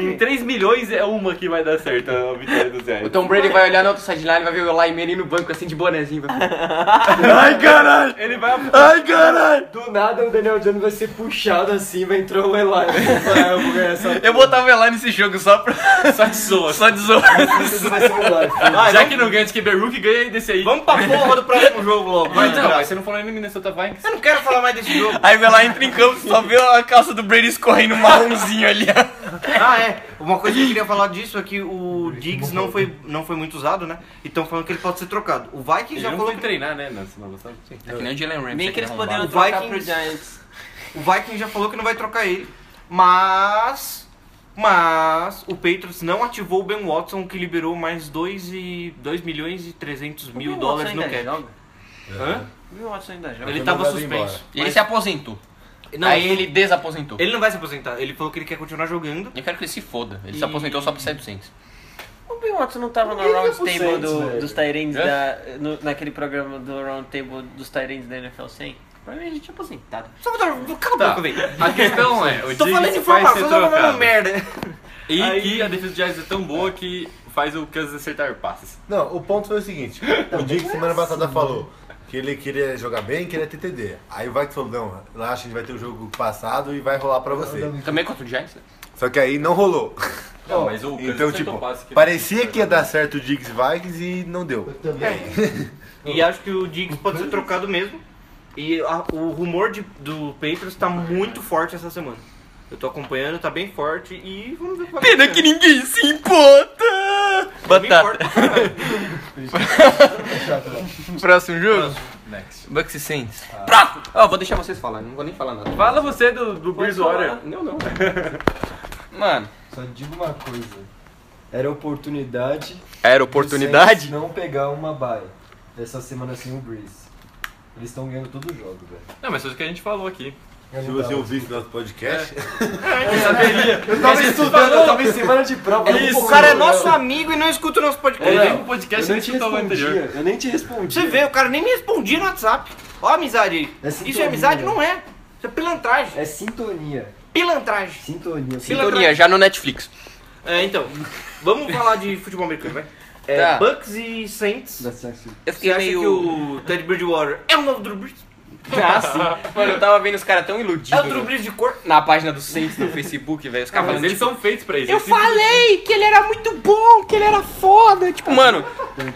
Speaker 2: em 3 milhões é uma que vai dar certo a vitória do Zé.
Speaker 1: O Tom Brady vai olhar na outra sideline, vai ver o Lyman no banco assim de bonezinho. vai-
Speaker 4: Ai, caralho!
Speaker 2: Ele vai
Speaker 4: Ai, caralho!
Speaker 6: Do nada o Daniel Jones vai ser puxado assim, vai entrar o Eli. Ah, eu vou ganhar essa.
Speaker 1: Eu botava ele lá nesse jogo só pra.
Speaker 2: só de zoa.
Speaker 1: só de zoar.
Speaker 6: Isso vai ser um o Eli.
Speaker 2: Já que não ganha de QB Rookie, ganha aí desse aí.
Speaker 3: Vamos pra porra do próximo jogo logo. vai,
Speaker 2: Mas não,
Speaker 3: desgraça.
Speaker 2: Então, mas você não falou ainda do Minnesota Vikings.
Speaker 3: Eu não quero falar mais desse jogo.
Speaker 1: Aí vai lá, entra em campo, só vê a calça do Brady escorrendo marronzinho ali.
Speaker 3: Ah, é. Uma coisa que eu queria falar disso é que o Diggs não foi, não foi muito usado, né? E estão falando que ele pode ser trocado. O Vikings
Speaker 2: Ele
Speaker 3: já
Speaker 2: não
Speaker 3: falou
Speaker 2: foi
Speaker 3: que...
Speaker 2: treinar, né, na semana passada?
Speaker 1: É que é nem o Jalen Ramsey.
Speaker 7: Nem que eles poderiam
Speaker 3: O
Speaker 7: trocar pro
Speaker 3: Vikings-
Speaker 7: Giants.
Speaker 3: O Vikings já falou que não vai trocar ele. Mas... Mas o Patriots não ativou o Ben Watson, que liberou mais 2, e, 2 milhões e 300 mil
Speaker 7: Bill
Speaker 3: dólares
Speaker 7: Watson
Speaker 3: no
Speaker 7: ainda é
Speaker 3: cap.
Speaker 7: joga?
Speaker 4: Hã?
Speaker 7: O Bill Watson ainda joga.
Speaker 3: Ele
Speaker 4: Foi
Speaker 3: tava
Speaker 4: mandado
Speaker 3: suspenso.
Speaker 4: embora.
Speaker 1: Ele se aposentou.
Speaker 3: Não,
Speaker 1: Aí ele desaposentou.
Speaker 3: ele não vai se aposentar. Ele falou que ele quer continuar jogando.
Speaker 1: Eu quero que ele se foda. Ele
Speaker 3: E-
Speaker 1: se aposentou só pra sair do Saints.
Speaker 7: O Bill Watson não tava no
Speaker 6: Ninguém
Speaker 7: round
Speaker 6: liga pro
Speaker 7: table
Speaker 6: Saints,
Speaker 7: do-
Speaker 6: velho.
Speaker 7: dos Tyrants
Speaker 1: É?
Speaker 7: da. no- naquele programa do round table dos Tyrants da NFL 100? Provavelmente tinha é aposentado.
Speaker 3: Só vou dar... Cala a
Speaker 2: Tá.
Speaker 3: boca, velho.
Speaker 2: A questão é, o
Speaker 3: Tô falando de
Speaker 2: Diggs vai ser
Speaker 3: informação, só falando
Speaker 1: né?
Speaker 2: trocado.
Speaker 3: merda.
Speaker 2: E
Speaker 3: Aí-
Speaker 2: que a defesa do Giants é tão boa que faz o Kansas acertar passes.
Speaker 4: Não, o ponto foi o seguinte: o Dick semana passada falou que ele é queria jogar bem, queria ter TD. Aí o Vikings falou: não, relaxa, a gente vai ter um jogo passado e vai rolar pra você.
Speaker 1: Também contra o Giants, né?
Speaker 4: Só que aí não rolou.
Speaker 2: Não, mas o Kansas
Speaker 4: Então,
Speaker 2: acertou
Speaker 4: tipo,
Speaker 2: passe que- né?
Speaker 4: parecia que ia dar certo o Diggs e Vikings e não deu.
Speaker 6: Eu também.
Speaker 3: E acho que o Diggs pode ser trocado mesmo. E a- o rumor de- do Patriots tá muito forte essa semana. Eu tô acompanhando, tá bem forte e vamos ver o que vai
Speaker 1: Pena que
Speaker 3: acontecer. Tá
Speaker 1: ninguém se importa!
Speaker 3: Eu me importo
Speaker 1: Batata.
Speaker 3: pra caralho.
Speaker 1: Próximo jogo? Bucks e Saints. Próximo! Ó, vou deixar vocês falarem, não vou nem falar nada.
Speaker 2: Fala você do, do Bridgewater.
Speaker 1: Não, não. Mano,
Speaker 6: Só digo uma coisa. Era oportunidade.
Speaker 1: era
Speaker 6: do Saints
Speaker 1: oportunidade?
Speaker 6: Não pegar uma bye. Essa semana sem o Breeze. Eles estão ganhando todo o jogo, velho.
Speaker 2: Não, mas foi o que a gente falou aqui.
Speaker 6: Eu
Speaker 4: Se
Speaker 6: não
Speaker 4: você
Speaker 6: tava-
Speaker 4: ouvisse nosso podcast,
Speaker 6: Eu tava estudando, eu tava em semana de prova. eu não
Speaker 2: Isso,
Speaker 6: vou
Speaker 3: O cara é
Speaker 6: colocar-
Speaker 3: nosso amigo e não escuta o nosso
Speaker 2: Ele
Speaker 3: podcast.
Speaker 2: veio pro podcast
Speaker 6: Eu
Speaker 2: e
Speaker 6: nem
Speaker 2: nem
Speaker 6: te
Speaker 2: escutou o anterior.
Speaker 6: respondia. Eu nem te respondi.
Speaker 3: Você vê, o cara nem me respondia no WhatsApp. Ó a amizade aí.
Speaker 6: É
Speaker 3: Isso é
Speaker 6: sintonia,
Speaker 3: amizade?
Speaker 6: né?
Speaker 3: Não é. Isso é pilantragem.
Speaker 6: É sintonia.
Speaker 3: Pilantragem.
Speaker 6: Sintonia.
Speaker 1: Sintonia, já no Netflix.
Speaker 3: É, então, vamos falar de futebol americano, vai. É,
Speaker 1: Tá.
Speaker 3: Bucks e Saints.
Speaker 6: Da Saxon.
Speaker 1: Eu
Speaker 3: Você
Speaker 1: fiquei
Speaker 3: acha que
Speaker 1: meio.
Speaker 3: o Ted Bridgewater é o novo Drew Brees?
Speaker 1: Ah, sim. Mano, eu tava vendo os caras tão
Speaker 3: É o
Speaker 1: iludidos.
Speaker 3: Drew
Speaker 1: né?
Speaker 3: Brees de cor?
Speaker 1: Na página do Saints no Facebook, velho. Os
Speaker 2: Ah,
Speaker 1: caras
Speaker 2: mas
Speaker 1: falando.
Speaker 2: eles
Speaker 1: Tipo,
Speaker 2: são feitos pra isso.
Speaker 1: eu
Speaker 2: Eles sempre-
Speaker 1: falei que ele era muito bom, que ele era foda. Tipo, mano,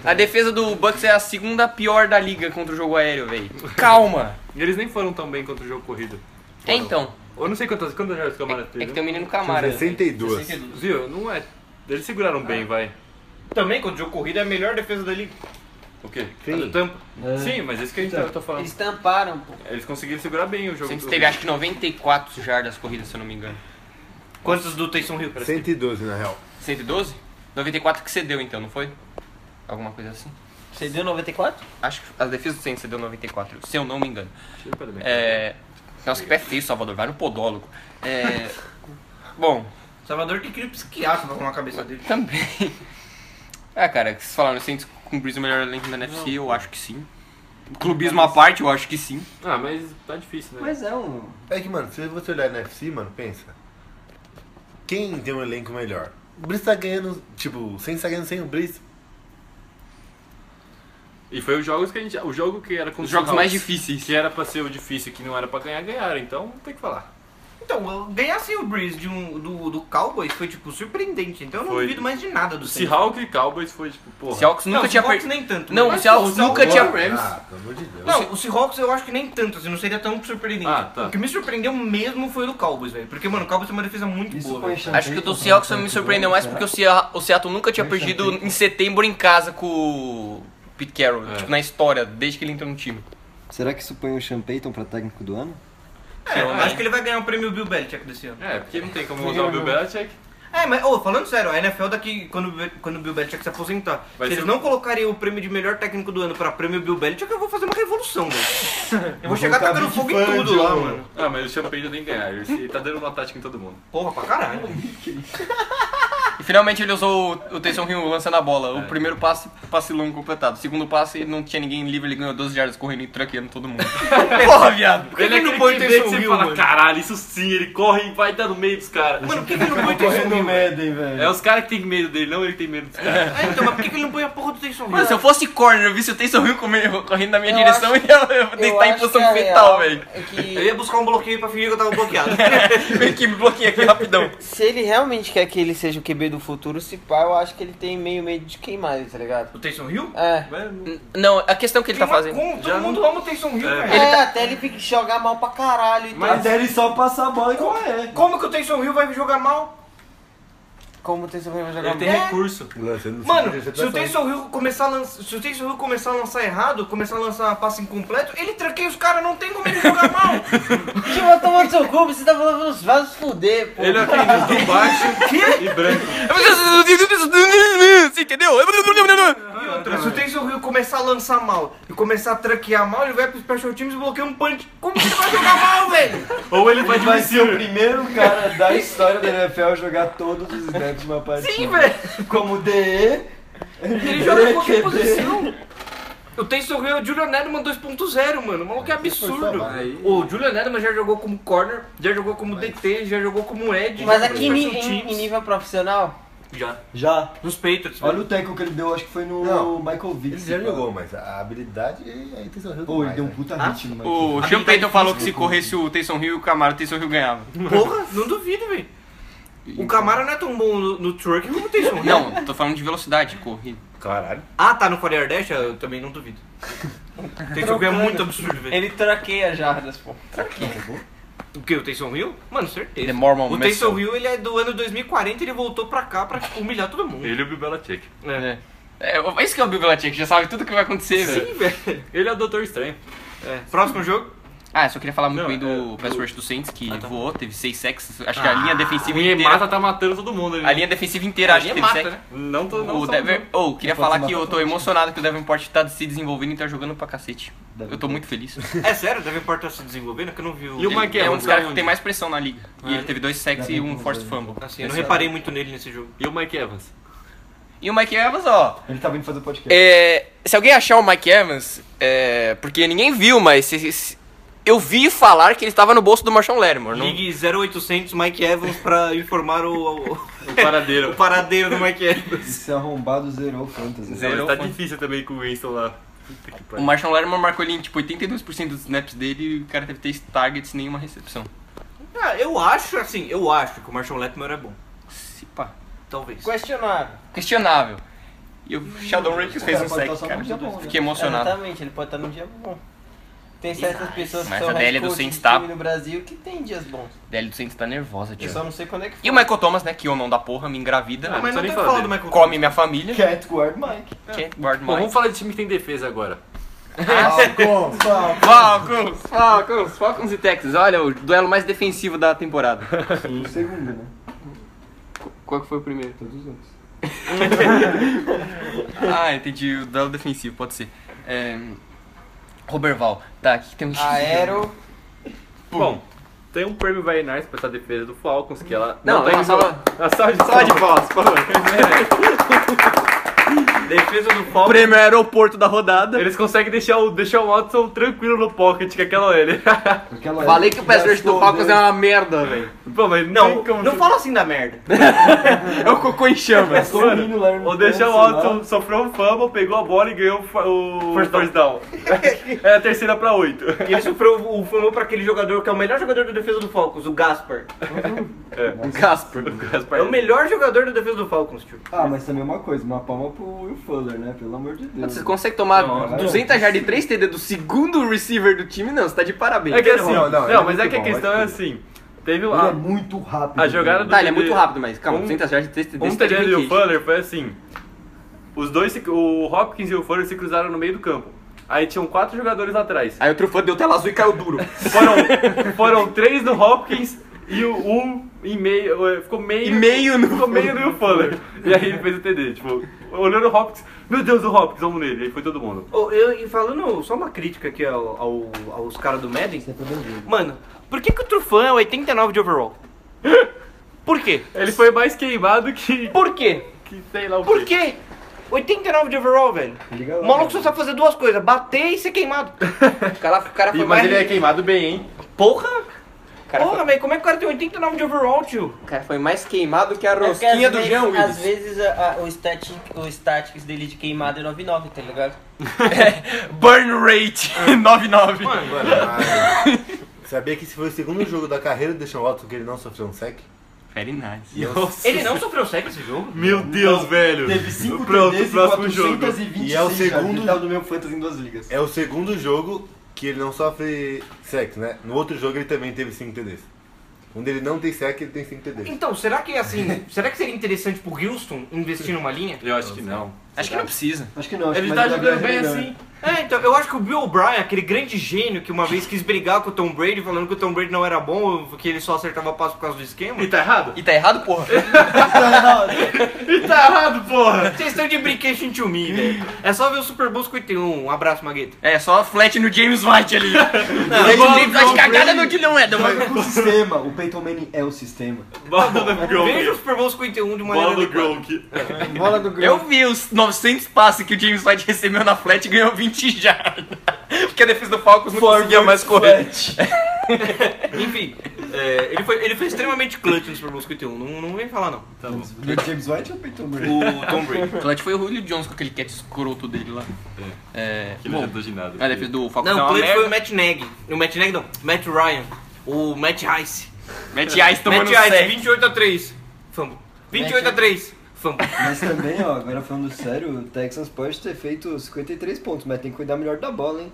Speaker 1: a defesa do Bucks é a segunda pior da liga contra o jogo aéreo, velho. Calma.
Speaker 2: Eles nem foram tão bem contra o jogo corrido.
Speaker 1: É então.
Speaker 2: Eu não sei quantas, quantas jardas o Camara
Speaker 1: É
Speaker 2: teve.
Speaker 1: que tem o menino
Speaker 4: tinha
Speaker 1: Camara. né?
Speaker 4: 62.
Speaker 2: Viu? Não é. Eles seguraram bem, vai.
Speaker 3: Também, quando o jogo corrido, é a melhor defesa da liga.
Speaker 2: O quê?
Speaker 3: Do Tampa.
Speaker 2: Sim, mas é isso que a gente tá, tá falando.
Speaker 7: Eles tamparam, pô.
Speaker 2: Eles conseguiram segurar bem o jogo.
Speaker 1: Saints teve acho que 94 jardas corridas, se eu não me engano.
Speaker 3: Quantos do Taysom Hill?
Speaker 4: 112 na real.
Speaker 1: 112? 94 que cedeu então, não foi? Alguma coisa assim?
Speaker 7: Você deu 94?
Speaker 1: Acho que a defesa do Saints cedeu 94, se eu não me engano.
Speaker 2: Teve...
Speaker 1: É... Nossa, que pé feio, Salvador. Vai no podólogo. É... Bom,
Speaker 3: Salvador que queria um psiquiatra pra arrumar a cabeça dele.
Speaker 1: também... Ah, cara, vocês falaram Saints com o Breeze o melhor elenco da NFC? Eu acho que sim. Clubismo à parte, eu acho que sim.
Speaker 2: Ah, mas tá difícil, né?
Speaker 6: Mas é um.
Speaker 4: É que, mano, se você olhar na FC, mano, pensa. Quem tem um elenco melhor? O Brice tá ganhando, tipo, sem tá ganhando sem o Brice.
Speaker 2: E foi os jogos que a gente. O jogo que era contra
Speaker 1: Os jogos mais
Speaker 2: Hawks,
Speaker 1: difíceis.
Speaker 2: Que era pra ser o difícil, que não era pra ganhar, ganharam. Então não tem o que falar.
Speaker 3: Então, ganhar sem o Breeze de um, do, do Cowboys foi, tipo, surpreendente. Então eu não
Speaker 2: Foi.
Speaker 3: duvido mais de nada do Saints.
Speaker 2: Seahawks e Cowboys foi tipo, porra.
Speaker 1: Seahawks
Speaker 3: Não,
Speaker 1: nunca
Speaker 3: o
Speaker 1: tinha
Speaker 3: Seahawks
Speaker 1: perdido.
Speaker 3: nem tanto. né?
Speaker 1: Não, o
Speaker 3: Mas,
Speaker 1: Seahawks
Speaker 3: pô,
Speaker 1: nunca tinha
Speaker 2: Rams.
Speaker 4: Ah, pelo amor de Deus.
Speaker 3: Não, o Seahawks eu acho que nem tanto, assim, não seria tão surpreendente.
Speaker 2: Ah, tá.
Speaker 3: O que me surpreendeu mesmo foi o do Cowboys, velho. Porque, mano, o Cowboys tem uma defesa muito
Speaker 6: Isso então,
Speaker 3: boa,
Speaker 6: foi
Speaker 3: velho.
Speaker 1: Acho que o do Seahawks
Speaker 6: né?
Speaker 1: só me surpreendeu mais porque o Sea- o Seattle nunca tinha perdido em setembro em casa com o Pete Carroll.
Speaker 2: É.
Speaker 1: Tipo, na história, desde que ele entrou no time.
Speaker 6: Será que isso põe o Sean Payton pra técnico do ano?
Speaker 3: É, eu acho que ele vai ganhar o prêmio Bill Belichick desse ano.
Speaker 2: É, porque não tem como usar o Bill Belichick.
Speaker 3: É, mas, ô, falando sério, a NFL daqui, quando, quando o Bill Belichick se aposentar,
Speaker 2: Vai
Speaker 3: se
Speaker 2: ser
Speaker 3: eles
Speaker 2: um-
Speaker 3: não colocarem o prêmio de melhor técnico do ano pra prêmio Bill Belichick, eu vou fazer uma revolução, velho. Eu vou chegar
Speaker 6: colocar
Speaker 3: tacando
Speaker 6: Big
Speaker 3: fogo em
Speaker 6: Fangio.
Speaker 3: tudo lá, mano.
Speaker 2: Ah, mas o Champagne tem que ganhar. Ele tá dando uma tática em todo mundo.
Speaker 3: Porra, pra caralho.
Speaker 1: E Finalmente ele usou o, o Taysom Hill lançando a bola.
Speaker 3: É.
Speaker 1: O primeiro passe, passe longo completado. O segundo passe, não tinha ninguém livre, ele ganhou 12 jardas correndo e tranqueando todo mundo. Porra, viado.
Speaker 2: Ele é
Speaker 3: que não
Speaker 2: aquele
Speaker 3: põe
Speaker 2: que
Speaker 3: o
Speaker 2: vê que
Speaker 3: Taysom
Speaker 2: você
Speaker 3: Hill,
Speaker 2: fala,
Speaker 3: mano?
Speaker 2: caralho, isso sim, ele corre e vai dar no meio dos caras.
Speaker 3: Mano, por que, que ele não põe o Taysom Hill?
Speaker 6: medem, velho. É.
Speaker 2: É os caras que tem medo dele, não ele que tem medo dos caras.
Speaker 3: Ah, então, mas por que, que ele não põe a porra do Taysom Hill?
Speaker 1: Mano, se eu fosse corner, eu visse o Taysom Hill comer- correndo na minha
Speaker 7: Eu
Speaker 1: direção
Speaker 7: acho-
Speaker 1: e eu, eu deitar em
Speaker 7: acho
Speaker 1: posição
Speaker 7: que a
Speaker 1: fetal,
Speaker 7: real
Speaker 1: velho.
Speaker 7: é
Speaker 3: Eu
Speaker 7: que
Speaker 3: ia buscar um bloqueio pra fingir que eu tava bloqueado.
Speaker 1: Vem aqui, me bloqueia aqui rapidão.
Speaker 7: se ele realmente quer que ele seja o QB do futuro, se pá, eu acho que ele tem meio medo de queimar ele, tá ligado?
Speaker 3: o Taysom Hill?
Speaker 7: É.
Speaker 1: N- Não, a questão que ele tá fazendo.
Speaker 3: Como?
Speaker 2: Já
Speaker 3: Todo mundo ama o Taysom Hill,
Speaker 2: É.
Speaker 3: velho.
Speaker 7: é, até ele fica- jogar mal pra caralho então. e
Speaker 6: Mas
Speaker 7: tal.
Speaker 6: ele só passa a bola e corre.
Speaker 3: É, Como que o Taysom Hill vai jogar mal?
Speaker 7: Como o Taysom Hill vai jogar
Speaker 2: Ele tem
Speaker 6: É.
Speaker 7: mal?
Speaker 2: recurso.
Speaker 3: Mano,
Speaker 6: tá
Speaker 3: se
Speaker 4: tá
Speaker 3: o Taysom Hill começar a lançar, se o Taysom Hill começar a lançar errado, começar a lançar passe incompleto, ele tranqueia os caras, não tem como ele jogar mal.
Speaker 7: Tio, vai tomar no seu cu, você tá falando pros vasos fuder, pô.
Speaker 2: Ele é aquele do baixo e branco.
Speaker 1: Você entendeu?
Speaker 3: E outra, se o Taysom Hill começar a lançar mal e começar a tranquear mal, ele vai pro special teams e bloqueia um punch. Como que ele vai jogar mal, velho?
Speaker 2: Ou ele vai de
Speaker 6: Vai ser o
Speaker 2: Messina.
Speaker 6: primeiro cara da história da NFL a jogar todos os snaps de uma partida.
Speaker 3: Sim, velho.
Speaker 6: Como DE.
Speaker 3: Ele joga em qualquer posição. O Taysom Hill é o Julian Edelman 2.0, mano. O maluco é absurdo. O Julian Edelman já jogou como corner, já jogou como DT, já jogou como Ed.
Speaker 7: Mas
Speaker 3: já jogou
Speaker 7: aqui
Speaker 3: no
Speaker 7: em,
Speaker 3: special
Speaker 7: em-
Speaker 3: teams.
Speaker 7: em nível profissional,
Speaker 3: Já.
Speaker 6: Já.
Speaker 3: Nos Patriots.
Speaker 6: Olha o teco que ele deu, acho que foi no
Speaker 4: Não.
Speaker 6: Michael Vick.
Speaker 4: Ele já jogou, mas a habilidade é a intenção do
Speaker 6: Pô, ele deu um puta hit no Michael Vick.
Speaker 1: O
Speaker 3: tá
Speaker 1: Sean Payton falou que se corresse o Taysom Hill e o Camaro, o Taysom Hill ganhava.
Speaker 3: Porra, não duvido, velho. O Camara não é tão bom no, no truck como o Taysom Hill.
Speaker 1: Não, tô falando de velocidade, corrida.
Speaker 4: Caralho.
Speaker 3: Ah, tá no Fire Dash? Eu também não duvido. O Taysom Hill é muito absurdo, velho.
Speaker 7: ele traqueia jardas, pô.
Speaker 3: O que, o Taysom Hill? Mano, certeza.
Speaker 1: The é Mormon
Speaker 3: é o
Speaker 1: Missile.
Speaker 3: Taysom Hill, ele é do ano 2040 ele voltou pra cá pra tipo, humilhar todo mundo.
Speaker 2: Ele e o Bill Belichick.
Speaker 3: É.
Speaker 1: É, é isso que é o Bill Belichick, já sabe tudo que vai acontecer, velho.
Speaker 3: Sim, velho.
Speaker 2: Ele é o Doutor Estranho.
Speaker 3: É. Próximo jogo?
Speaker 1: Ah, só queria falar muito
Speaker 2: Não,
Speaker 1: bem do
Speaker 2: é,
Speaker 1: pass
Speaker 2: do-
Speaker 1: rush do Saints, que voou, teve seis sacks. Acho que a linha defensiva
Speaker 2: O
Speaker 1: inteira...
Speaker 2: Mata tá matando todo mundo ali.
Speaker 1: A linha defensiva inteira, acho que teve
Speaker 3: mata,
Speaker 1: sec.
Speaker 3: né?
Speaker 2: Não tô não
Speaker 1: é O
Speaker 2: só-
Speaker 1: Dever... Oh, queria
Speaker 6: pode
Speaker 1: falar
Speaker 6: matar
Speaker 1: que eu tô emocionado que o Davenport tá se desenvolvendo e tá jogando pra cacete. Eu tô muito feliz.
Speaker 3: É sério, deve importar se desenvolvendo, que eu não vi o...
Speaker 2: E o
Speaker 1: Ele
Speaker 2: Michael,
Speaker 1: é um dos
Speaker 2: tá
Speaker 1: caras que
Speaker 2: onde?
Speaker 1: tem mais pressão na liga.
Speaker 3: Ah,
Speaker 1: E ele teve dois sacks e um forced fumble.
Speaker 3: Assim, eu não reparei muito nele nesse jogo.
Speaker 2: E o Mike Evans?
Speaker 1: E o Mike Evans, ó.
Speaker 6: Ele tá vindo fazer o podcast.
Speaker 1: é, se alguém achar o Mike Evans, é, porque ninguém viu, mas se- se- eu vi falar que ele estava no bolso do Marshawn Lattimore. Não...
Speaker 3: Ligue 0800 Mike Evans pra informar o, o,
Speaker 2: O paradeiro.
Speaker 3: o paradeiro do Mike Evans.
Speaker 6: Esse arrombado zerou o fantasy.
Speaker 1: Zero.
Speaker 2: Mas tá difícil também com o Winston lá. Puta que
Speaker 1: O
Speaker 2: pariu.
Speaker 1: Marshawn Lattimore marcou ele em tipo 82% dos snaps dele e o cara deve ter targets e nenhuma recepção.
Speaker 3: Ah, eu acho, assim, eu acho que o Marshall Letmore é bom.
Speaker 1: Se pá.
Speaker 3: Talvez.
Speaker 7: Questionável.
Speaker 1: Questionável. E o Sheldon Rankins fez
Speaker 6: Cara,
Speaker 1: um
Speaker 6: pode
Speaker 1: sack,
Speaker 6: passar
Speaker 1: cara.
Speaker 6: um dia bom, né?
Speaker 1: Fiquei emocionado.
Speaker 7: Exatamente, ele pode estar num dia bom. Tem certas pessoas que
Speaker 1: Mas
Speaker 7: são
Speaker 1: a DL
Speaker 7: head
Speaker 1: do
Speaker 7: coach
Speaker 1: Saints
Speaker 7: de
Speaker 1: tá-
Speaker 7: time no Brasil que tem dias bons.
Speaker 1: Dele do Saints tá nervosa,
Speaker 7: Eu
Speaker 1: tio.
Speaker 7: só não sei quando é que foi.
Speaker 1: E o Michael Thomas, né, que o não da porra, me engravida,
Speaker 2: Ah,
Speaker 3: Ah, mas
Speaker 2: não precisa
Speaker 3: não tem que
Speaker 2: nem falar
Speaker 3: falar do
Speaker 2: dele.
Speaker 3: Michael
Speaker 1: come minha família,
Speaker 6: Cat guard Mike.
Speaker 1: can't guard
Speaker 2: Bom,
Speaker 1: mine.
Speaker 2: vamos falar de time que tem defesa agora.
Speaker 6: Falcon, Falcon.
Speaker 1: Falcons, Falcons, Falcons e Texas. Olha, o duelo mais defensivo da temporada.
Speaker 6: O segundo, né?
Speaker 1: Qual que foi o primeiro?
Speaker 6: Todos os outros.
Speaker 1: Ah, entendi. O duelo defensivo, pode ser. É... Roberval. Tá, o que temos que dizer?
Speaker 7: Aero.
Speaker 2: Bom, tem um prêmio vai nice pra essa defesa do Falcons, que ela.
Speaker 1: Não,
Speaker 2: tá
Speaker 1: é uma
Speaker 2: indo-
Speaker 1: salva-
Speaker 2: Uma salva de salva de palmas, né? por favor.
Speaker 3: Defesa do Falcons.
Speaker 1: Prêmio aeroporto da rodada.
Speaker 2: Eles conseguem deixar o, deixar o Watson tranquilo no pocket com aquela ele.
Speaker 6: Aquela
Speaker 1: Falei que o pass rush do Falcons é uma merda, velho.
Speaker 2: Pô, mas
Speaker 3: Não,
Speaker 2: tem como
Speaker 3: não
Speaker 2: tu-
Speaker 3: fala assim da merda.
Speaker 1: É o cocô em chamas.
Speaker 6: um
Speaker 2: Ou deixar o Watson sofreu um fumble, pegou a bola e ganhou o fa- o
Speaker 3: First
Speaker 2: first, down. é a terceira pra oito.
Speaker 3: E ele sofreu o fumble pra aquele jogador que é o melhor jogador da defesa do Falcons, o Gaspar.
Speaker 1: Casper.
Speaker 3: É o melhor jogador da defesa do Falcons, tio.
Speaker 6: Ah, mas também é uma coisa, uma palma pro Will Fuller, né? Pelo amor de Deus.
Speaker 1: Você consegue tomar
Speaker 6: né?
Speaker 2: Não,
Speaker 1: 200 jardas e 3 TD do segundo receiver do time? Não, você tá de parabéns.
Speaker 2: É que assim,
Speaker 4: Não,
Speaker 2: não,
Speaker 4: não, ele é
Speaker 2: mas é
Speaker 4: muito
Speaker 2: que a
Speaker 4: bom,
Speaker 2: questão
Speaker 4: acho
Speaker 2: é
Speaker 4: que-
Speaker 2: assim. Teve
Speaker 6: Ele
Speaker 1: Ah.
Speaker 6: é
Speaker 2: uma,
Speaker 6: muito rápido.
Speaker 2: a jogada do
Speaker 1: Tá, ele é
Speaker 2: TD
Speaker 1: muito rápido, mas calma,
Speaker 2: Um-
Speaker 1: 200 jardas e 3 TD.
Speaker 2: Um
Speaker 1: você tá de
Speaker 2: TD e o
Speaker 1: brinquedo.
Speaker 2: Fuller foi assim. Os dois, se- o Hopkins e o Fuller se cruzaram no meio do campo. Aí tinham quatro jogadores atrás.
Speaker 1: Aí o Trufan deu tela azul e caiu duro.
Speaker 2: Foram, foram três do Hopkins e o um e meio. eh, Ficou meio.
Speaker 1: E meio no-
Speaker 2: Ficou meio no Will Fuller. E aí ele fez o TD, tipo, olhando o Hopkins, meu Deus, o Hopkins, vamos nele. Aí foi todo mundo.
Speaker 3: Ô, eu, e falando só uma crítica aqui ao, ao- aos caras do Madden, mano, por que, que o Trufan é 89 de overall? Por quê?
Speaker 2: Ele foi mais queimado que,
Speaker 3: Por quê?
Speaker 2: que sei lá o
Speaker 3: Por
Speaker 2: quê.
Speaker 3: quê? 89 de overall, velho.
Speaker 6: Liga lá,
Speaker 3: O maluco só
Speaker 6: velho.
Speaker 3: sabe fazer duas coisas, bater e ser queimado. O cara, o cara
Speaker 2: Ih,
Speaker 3: foi
Speaker 2: mas
Speaker 3: mais...
Speaker 2: ele é queimado bem, hein?
Speaker 3: Porra! Porra, velho, como é que o cara tem 89 de overall, tio?
Speaker 1: O cara foi mais queimado que a
Speaker 7: É porque às
Speaker 1: rosquinha do
Speaker 7: vezes-
Speaker 1: Jean Willis.
Speaker 7: Às vezes a- a- o, static, o statics dele de queimado é 99, tá ligado?
Speaker 2: Burn rate 99.
Speaker 4: Mano, mas- Sabia que esse foi o segundo jogo da carreira do Deshaun Watson que ele não sofreu um sec?
Speaker 2: Very nice.
Speaker 4: E eu-
Speaker 3: Ele não sofreu sec esse jogo?
Speaker 2: Meu Deus, velho.
Speaker 6: Teve 5
Speaker 2: Pronto, próximo jogo.
Speaker 4: E é o segundo-
Speaker 6: segundo do meu fantasy em duas ligas.
Speaker 4: É o segundo jogo que ele não sofre sec, né? No outro jogo ele também teve 5 TDs. Quando ele não tem sec, ele tem 5 TDs.
Speaker 3: Então, será que é assim? será que seria interessante pro Houston investir numa linha?
Speaker 2: Eu acho que não.
Speaker 1: Acho que não precisa.
Speaker 6: Acho que não. acho
Speaker 2: Ele
Speaker 6: que
Speaker 2: tá
Speaker 6: mais
Speaker 2: jogando
Speaker 6: jogador
Speaker 2: bem
Speaker 6: é melhor.
Speaker 2: assim.
Speaker 3: É, então, eu acho que o Bill O'Brien, aquele grande gênio que uma vez quis brigar com o Tom Brady, falando que o Tom Brady não era bom, que ele só acertava passo por causa do esquema.
Speaker 2: E tá errado?
Speaker 1: E tá errado, porra?
Speaker 2: E tá errado, porra.
Speaker 3: Vocês estão de brincation to me, velho. É só ver o Super Bowl 51. Um abraço, Magueta.
Speaker 1: É, só flat no James White ali.
Speaker 6: Não,
Speaker 1: Flat
Speaker 6: não,
Speaker 1: no James White,
Speaker 6: não,
Speaker 1: cagada
Speaker 6: Brady.
Speaker 1: no Dylan é, Edelman.
Speaker 6: Joga com o sistema. O Peyton Manning é o sistema.
Speaker 2: Bola do
Speaker 3: Veja o
Speaker 2: Gronk.
Speaker 3: Super Bowl 51 de maneira
Speaker 2: Bola do
Speaker 3: adequada.
Speaker 2: Gronk.
Speaker 6: Bola do
Speaker 1: Eu vi os 900 passes que o James White recebeu na flat e ganhou 20 jardas. Porque a defesa do Falcons não conseguia mais correr.
Speaker 3: Enfim, é, ele, foi, ele foi extremamente clutch no Super Bowl 51. Não, não vem falar, não.
Speaker 2: Tá bom.
Speaker 6: O James White ou o Peyton Manning?
Speaker 3: O Tom Brady.
Speaker 1: O Flat foi o Julio Jones com aquele catch escroto dele lá. É.
Speaker 2: Que
Speaker 1: bom,
Speaker 2: legenda do ginásio.
Speaker 1: a defesa do Falcons é
Speaker 3: Não, o
Speaker 1: uma
Speaker 3: clutch foi o
Speaker 1: merda.
Speaker 3: Matt Nagy. O Matt Nagy não, Matt Ryan. O Matt Ice.
Speaker 1: Matt Ice tomando
Speaker 3: Matt Ice,
Speaker 1: sec.
Speaker 3: 28 a 3. Fumble. 28 a 3. Fumble.
Speaker 6: Mas também, ó, agora falando sério, o Texans pode ter feito 53 pontos, mas tem que cuidar melhor da bola, hein?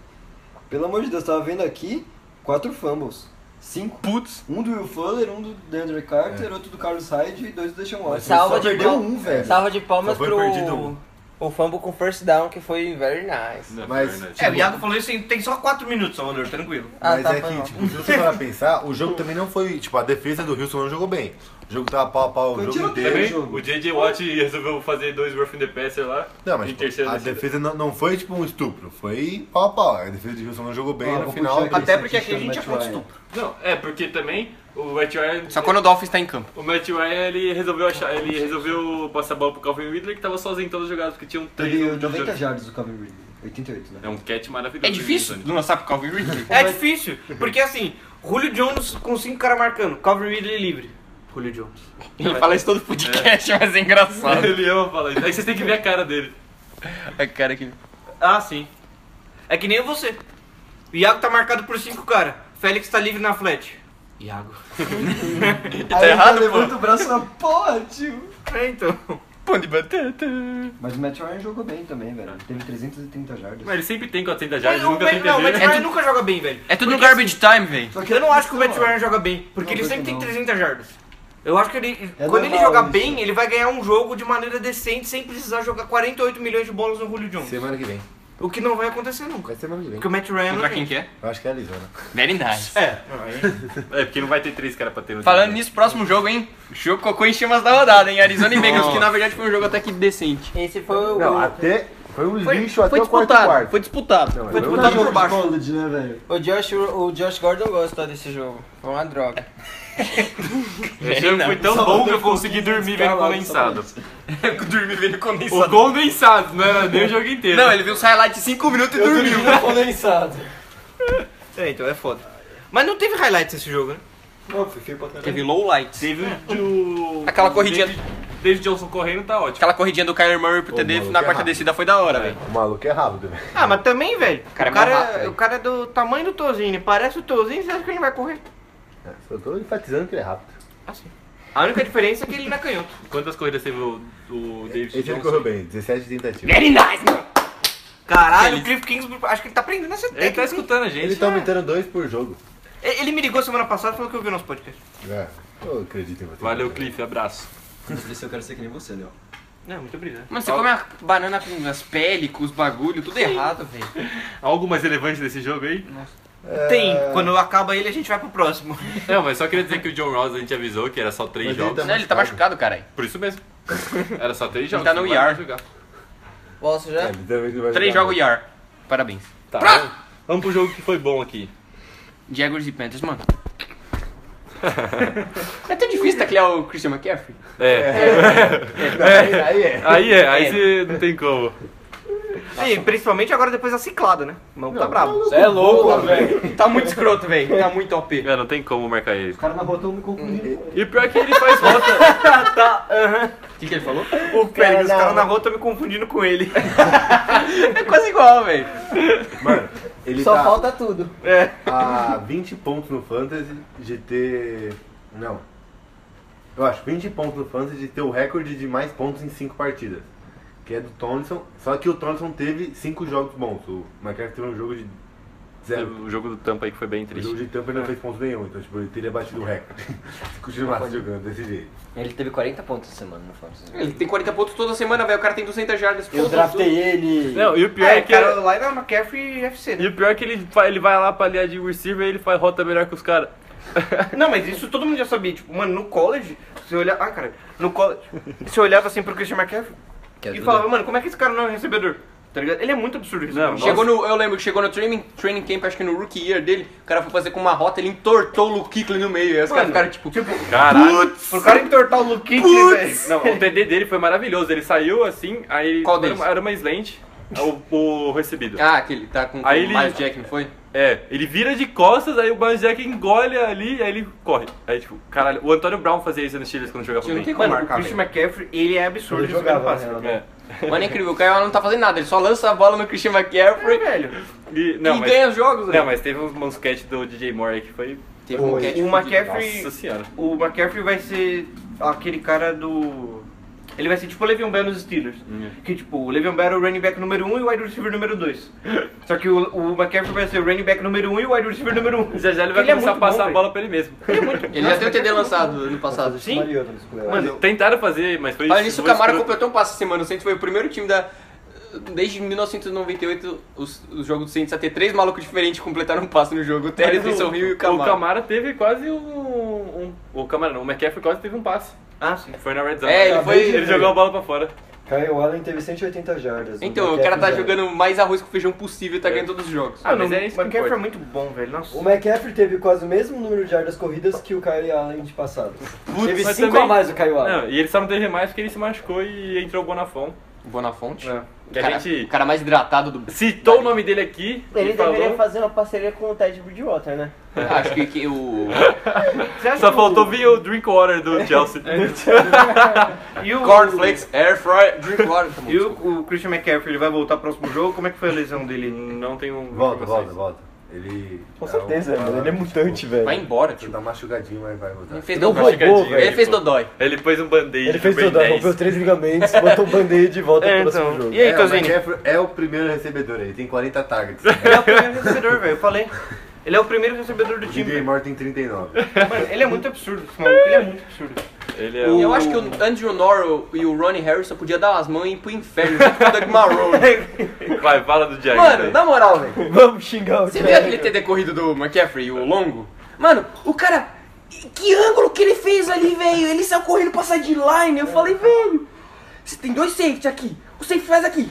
Speaker 6: Pelo amor de Deus, tava vendo aqui, quatro fumbles. Cinco.
Speaker 1: Putz.
Speaker 6: Um do Will Fuller, um do DeAndre Carter, outro do Carlos Hyde e dois do Deshaun Watson.
Speaker 7: Salva
Speaker 6: Só
Speaker 7: de
Speaker 6: perdeu
Speaker 7: pal-
Speaker 6: um,
Speaker 1: É.
Speaker 6: velho.
Speaker 7: Salva de palmas
Speaker 4: Só foi
Speaker 7: pro.
Speaker 4: perdido um.
Speaker 7: O fumble com first down, que foi very nice.
Speaker 2: Não,
Speaker 4: Mas-
Speaker 2: verdade.
Speaker 3: É, o Iago falou isso em, tem só 4 minutos, Salvador, tranquilo.
Speaker 7: Ah,
Speaker 4: Mas
Speaker 7: tá,
Speaker 4: é
Speaker 7: foi
Speaker 4: que,
Speaker 7: mal.
Speaker 4: tipo, se você parar pra pensar, o jogo também não foi. Tipo, a defesa do Houston não jogou bem. O jogo tava pau a pau o
Speaker 6: Foi
Speaker 4: jogo
Speaker 6: tiroteio.
Speaker 4: inteiro.
Speaker 2: Também,
Speaker 6: jogo.
Speaker 2: o JJ Watt resolveu fazer dois Rough in the Passer lá.
Speaker 4: Não, mas
Speaker 2: em
Speaker 4: tipo,
Speaker 2: terceira
Speaker 4: a
Speaker 2: descida.
Speaker 4: defesa não, não foi tipo um estupro, foi pau a pau. A defesa do Houston não jogou bem
Speaker 6: Ó,
Speaker 4: no
Speaker 6: vou
Speaker 4: final.
Speaker 6: puxar
Speaker 4: Até...
Speaker 3: porque aqui a gente é
Speaker 6: estatística do
Speaker 3: contra
Speaker 6: Matt Ryan.
Speaker 2: Não, é, porque também o Matt Ryan.
Speaker 1: Só quando o Dolphins tá em campo.
Speaker 2: O Matt Ryan ele resolveu achar. Ele resolveu passar a bola pro Calvin Ridley que tava sozinho em todas as jogadas, porque um tinham três.
Speaker 4: é
Speaker 6: Teve
Speaker 2: no-
Speaker 6: 90 jardas do Calvin Ridley. 88, né?
Speaker 2: É um catch maravilhoso.
Speaker 1: É difícil
Speaker 2: hein, Antônio?
Speaker 1: não lançar pro Calvin Ridley.
Speaker 3: É difícil, porque assim, Julio Jones com 5 caras marcando, Calvin Ridley livre. Julio Jones.
Speaker 1: Ele fala isso todo podcast, mas é engraçado.
Speaker 2: Ele ama falar isso. Aí vocês têm que ver a cara dele.
Speaker 1: É cara que...
Speaker 3: Ah, sim. É que nem você. O Iago tá marcado por 5 caras. Félix tá livre na flat. Iago.
Speaker 6: Aí tá errado, levanta o braço na porra, tio.
Speaker 3: É, então.
Speaker 1: Pão de batata.
Speaker 6: Mas o Matt Ryan jogou bem também, velho. Teve 330 jardas.
Speaker 2: Mas ele sempre tem 400
Speaker 3: Mas
Speaker 2: jardas,
Speaker 3: o
Speaker 2: nunca
Speaker 3: Matt,
Speaker 2: tem
Speaker 3: não, o Matt
Speaker 2: TD.
Speaker 1: É
Speaker 3: Ryan
Speaker 1: tu-
Speaker 3: nunca joga bem, velho.
Speaker 1: É tudo no garbage time, velho.
Speaker 6: Só que
Speaker 3: Eu não acho que o
Speaker 6: Matt
Speaker 3: Matt Ryan joga bem, porque
Speaker 6: Não,
Speaker 3: ele
Speaker 6: eu
Speaker 3: sempre tem
Speaker 6: não.
Speaker 3: 300 jardas. Eu acho que ele,
Speaker 6: É
Speaker 3: quando ele
Speaker 6: normal
Speaker 3: jogar
Speaker 6: isso.
Speaker 3: bem, ele vai ganhar um jogo de maneira decente sem precisar jogar 48 milhões de bolas no Julio Jones.
Speaker 4: Semana que vem.
Speaker 3: O que não vai acontecer nunca.
Speaker 4: Vai semana que vem.
Speaker 3: Porque o Matt Ryan.
Speaker 1: Contra quem que é?
Speaker 4: Eu acho que é a Arizona.
Speaker 1: Very nice.
Speaker 2: É, porque não vai ter três caras pra ter no
Speaker 1: Falando
Speaker 2: time.
Speaker 1: nisso, próximo jogo, hein? Jogo cocô em chamas da rodada, hein? Arizona e Bengals, que na verdade foi um jogo até que decente.
Speaker 7: Esse foi o.
Speaker 4: Não, até. Foi um
Speaker 1: Foi,
Speaker 4: lixo até
Speaker 1: foi
Speaker 4: o quarto
Speaker 1: disputado,
Speaker 4: quarto.
Speaker 1: foi disputado.
Speaker 4: Não,
Speaker 1: foi
Speaker 4: eu não
Speaker 1: disputado por baixo.
Speaker 6: College, né, velho?
Speaker 7: O Josh, o Josh Gordon gosta desse jogo. Foi uma droga.
Speaker 2: Esse jogo foi tão bom que eu consegui dormir vendo
Speaker 6: Calado,
Speaker 2: condensado.
Speaker 1: Dormi vendo
Speaker 2: O
Speaker 1: condensado.
Speaker 2: condensado, não era nem o jogo inteiro.
Speaker 1: Não, é ele viu o highlight de 5 minutos e dormiu.
Speaker 6: condensado.
Speaker 3: É, então é foda. Mas não teve highlights nesse jogo, né?
Speaker 6: Não, foi feio pra caralho.
Speaker 1: Teve low lights.
Speaker 2: Teve o. do-
Speaker 1: Aquela corridinha-
Speaker 2: David, David Johnson correndo tá ótimo.
Speaker 1: Aquela corridinha do Kyler Murray pro
Speaker 4: Ô,
Speaker 1: TD
Speaker 4: maluco,
Speaker 1: na
Speaker 4: é
Speaker 1: quarta
Speaker 4: rápido.
Speaker 1: descida foi da hora, velho.
Speaker 4: O maluco é rápido, velho.
Speaker 3: Ah, mas também, velho.
Speaker 1: cara é
Speaker 3: o, cara,
Speaker 1: mais rápido, velho.
Speaker 3: o cara é do tamanho do Tozini. Parece o Tozini, você acha que ele não vai correr?
Speaker 4: Eu tô enfatizando que ele é rápido.
Speaker 3: A única diferença é que ele não é canhoto.
Speaker 2: Quantas corridas teve o, o David
Speaker 4: Esse ele
Speaker 2: Johnson?
Speaker 4: correu bem, 17 tentativas.
Speaker 1: Very nice, mano.
Speaker 3: Caralho, o Cliff Kingsbury, acho que ele tá aprendendo essa
Speaker 2: Ele tá
Speaker 3: técnica. hein?
Speaker 2: escutando a gente.
Speaker 4: Ele tá aumentando dois por jogo.
Speaker 3: Ele, me ligou semana passada e falou que ouviu nosso podcast.
Speaker 4: É, eu acredito em você.
Speaker 2: Valeu, Cliff, abraço.
Speaker 6: Por isso eu quero ser que nem você, Léo.
Speaker 3: Não, muito obrigado.
Speaker 1: Mano, você come a banana com as peles, com os bagulho, tudo errado, velho.
Speaker 2: Algo mais relevante desse jogo aí?
Speaker 6: É,
Speaker 7: É.
Speaker 3: Tem, quando acaba ele a gente vai pro próximo.
Speaker 2: Não, mas só queria dizer que o John Ross a gente avisou que era só três
Speaker 4: Mas ele
Speaker 2: jogos.
Speaker 4: tá-
Speaker 1: Não, ele tá machucado, caralho.
Speaker 2: Por isso mesmo. Era só três
Speaker 1: Ele
Speaker 2: jogos.
Speaker 1: tá no
Speaker 2: não vai
Speaker 1: IR.
Speaker 2: mais jogar.
Speaker 7: Posso já?
Speaker 4: É, ele também não vai
Speaker 1: Três
Speaker 4: jogar,
Speaker 1: jogos
Speaker 4: né?
Speaker 1: IR. Parabéns.
Speaker 2: Tá. Vamos pro jogo que foi bom aqui.
Speaker 1: Jaguars e Panthers, mano. É tão difícil taclear o Christian McCaffrey.
Speaker 10: É.
Speaker 6: Aí é.
Speaker 2: Aí é, aí você não tem como.
Speaker 3: E principalmente agora depois da ciclada, né? O maluco tá bravo.
Speaker 1: Você é louco, velho. Tá muito escroto, velho. Tá muito OP.
Speaker 2: É, não tem como marcar ele.
Speaker 6: O cara na rua todo me confundindo.
Speaker 2: E pior é que ele faz rota.
Speaker 1: O que, que ele falou?
Speaker 3: O Pérez, os caras na rua estão me confundindo com ele.
Speaker 1: É quase igual, velho.
Speaker 4: Mano, ele
Speaker 7: Só
Speaker 4: tá É.
Speaker 7: falta tudo.
Speaker 4: a 20 pontos no Fantasy de ter. Não. Eu acho 20 pontos no Fantasy de ter o recorde de mais pontos em 5 partidas. Que é do Tomlinson. Só que o Tomlinson teve 5 jogos bons. O McCaffrey teve um jogo de 0.
Speaker 2: O jogo do Tampa aí que foi bem
Speaker 4: O jogo
Speaker 2: triste.
Speaker 4: de tampa ele não fez ponto nenhum, então tipo, ele teria batido o recorde. Se continuasse jogando desse jeito.
Speaker 6: Ele teve 40 pontos essa semana no Fantasy.
Speaker 1: Ele tem 40 pontos toda semana, velho. O cara tem 200 jardas.
Speaker 6: Eu draftei ele.
Speaker 2: Não, e o pior
Speaker 3: É,
Speaker 2: é,
Speaker 3: é
Speaker 2: que.
Speaker 3: cara, lá era McCaffrey e FC, né?
Speaker 2: E o pior é que ele, fa- ele vai lá pra linha de receiver e ele faz rota melhor que os caras.
Speaker 3: Não, mas isso todo mundo já sabia. Tipo, mano, no college, você olhava. Ah, cara, no college. Você olhava assim pro Christian McCaffrey
Speaker 6: Que
Speaker 3: e
Speaker 6: ajuda.
Speaker 3: falava, mano, como é que esse cara não é um recebedor? Tá ligado? Ele é muito absurdo.
Speaker 2: Não,
Speaker 3: recebedor.
Speaker 1: Chegou no, eu lembro que chegou no training, training camp, acho que no rookie year dele, o cara foi fazer com uma rota, ele entortou o Luke Kuechly no meio. Aí os caras
Speaker 3: Mano,
Speaker 1: ficaram tipo,
Speaker 2: Caralho.
Speaker 3: Pro cara entortar o Luke Kuechly, velho.
Speaker 2: Não, o TD dele foi maravilhoso. Ele saiu assim, aí.
Speaker 1: Qual
Speaker 2: era,
Speaker 1: deles?
Speaker 2: uma, era uma slant, o, o recebido.
Speaker 1: ah, aquele tá com, com
Speaker 2: Aí
Speaker 1: o
Speaker 2: ele-
Speaker 1: Miles Jack, não foi?
Speaker 2: É, ele vira de costas, aí o Miles Jack engole ali, aí ele corre. Aí tipo, caralho, o Antônio Brown fazia isso nos Steelers quando jogava
Speaker 1: Não tem
Speaker 2: bem.
Speaker 1: como
Speaker 3: Mano, o
Speaker 1: marcar,
Speaker 3: Christian
Speaker 1: velho.
Speaker 3: McCaffrey, ele é absurdo
Speaker 6: Ele
Speaker 3: recebendo
Speaker 6: jogava,
Speaker 3: passe.
Speaker 6: na real,
Speaker 3: velho.
Speaker 6: né?
Speaker 2: É.
Speaker 1: Mano, é incrível, o Kyle Allen não tá fazendo nada, ele só lança a bola no Christian McCaffrey
Speaker 3: Velho,
Speaker 2: E, não,
Speaker 1: e
Speaker 2: mas,
Speaker 1: ganha os jogos,
Speaker 2: não, mas teve uns uns catch do DJ Moore aí que foi.
Speaker 1: Teve um
Speaker 6: Oi.
Speaker 1: catch
Speaker 3: o McCaffrey.
Speaker 2: Nossa assim. senhora.
Speaker 3: O McCaffrey vai ser aquele cara do. Ele vai ser tipo o Le'Veon Bell nos Steelers.
Speaker 2: Uhum.
Speaker 3: Que tipo, o Le'Veon Bell é o running back número 1 um e o wide receiver número 2. Só que o, o McCaffrey vai ser o running back número 1 um e o wide receiver número 1. Um.
Speaker 2: Já já ele vai
Speaker 3: Ele é
Speaker 2: começar a
Speaker 3: muito
Speaker 2: passar
Speaker 3: bom,
Speaker 2: a bola pra ele mesmo.
Speaker 1: Ele já tem o TD lançado ano passado.
Speaker 3: Sim.
Speaker 6: Mariota nos playoffs.
Speaker 3: Mano,
Speaker 2: Tentaram fazer, mas foi
Speaker 1: Olha nisso, o
Speaker 2: foi
Speaker 1: Camara
Speaker 2: escroto.
Speaker 1: completou um passe essa semana. O Saints foi o primeiro time da. Desde 1998, os, os jogos do Saints a ter três malucos diferentes completaram um passe no jogo. O Terry, o
Speaker 2: Mas
Speaker 1: Wilson Hill e o Camara.
Speaker 2: O Camara teve quase um. um- o Camara não, o McCaffrey quase teve um passe.
Speaker 3: Ah, sim.
Speaker 2: Foi na red zone.
Speaker 1: É, ele foi-
Speaker 2: Ele jogou a bola pra fora.
Speaker 6: Kyle Allen teve 180 jardas.
Speaker 1: Então, o cara tá jogando mais arroz com feijão possível e tá ganhando todos os jogos.
Speaker 2: Ah, mas é isso
Speaker 3: o
Speaker 2: que
Speaker 3: McCaffrey é muito
Speaker 2: importa.
Speaker 3: bom, velho. Nossa.
Speaker 6: O McCaffrey teve quase o mesmo número de jardas corridas que o Kyle Allen de passado. teve
Speaker 2: mas
Speaker 6: 5
Speaker 2: também-
Speaker 6: a mais o Kyle Allen.
Speaker 2: Não, e ele só não teve mais porque ele se machucou e entrou o Bonafon.
Speaker 1: Bonafonte.
Speaker 3: É.
Speaker 1: O
Speaker 2: Que a
Speaker 1: cara-
Speaker 2: gente-
Speaker 1: O cara mais hidratado do.
Speaker 2: Citou o nome dele aqui
Speaker 7: Ele
Speaker 2: e falou.
Speaker 7: deveria fazer uma parceria com o Ted Bridgewater, né?
Speaker 1: Acho que, que o.
Speaker 3: Você acha
Speaker 2: Só
Speaker 3: que
Speaker 2: faltou vir o Drinkwater do Chelsea.
Speaker 3: O, e o,
Speaker 1: Cornflakes, Air Fry, Drink Water. Tá bom,
Speaker 3: E
Speaker 1: desculpa.
Speaker 3: o, o Christian McCaffrey, ele vai voltar pro próximo jogo? Como é que foi a lesão dele?
Speaker 2: não tem um.
Speaker 4: Volta, volta, volta. Ele.
Speaker 6: Com certeza,
Speaker 4: é um-
Speaker 6: mano. Ele é mutante, velho.
Speaker 1: Vai embora,
Speaker 4: Ele
Speaker 1: tio.
Speaker 4: tá machucadinho, mas vai
Speaker 1: Ele
Speaker 4: voltar.
Speaker 1: fez
Speaker 6: Não
Speaker 1: Dodói.
Speaker 6: roubou,
Speaker 2: Machucadinho,
Speaker 1: Ele
Speaker 6: velho.
Speaker 1: fez Dodói.
Speaker 2: Ele pôs um band-aid.
Speaker 6: Ele fez
Speaker 2: no Ben
Speaker 4: né?
Speaker 6: toda,
Speaker 2: 10.
Speaker 6: rompeu três ligamentos, botou o band-aid de volta
Speaker 3: É,
Speaker 6: pro próximo
Speaker 3: então.
Speaker 6: jogo.
Speaker 3: E aí,
Speaker 4: é, o
Speaker 3: Tozinho?
Speaker 4: McCaffrey é o primeiro recebedor, ele tem 40 targets.
Speaker 3: Ele é o primeiro recebedor, velho. Eu falei. Ele é o primeiro recebedor do
Speaker 4: o
Speaker 3: time.
Speaker 4: DJ
Speaker 3: velho.
Speaker 4: Moore tem 39.
Speaker 3: Mano, ele é muito absurdo, esse maluco. Ele é muito absurdo.
Speaker 2: Ele é
Speaker 1: Eu acho que o Andrew Norwell e o Ronnie Harrison podiam dar as mãos e ir pro inferno junto com o Doug Marrone.
Speaker 2: o. Vai, fala do Jack.
Speaker 1: Mano, na moral, velho.
Speaker 6: Vamos xingar o
Speaker 1: Você
Speaker 6: cara.
Speaker 1: viu aquele TD corrido do McCaffrey, o longo? Mano, o cara. Que ângulo que ele fez ali, velho? Ele saiu correndo pra sideline. Eu falei, velho. Você tem dois safety aqui. O safety faz aqui.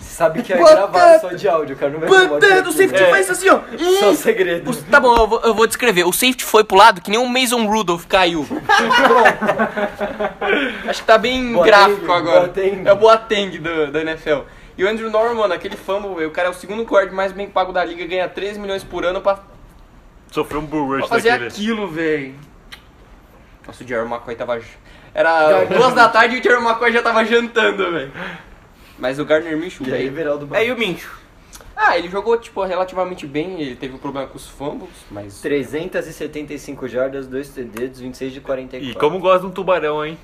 Speaker 6: Você sabe que é
Speaker 1: Puta-
Speaker 6: gravado só de áudio, cara. Não vai gravar de
Speaker 1: Pantando, o
Speaker 6: texto,
Speaker 1: é safety
Speaker 6: né?
Speaker 1: faz assim, ó.
Speaker 6: É, Só segredo.
Speaker 1: O- tá bom, eu vou, eu vou descrever. O safety foi pro lado que nem o Mason Rudolph caiu. Acho que tá bem
Speaker 6: Boateng,
Speaker 1: gráfico agora.
Speaker 6: Boateng.
Speaker 1: É o Boateng do- da NFL. E o Andrew Norman, mano, aquele fumble, velho, o cara é o segundo guard mais bem pago da liga, ganha 3 milhões por ano pra,
Speaker 2: Sofreu um bull
Speaker 1: pra
Speaker 2: rush
Speaker 1: fazer
Speaker 2: daquele.
Speaker 1: aquilo, velho. Nossa, o Jerry McCoy tava... j- Era duas da tarde e o Jerry McCoy já tava jantando, velho. Mas o Gardner Minshew,
Speaker 6: E aí,
Speaker 1: velho...
Speaker 6: Veraldo
Speaker 3: É, e o Mincho?
Speaker 1: Ah, ele jogou, tipo, relativamente bem, ele teve um problema com os fumbles, mas...
Speaker 6: 375 jardas, 2 TDs, 26 de 44.
Speaker 2: E como gosta de um tubarão, hein?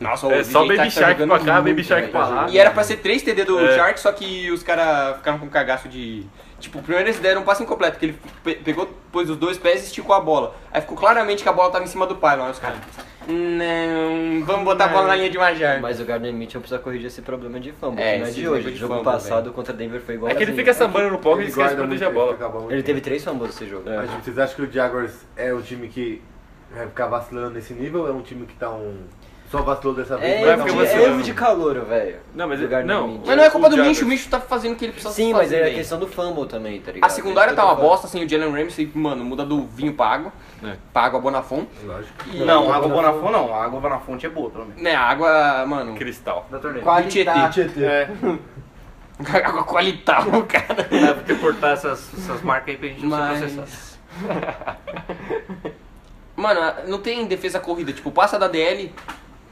Speaker 1: Nossa,
Speaker 2: É
Speaker 1: o
Speaker 2: só
Speaker 1: DJ
Speaker 2: Baby
Speaker 1: tá
Speaker 2: Shark
Speaker 1: jogando
Speaker 2: pra cá,
Speaker 1: muito,
Speaker 2: Baby Shark
Speaker 1: velho.
Speaker 2: pra lá.
Speaker 1: E era pra ser 3 TD do
Speaker 2: É.
Speaker 1: Shark, só que os caras ficaram com um cagaço de. Tipo, primeiro eles deram um passe incompleto, que ele pe- pegou, pôs os dois pés e esticou a bola. Aí ficou claramente que a bola tava em cima do pylon. Aí os caras. Não, vamos botar a bola na linha de uma jarda.
Speaker 6: Mas o Gardner Mitchell precisa corrigir esse problema de fumble,
Speaker 1: É,
Speaker 6: que não é
Speaker 1: esse
Speaker 6: de hoje.
Speaker 1: tipo
Speaker 6: O
Speaker 1: de
Speaker 6: jogo
Speaker 1: fumble,
Speaker 6: passado contra Denver foi igual.
Speaker 2: É que ele
Speaker 6: assim.
Speaker 2: fica sambando no pobre e esquece de
Speaker 4: guarda muito
Speaker 2: proteger a
Speaker 4: tempo,
Speaker 2: bola.
Speaker 4: fica bom muito
Speaker 6: Ele teve
Speaker 4: tempo.
Speaker 6: três fumbles nesse jogo.
Speaker 4: Mas vocês acham que o Jaguars é um É time que vai ficar vacilando nesse nível ou é um time que tá um. Só vacilou dessa vez.
Speaker 6: É,
Speaker 4: mas
Speaker 2: vai ficar
Speaker 6: de-
Speaker 4: não.
Speaker 6: é
Speaker 2: vacilando.
Speaker 6: erro de calor, velho.
Speaker 2: Não, mas-
Speaker 6: Lugar do
Speaker 2: não,
Speaker 6: Mindy.
Speaker 1: Mas não é culpa do
Speaker 2: O
Speaker 1: Mincho, o
Speaker 2: Jaguars.
Speaker 1: Mincho tá fazendo o que ele precisa
Speaker 6: Sim,
Speaker 1: fazer
Speaker 6: mas é a
Speaker 1: bem.
Speaker 6: questão do fumble também, tá ligado?
Speaker 1: A secundária
Speaker 6: É isso
Speaker 1: tá
Speaker 6: que eu
Speaker 1: uma
Speaker 6: tô falando.
Speaker 1: bosta, sem o Jalen Ramsey, mano, muda do vinho pra água,
Speaker 2: É.
Speaker 1: pra água Bonafon.
Speaker 4: Lógico.
Speaker 9: Não, água boa na fonte não. A água boa na fonte é boa, pelo menos.
Speaker 1: Né, água, mano,
Speaker 2: Cristal.
Speaker 9: Da torneira.
Speaker 1: Tietê.
Speaker 4: Tietê.
Speaker 2: É.
Speaker 1: água qualitável, cara.
Speaker 9: Deve ter cortar essas, essas marcas aí pra gente não ser processado.
Speaker 1: Mas... Mano, não tem defesa corrida, tipo, passa da DL,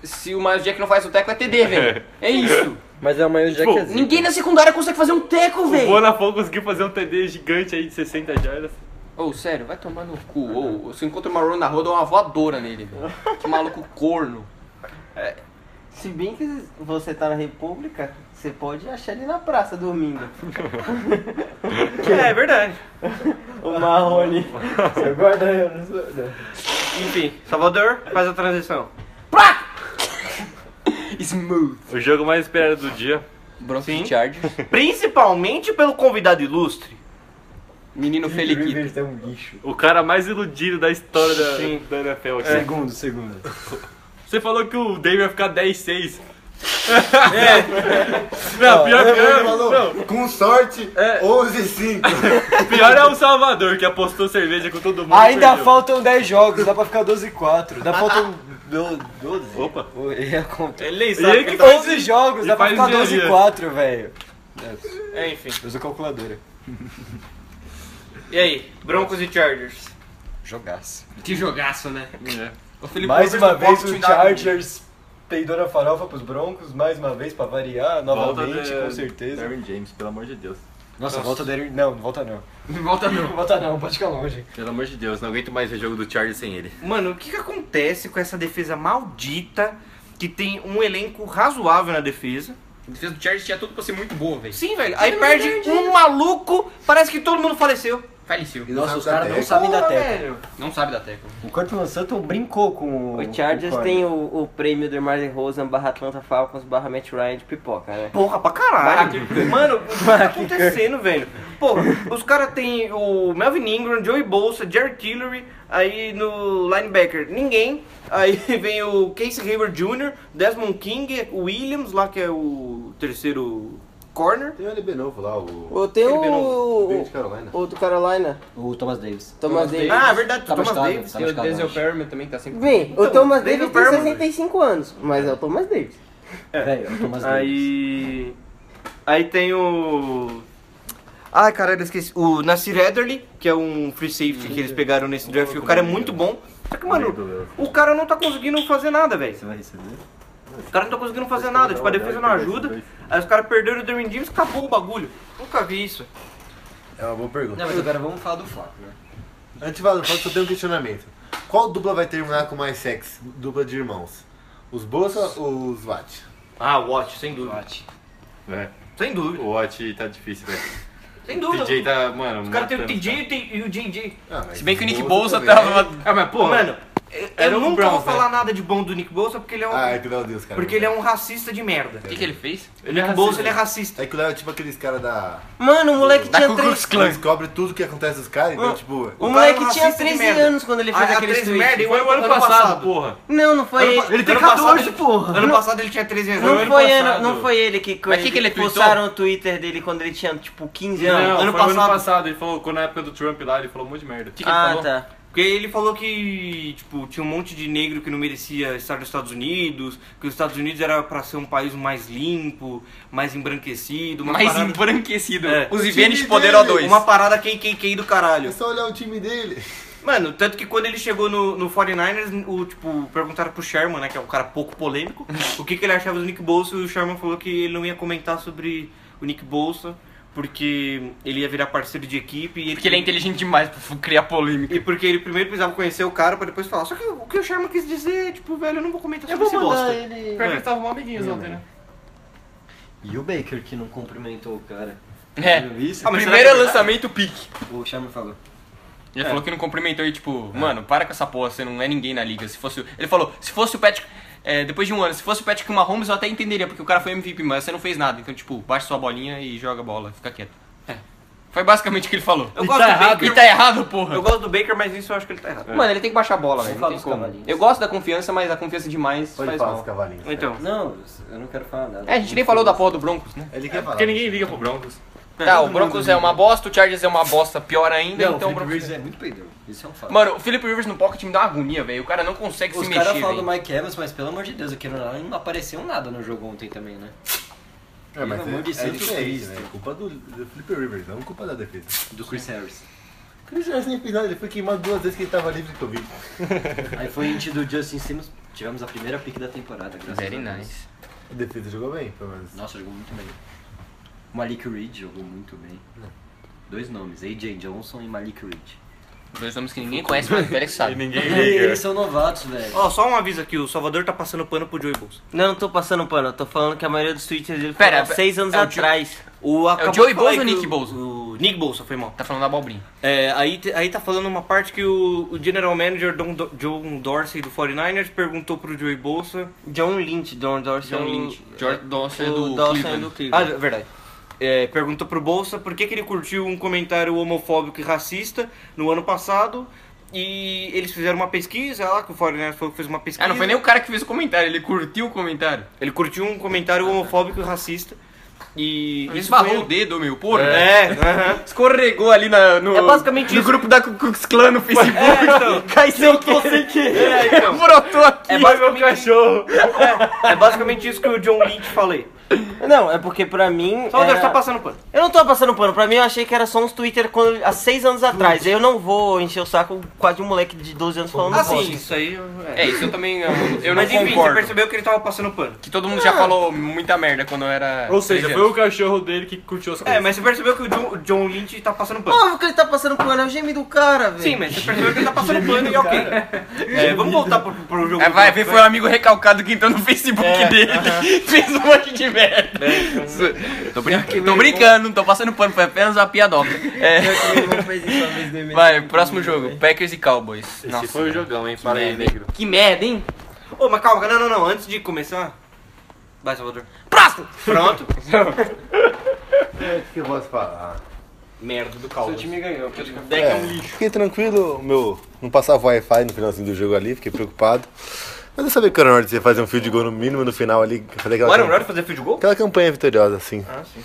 Speaker 1: se o Miles Jack não faz o teco é TD, velho. É isso.
Speaker 11: Mas é o maior
Speaker 2: Tipo,
Speaker 11: jaquezinho.
Speaker 1: Ninguém na secundária consegue fazer um teco,
Speaker 2: O
Speaker 1: velho.
Speaker 2: Bonafon conseguiu fazer um TD gigante aí de 60 jardas.
Speaker 1: Ô, sério, vai tomar no cu. Ou se encontra o Marron na rua, dá uma voadora nele, velho. Que maluco corno.
Speaker 7: Se bem que você tá na República, você pode achar ele na praça dormindo.
Speaker 9: É, é verdade.
Speaker 7: O Marrone.
Speaker 6: Você guarda eu, não sou- não.
Speaker 9: Enfim, Salvador, faz a transição.
Speaker 1: Smooth.
Speaker 2: O jogo mais esperado do dia.
Speaker 1: Bronson Chargers.
Speaker 9: Principalmente pelo convidado ilustre.
Speaker 1: Menino Feliquito.
Speaker 6: Rivers é um lixo.
Speaker 2: O cara mais iludido da história da, da NFL aqui.
Speaker 6: Segundo, segundo.
Speaker 2: Você falou que o Dave ia ficar 10-6. é. Não, pior, pior, não, É.
Speaker 4: Com sorte, 11 e 5.
Speaker 2: pior é o Salvador, que apostou cerveja com todo mundo.
Speaker 6: Ainda
Speaker 2: perdeu.
Speaker 6: faltam 10 jogos, dá pra ficar 12 e 4. Dá faltam é, 12.
Speaker 2: Opa.
Speaker 6: Oi, a conta.
Speaker 9: Ele nem
Speaker 2: E ele tá que faz
Speaker 6: 11 jogos,
Speaker 2: e
Speaker 6: dá pra
Speaker 2: faz
Speaker 6: ficar 12
Speaker 2: engenharia.
Speaker 6: e 4, velho.
Speaker 9: É, enfim.
Speaker 6: Usa a calculadora.
Speaker 9: E aí, Broncos e Chargers?
Speaker 6: Jogaço.
Speaker 1: Que jogaço, né?
Speaker 9: É.
Speaker 1: O Felipe
Speaker 6: Mais
Speaker 1: Rivers
Speaker 6: uma
Speaker 1: não
Speaker 6: vez
Speaker 1: pode
Speaker 6: o
Speaker 1: te dar-
Speaker 6: Chargers peidou na farofa pros Broncos, mais uma vez pra variar, novamente,
Speaker 2: de-
Speaker 6: com certeza.
Speaker 3: Darwin James, pelo amor de Deus.
Speaker 6: Nossa, volta Darren. Não, não volta não.
Speaker 1: Volta não.
Speaker 6: Volta não, pode ficar longe.
Speaker 3: Pelo amor de Deus, não aguento mais ver jogo do Chargers sem ele.
Speaker 9: Mano, o que, que acontece com essa defesa maldita que tem um elenco razoável na defesa?
Speaker 1: A defesa do Chargers tinha tudo pra ser muito boa, velho. né?
Speaker 9: Sim, velho. Aí perde um maluco, parece que todo mundo faleceu.
Speaker 1: Faleceu.
Speaker 6: E nossa,
Speaker 4: sabe
Speaker 6: os
Speaker 4: da
Speaker 6: caras não
Speaker 4: tecla.
Speaker 6: sabem da
Speaker 9: Porra,
Speaker 6: tecla.
Speaker 9: velho.
Speaker 1: Não sabe da tecla.
Speaker 6: O Cortland Sutton brincou com
Speaker 7: O Chargers
Speaker 6: com
Speaker 7: tem o, o prêmio do Marley Rosen barra Atlanta Falcons barra Matt Ryan de pipoca, né?
Speaker 9: Porra, pra caralho. Mano, o que tá acontecendo, velho? Porra, os caras tem o Melvin Ingram, Joey Bolsa, Jerry Tillery, aí no linebacker ninguém. Aí vem o Casey Hayward Jr., Desmond King, o Williams lá que é o terceiro corner.
Speaker 4: Tem o LB novo lá, o.
Speaker 11: Eu tenho
Speaker 9: Ele
Speaker 11: o,
Speaker 4: Verde Carolina.
Speaker 11: o, o do Carolina,
Speaker 6: o Thomas Davis.
Speaker 11: Thomas Davis.
Speaker 9: Ah,
Speaker 1: é
Speaker 9: verdade,
Speaker 6: Tá
Speaker 9: Thomas
Speaker 6: machucado,
Speaker 9: Davis.
Speaker 6: tá
Speaker 1: Tem o
Speaker 6: machucado,
Speaker 1: Denzel
Speaker 6: acho.
Speaker 1: Perryman também que tá sempre.
Speaker 11: Bem, o
Speaker 9: Então,
Speaker 11: Thomas
Speaker 9: David
Speaker 11: Davis tem
Speaker 9: Perman.
Speaker 11: 65 anos, mas é o Thomas Davis.
Speaker 6: Velho, o Thomas Davis.
Speaker 9: Aí. Aí tem o. Ai, caralho, eu esqueci. O Nasir Ederly, que é um free safety que eles pegaram nesse draft. O cara é muito bom. Só que, mano, o cara não tá conseguindo fazer nada, velho.
Speaker 3: Você vai receber?
Speaker 9: O cara não tá conseguindo fazer nada. Tipo, a defesa não ajuda. Aí os caras perderam o Derwin James acabou o bagulho. Nunca vi isso.
Speaker 4: É uma boa pergunta.
Speaker 6: Não, mas agora vamos falar do Flaco, né?
Speaker 4: Antes de falar do Fox, só tenho um questionamento. Qual dupla vai terminar com mais sexo? Dupla de irmãos. Os Bolsa ou os Watt?
Speaker 9: Ah, Watch, sem dúvida.
Speaker 3: É.
Speaker 9: Sem dúvida.
Speaker 3: O Watch tá difícil, velho.
Speaker 9: Sem
Speaker 3: O TJ
Speaker 9: dúvida.
Speaker 3: tá, mano.
Speaker 9: Os caras têm o
Speaker 3: matando,
Speaker 9: TJ e tem- e o JJ.
Speaker 4: Ah, mas
Speaker 1: Se bem que o Nick Bolsa
Speaker 4: Bosa também.
Speaker 1: tava.
Speaker 3: tá? Ah, mas
Speaker 9: Pô,
Speaker 3: porra.
Speaker 9: mano, eu-
Speaker 3: Era
Speaker 9: eu
Speaker 3: o
Speaker 9: nunca
Speaker 3: Browns,
Speaker 9: vou falar nada de bom do Nick Bolsa porque ele é um.
Speaker 4: Ah, é que o Léo Deus, cara.
Speaker 9: Porque ele é um racista de merda.
Speaker 1: O que, que ele fez?
Speaker 3: Ele é
Speaker 9: O Bolsa
Speaker 3: racista.
Speaker 9: ele é racista.
Speaker 4: É que o Léo é tipo aqueles caras da.
Speaker 7: Mano, o moleque
Speaker 9: Tá
Speaker 1: Da
Speaker 7: tinha
Speaker 1: Ku Klux
Speaker 7: 3
Speaker 1: Klan.
Speaker 4: Descobre tudo que acontece dos caras, então, tipo.
Speaker 7: O
Speaker 9: cara é um
Speaker 7: moleque tinha
Speaker 9: racista de
Speaker 7: 13
Speaker 9: merda.
Speaker 7: anos quando ele fez
Speaker 9: Ah,
Speaker 7: aquele
Speaker 9: três
Speaker 7: tweet.
Speaker 9: merda, e
Speaker 2: Foi o ano passado, porra.
Speaker 7: Não, não foi ele.
Speaker 9: Ele tem 14, porra. Ano passado ele tinha 13 anos.
Speaker 7: Não
Speaker 9: ano
Speaker 7: foi,
Speaker 2: passado.
Speaker 7: ano, não foi ele que,
Speaker 1: Mas que que ele tweetou?
Speaker 7: postaram o Twitter dele quando ele tinha tipo 15
Speaker 2: Não,
Speaker 7: anos.
Speaker 9: ano
Speaker 2: foi o ano
Speaker 9: passado.
Speaker 2: passado. Ele falou, quando na época do Trump lá, ele falou um monte de merda.
Speaker 1: O que, que ele
Speaker 7: Ah,
Speaker 1: falou?
Speaker 7: tá.
Speaker 9: Porque ele falou que, tipo, tinha um monte de negro que não merecia estar nos Estados Unidos, que os Estados Unidos era pra ser um país mais limpo, mais embranquecido, uma
Speaker 1: Mais
Speaker 9: parada...
Speaker 1: embranquecido.
Speaker 9: É.
Speaker 1: Os Ivenes
Speaker 4: Time
Speaker 1: Poder
Speaker 4: dele,
Speaker 1: O2.
Speaker 9: Uma parada KKK do
Speaker 4: É
Speaker 9: caralho.
Speaker 4: só olhar o time dele.
Speaker 9: Mano, tanto que quando ele chegou no, no 49ers, o, tipo, perguntaram pro Sherman, né, que é um cara pouco polêmico, o que, que ele achava do Nick Bolsa, e o Sherman falou que ele não ia comentar sobre o Nick Bolsa, porque ele ia virar parceiro de equipe e ele
Speaker 1: Porque ele é inteligente demais pra f- criar polêmica.
Speaker 9: E porque ele primeiro precisava conhecer o cara pra depois falar. Só que o que o Sherman quis dizer, tipo, velho, eu não vou comentar sobre esse bosta.
Speaker 6: ele.
Speaker 2: Pior que eles estavam mal amiguinhos ontem, né?
Speaker 6: E o Baker que não cumprimentou o cara.
Speaker 1: É.
Speaker 6: Viu isso?
Speaker 9: Ah, mas
Speaker 1: Primeiro é
Speaker 9: será que-
Speaker 1: lançamento pique.
Speaker 6: O Sherman falou.
Speaker 1: Ele
Speaker 6: É.
Speaker 1: falou que não cumprimentou e tipo, mano, para com essa porra, você não é ninguém na liga. Se fosse. o- Ele falou, se fosse o Patrick. é, depois de um ano, se fosse o Patrick Mahomes, eu até entenderia, porque o cara foi MVP, mas você não fez nada. Então, tipo, baixa sua bolinha e joga a bola, fica quieto. Foi basicamente o que ele falou.
Speaker 9: Eu gosto do Baker.
Speaker 1: E tá errado, porra.
Speaker 9: Eu gosto do Baker, mas isso eu acho que ele tá errado.
Speaker 1: Mano, ele tem que baixar a bola, velho. Não
Speaker 6: É. fala
Speaker 1: tem
Speaker 6: dos
Speaker 1: como.
Speaker 6: cavalinhos.
Speaker 1: Eu gosto da confiança, mas a confiança demais
Speaker 4: Pode
Speaker 1: faz
Speaker 4: falar os
Speaker 1: mal.
Speaker 4: cavalinhos.
Speaker 9: Então,
Speaker 6: Não, eu não quero falar nada.
Speaker 1: É, a gente nem falou da porra do Broncos, né?
Speaker 4: Ele quer falar.
Speaker 12: Porque ninguém
Speaker 2: é
Speaker 12: liga pro Broncos.
Speaker 1: Tá, o Broncos é uma bosta, o Chargers é uma bosta pior ainda,
Speaker 6: Não,
Speaker 1: então o
Speaker 6: o
Speaker 1: Broncos...
Speaker 6: Felipe Rivers é muito peidão. Isso é um fato.
Speaker 1: Mano, o Felipe Rivers no pocket me dá uma agonia, velho. O cara não consegue
Speaker 6: Os
Speaker 1: se
Speaker 6: caras
Speaker 1: mexer,
Speaker 6: falam
Speaker 1: velho.
Speaker 6: do Mike Evans, mas pelo amor de Deus, o Kieran Allen não apareceu nada no jogo ontem também, né?
Speaker 4: É, mas
Speaker 6: Pelo amor de
Speaker 4: é, é
Speaker 6: Santo
Speaker 4: diferente,
Speaker 6: Cristo.
Speaker 4: né? Culpa do, do Flipper Rivers, não culpa da defesa.
Speaker 6: Do Chris Harris.
Speaker 4: Chris Harris nem fez nada, ele foi queimado duas vezes que ele tava livre de Covid.
Speaker 6: Aí foi int do Justin Simmons, tivemos a primeira pick da temporada, graças
Speaker 1: Very
Speaker 6: a Deus.
Speaker 1: nice.
Speaker 4: A defesa jogou bem, pelo menos.
Speaker 6: Nossa, jogou muito bem. O Malik Reed jogou muito bem. Dois nomes, AJ Johnson e Malik Reed.
Speaker 1: Dois nomes que ninguém conhece, mas o Félix sabe.
Speaker 12: Ninguém
Speaker 6: Eles são novatos, velho.
Speaker 9: ó, só um aviso aqui, o Salvador tá passando pano pro Joey Bolsa.
Speaker 7: Não, não tô passando pano, eu tô falando que a maioria dos tweets dele
Speaker 1: Pera,
Speaker 7: foram
Speaker 1: pera,
Speaker 7: seis anos
Speaker 1: é o Joe-
Speaker 7: atrás.
Speaker 9: O, acabou
Speaker 1: É Joey
Speaker 9: de falar
Speaker 1: Bolsa
Speaker 9: aí
Speaker 1: ou
Speaker 9: que
Speaker 1: Nick
Speaker 9: o-
Speaker 1: Bolsa?
Speaker 9: O Nick Bolsa, foi mal.
Speaker 1: Tá falando da abobrinha.
Speaker 9: É, aí, te- aí tá falando uma parte que o, o General Manager Don Do- John Dorsey do 49ers perguntou pro Joey Bolsa.
Speaker 7: John Lynch, John Dorsey.
Speaker 1: John
Speaker 7: o-
Speaker 1: Lynch. George Dawson é
Speaker 7: o
Speaker 1: do
Speaker 7: Dawson
Speaker 1: Cleveland.
Speaker 7: do
Speaker 9: Ah,
Speaker 7: Cleveland.
Speaker 9: é verdade. É, perguntou pro Bolsa por que, que ele curtiu um comentário homofóbico e racista no ano passado. E eles fizeram uma pesquisa é lá, que o 49ers falou que fez uma pesquisa.
Speaker 1: Ah, não foi nem o cara que fez o comentário, ele curtiu o comentário.
Speaker 9: Ele curtiu um comentário homofóbico e racista. E.
Speaker 1: Ele
Speaker 9: foi-
Speaker 1: esbarrou o dedo, meu, porra.
Speaker 9: É, aham.
Speaker 1: Escorregou ali na, no,
Speaker 7: É basicamente
Speaker 1: no
Speaker 7: isso.
Speaker 1: grupo da Ku Klux Klan
Speaker 9: É,
Speaker 1: no Facebook.
Speaker 7: Cai sem querer.
Speaker 9: então.
Speaker 1: Brotou aqui.
Speaker 7: É
Speaker 9: um
Speaker 7: basicamente,
Speaker 9: É basicamente isso que o John Lynch falei.
Speaker 7: não, é porque pra mim.
Speaker 9: Só o Deus
Speaker 7: era-
Speaker 9: tá passando pano.
Speaker 7: Eu não tô passando pano, pra mim eu achei que era só uns Twitter quando, há seis anos atrás. Eu não vou encher o saco quase de um moleque de 12 anos falando
Speaker 9: Assim,
Speaker 7: bosta.
Speaker 9: isso aí.
Speaker 1: É, isso eu também eu, eu não
Speaker 9: Mas enfim, você É.
Speaker 1: concordo.
Speaker 9: percebeu que ele tava passando pano.
Speaker 1: Que todo mundo já falou muita merda quando eu era.
Speaker 2: Ou seja,
Speaker 1: três
Speaker 2: foi o
Speaker 1: anos.
Speaker 2: cachorro dele que curtiu as
Speaker 9: É,
Speaker 2: coisas.
Speaker 9: mas você percebeu que o John, o John Lynch tá passando pano.
Speaker 7: Óbvio que ele tá passando pano, é o gemi do cara, velho.
Speaker 9: Sim, mas você percebeu que ele tá passando pano e ok. É, vamos voltar pro, pro jogo.
Speaker 1: É, vai ver,
Speaker 9: do-
Speaker 1: foi um amigo recalcado que entrou no Facebook
Speaker 9: É,
Speaker 1: dele. Fez um monte de merda.
Speaker 9: então,
Speaker 1: Tô,
Speaker 9: é
Speaker 1: brincando, tô brincando, não tô passando pano, foi apenas uma piadoca. É,
Speaker 9: né,
Speaker 1: vai, próximo jogo: Packers e Cowboys.
Speaker 12: Esse
Speaker 1: Nossa,
Speaker 12: foi o jogão, hein? Para aí, negro.
Speaker 1: que merda, hein?
Speaker 9: Ô, mas calma, não, não, não. Antes de começar. Vai, Salvador.
Speaker 1: Próximo!
Speaker 9: Pronto.
Speaker 4: O que eu posso falar?
Speaker 9: Merda do caldo.
Speaker 4: É,
Speaker 9: um
Speaker 4: Fiquei tranquilo, meu. Não passava Wi-Fi no finalzinho do jogo ali, fiquei preocupado. Mas eu sabia que o Aaron Rodgers ia fazer um field goal no mínimo no final ali. Fazer aquela,
Speaker 9: O Aaron Rodgers fazer field goal?
Speaker 4: aquela campanha vitoriosa, assim.
Speaker 9: Ah, sim.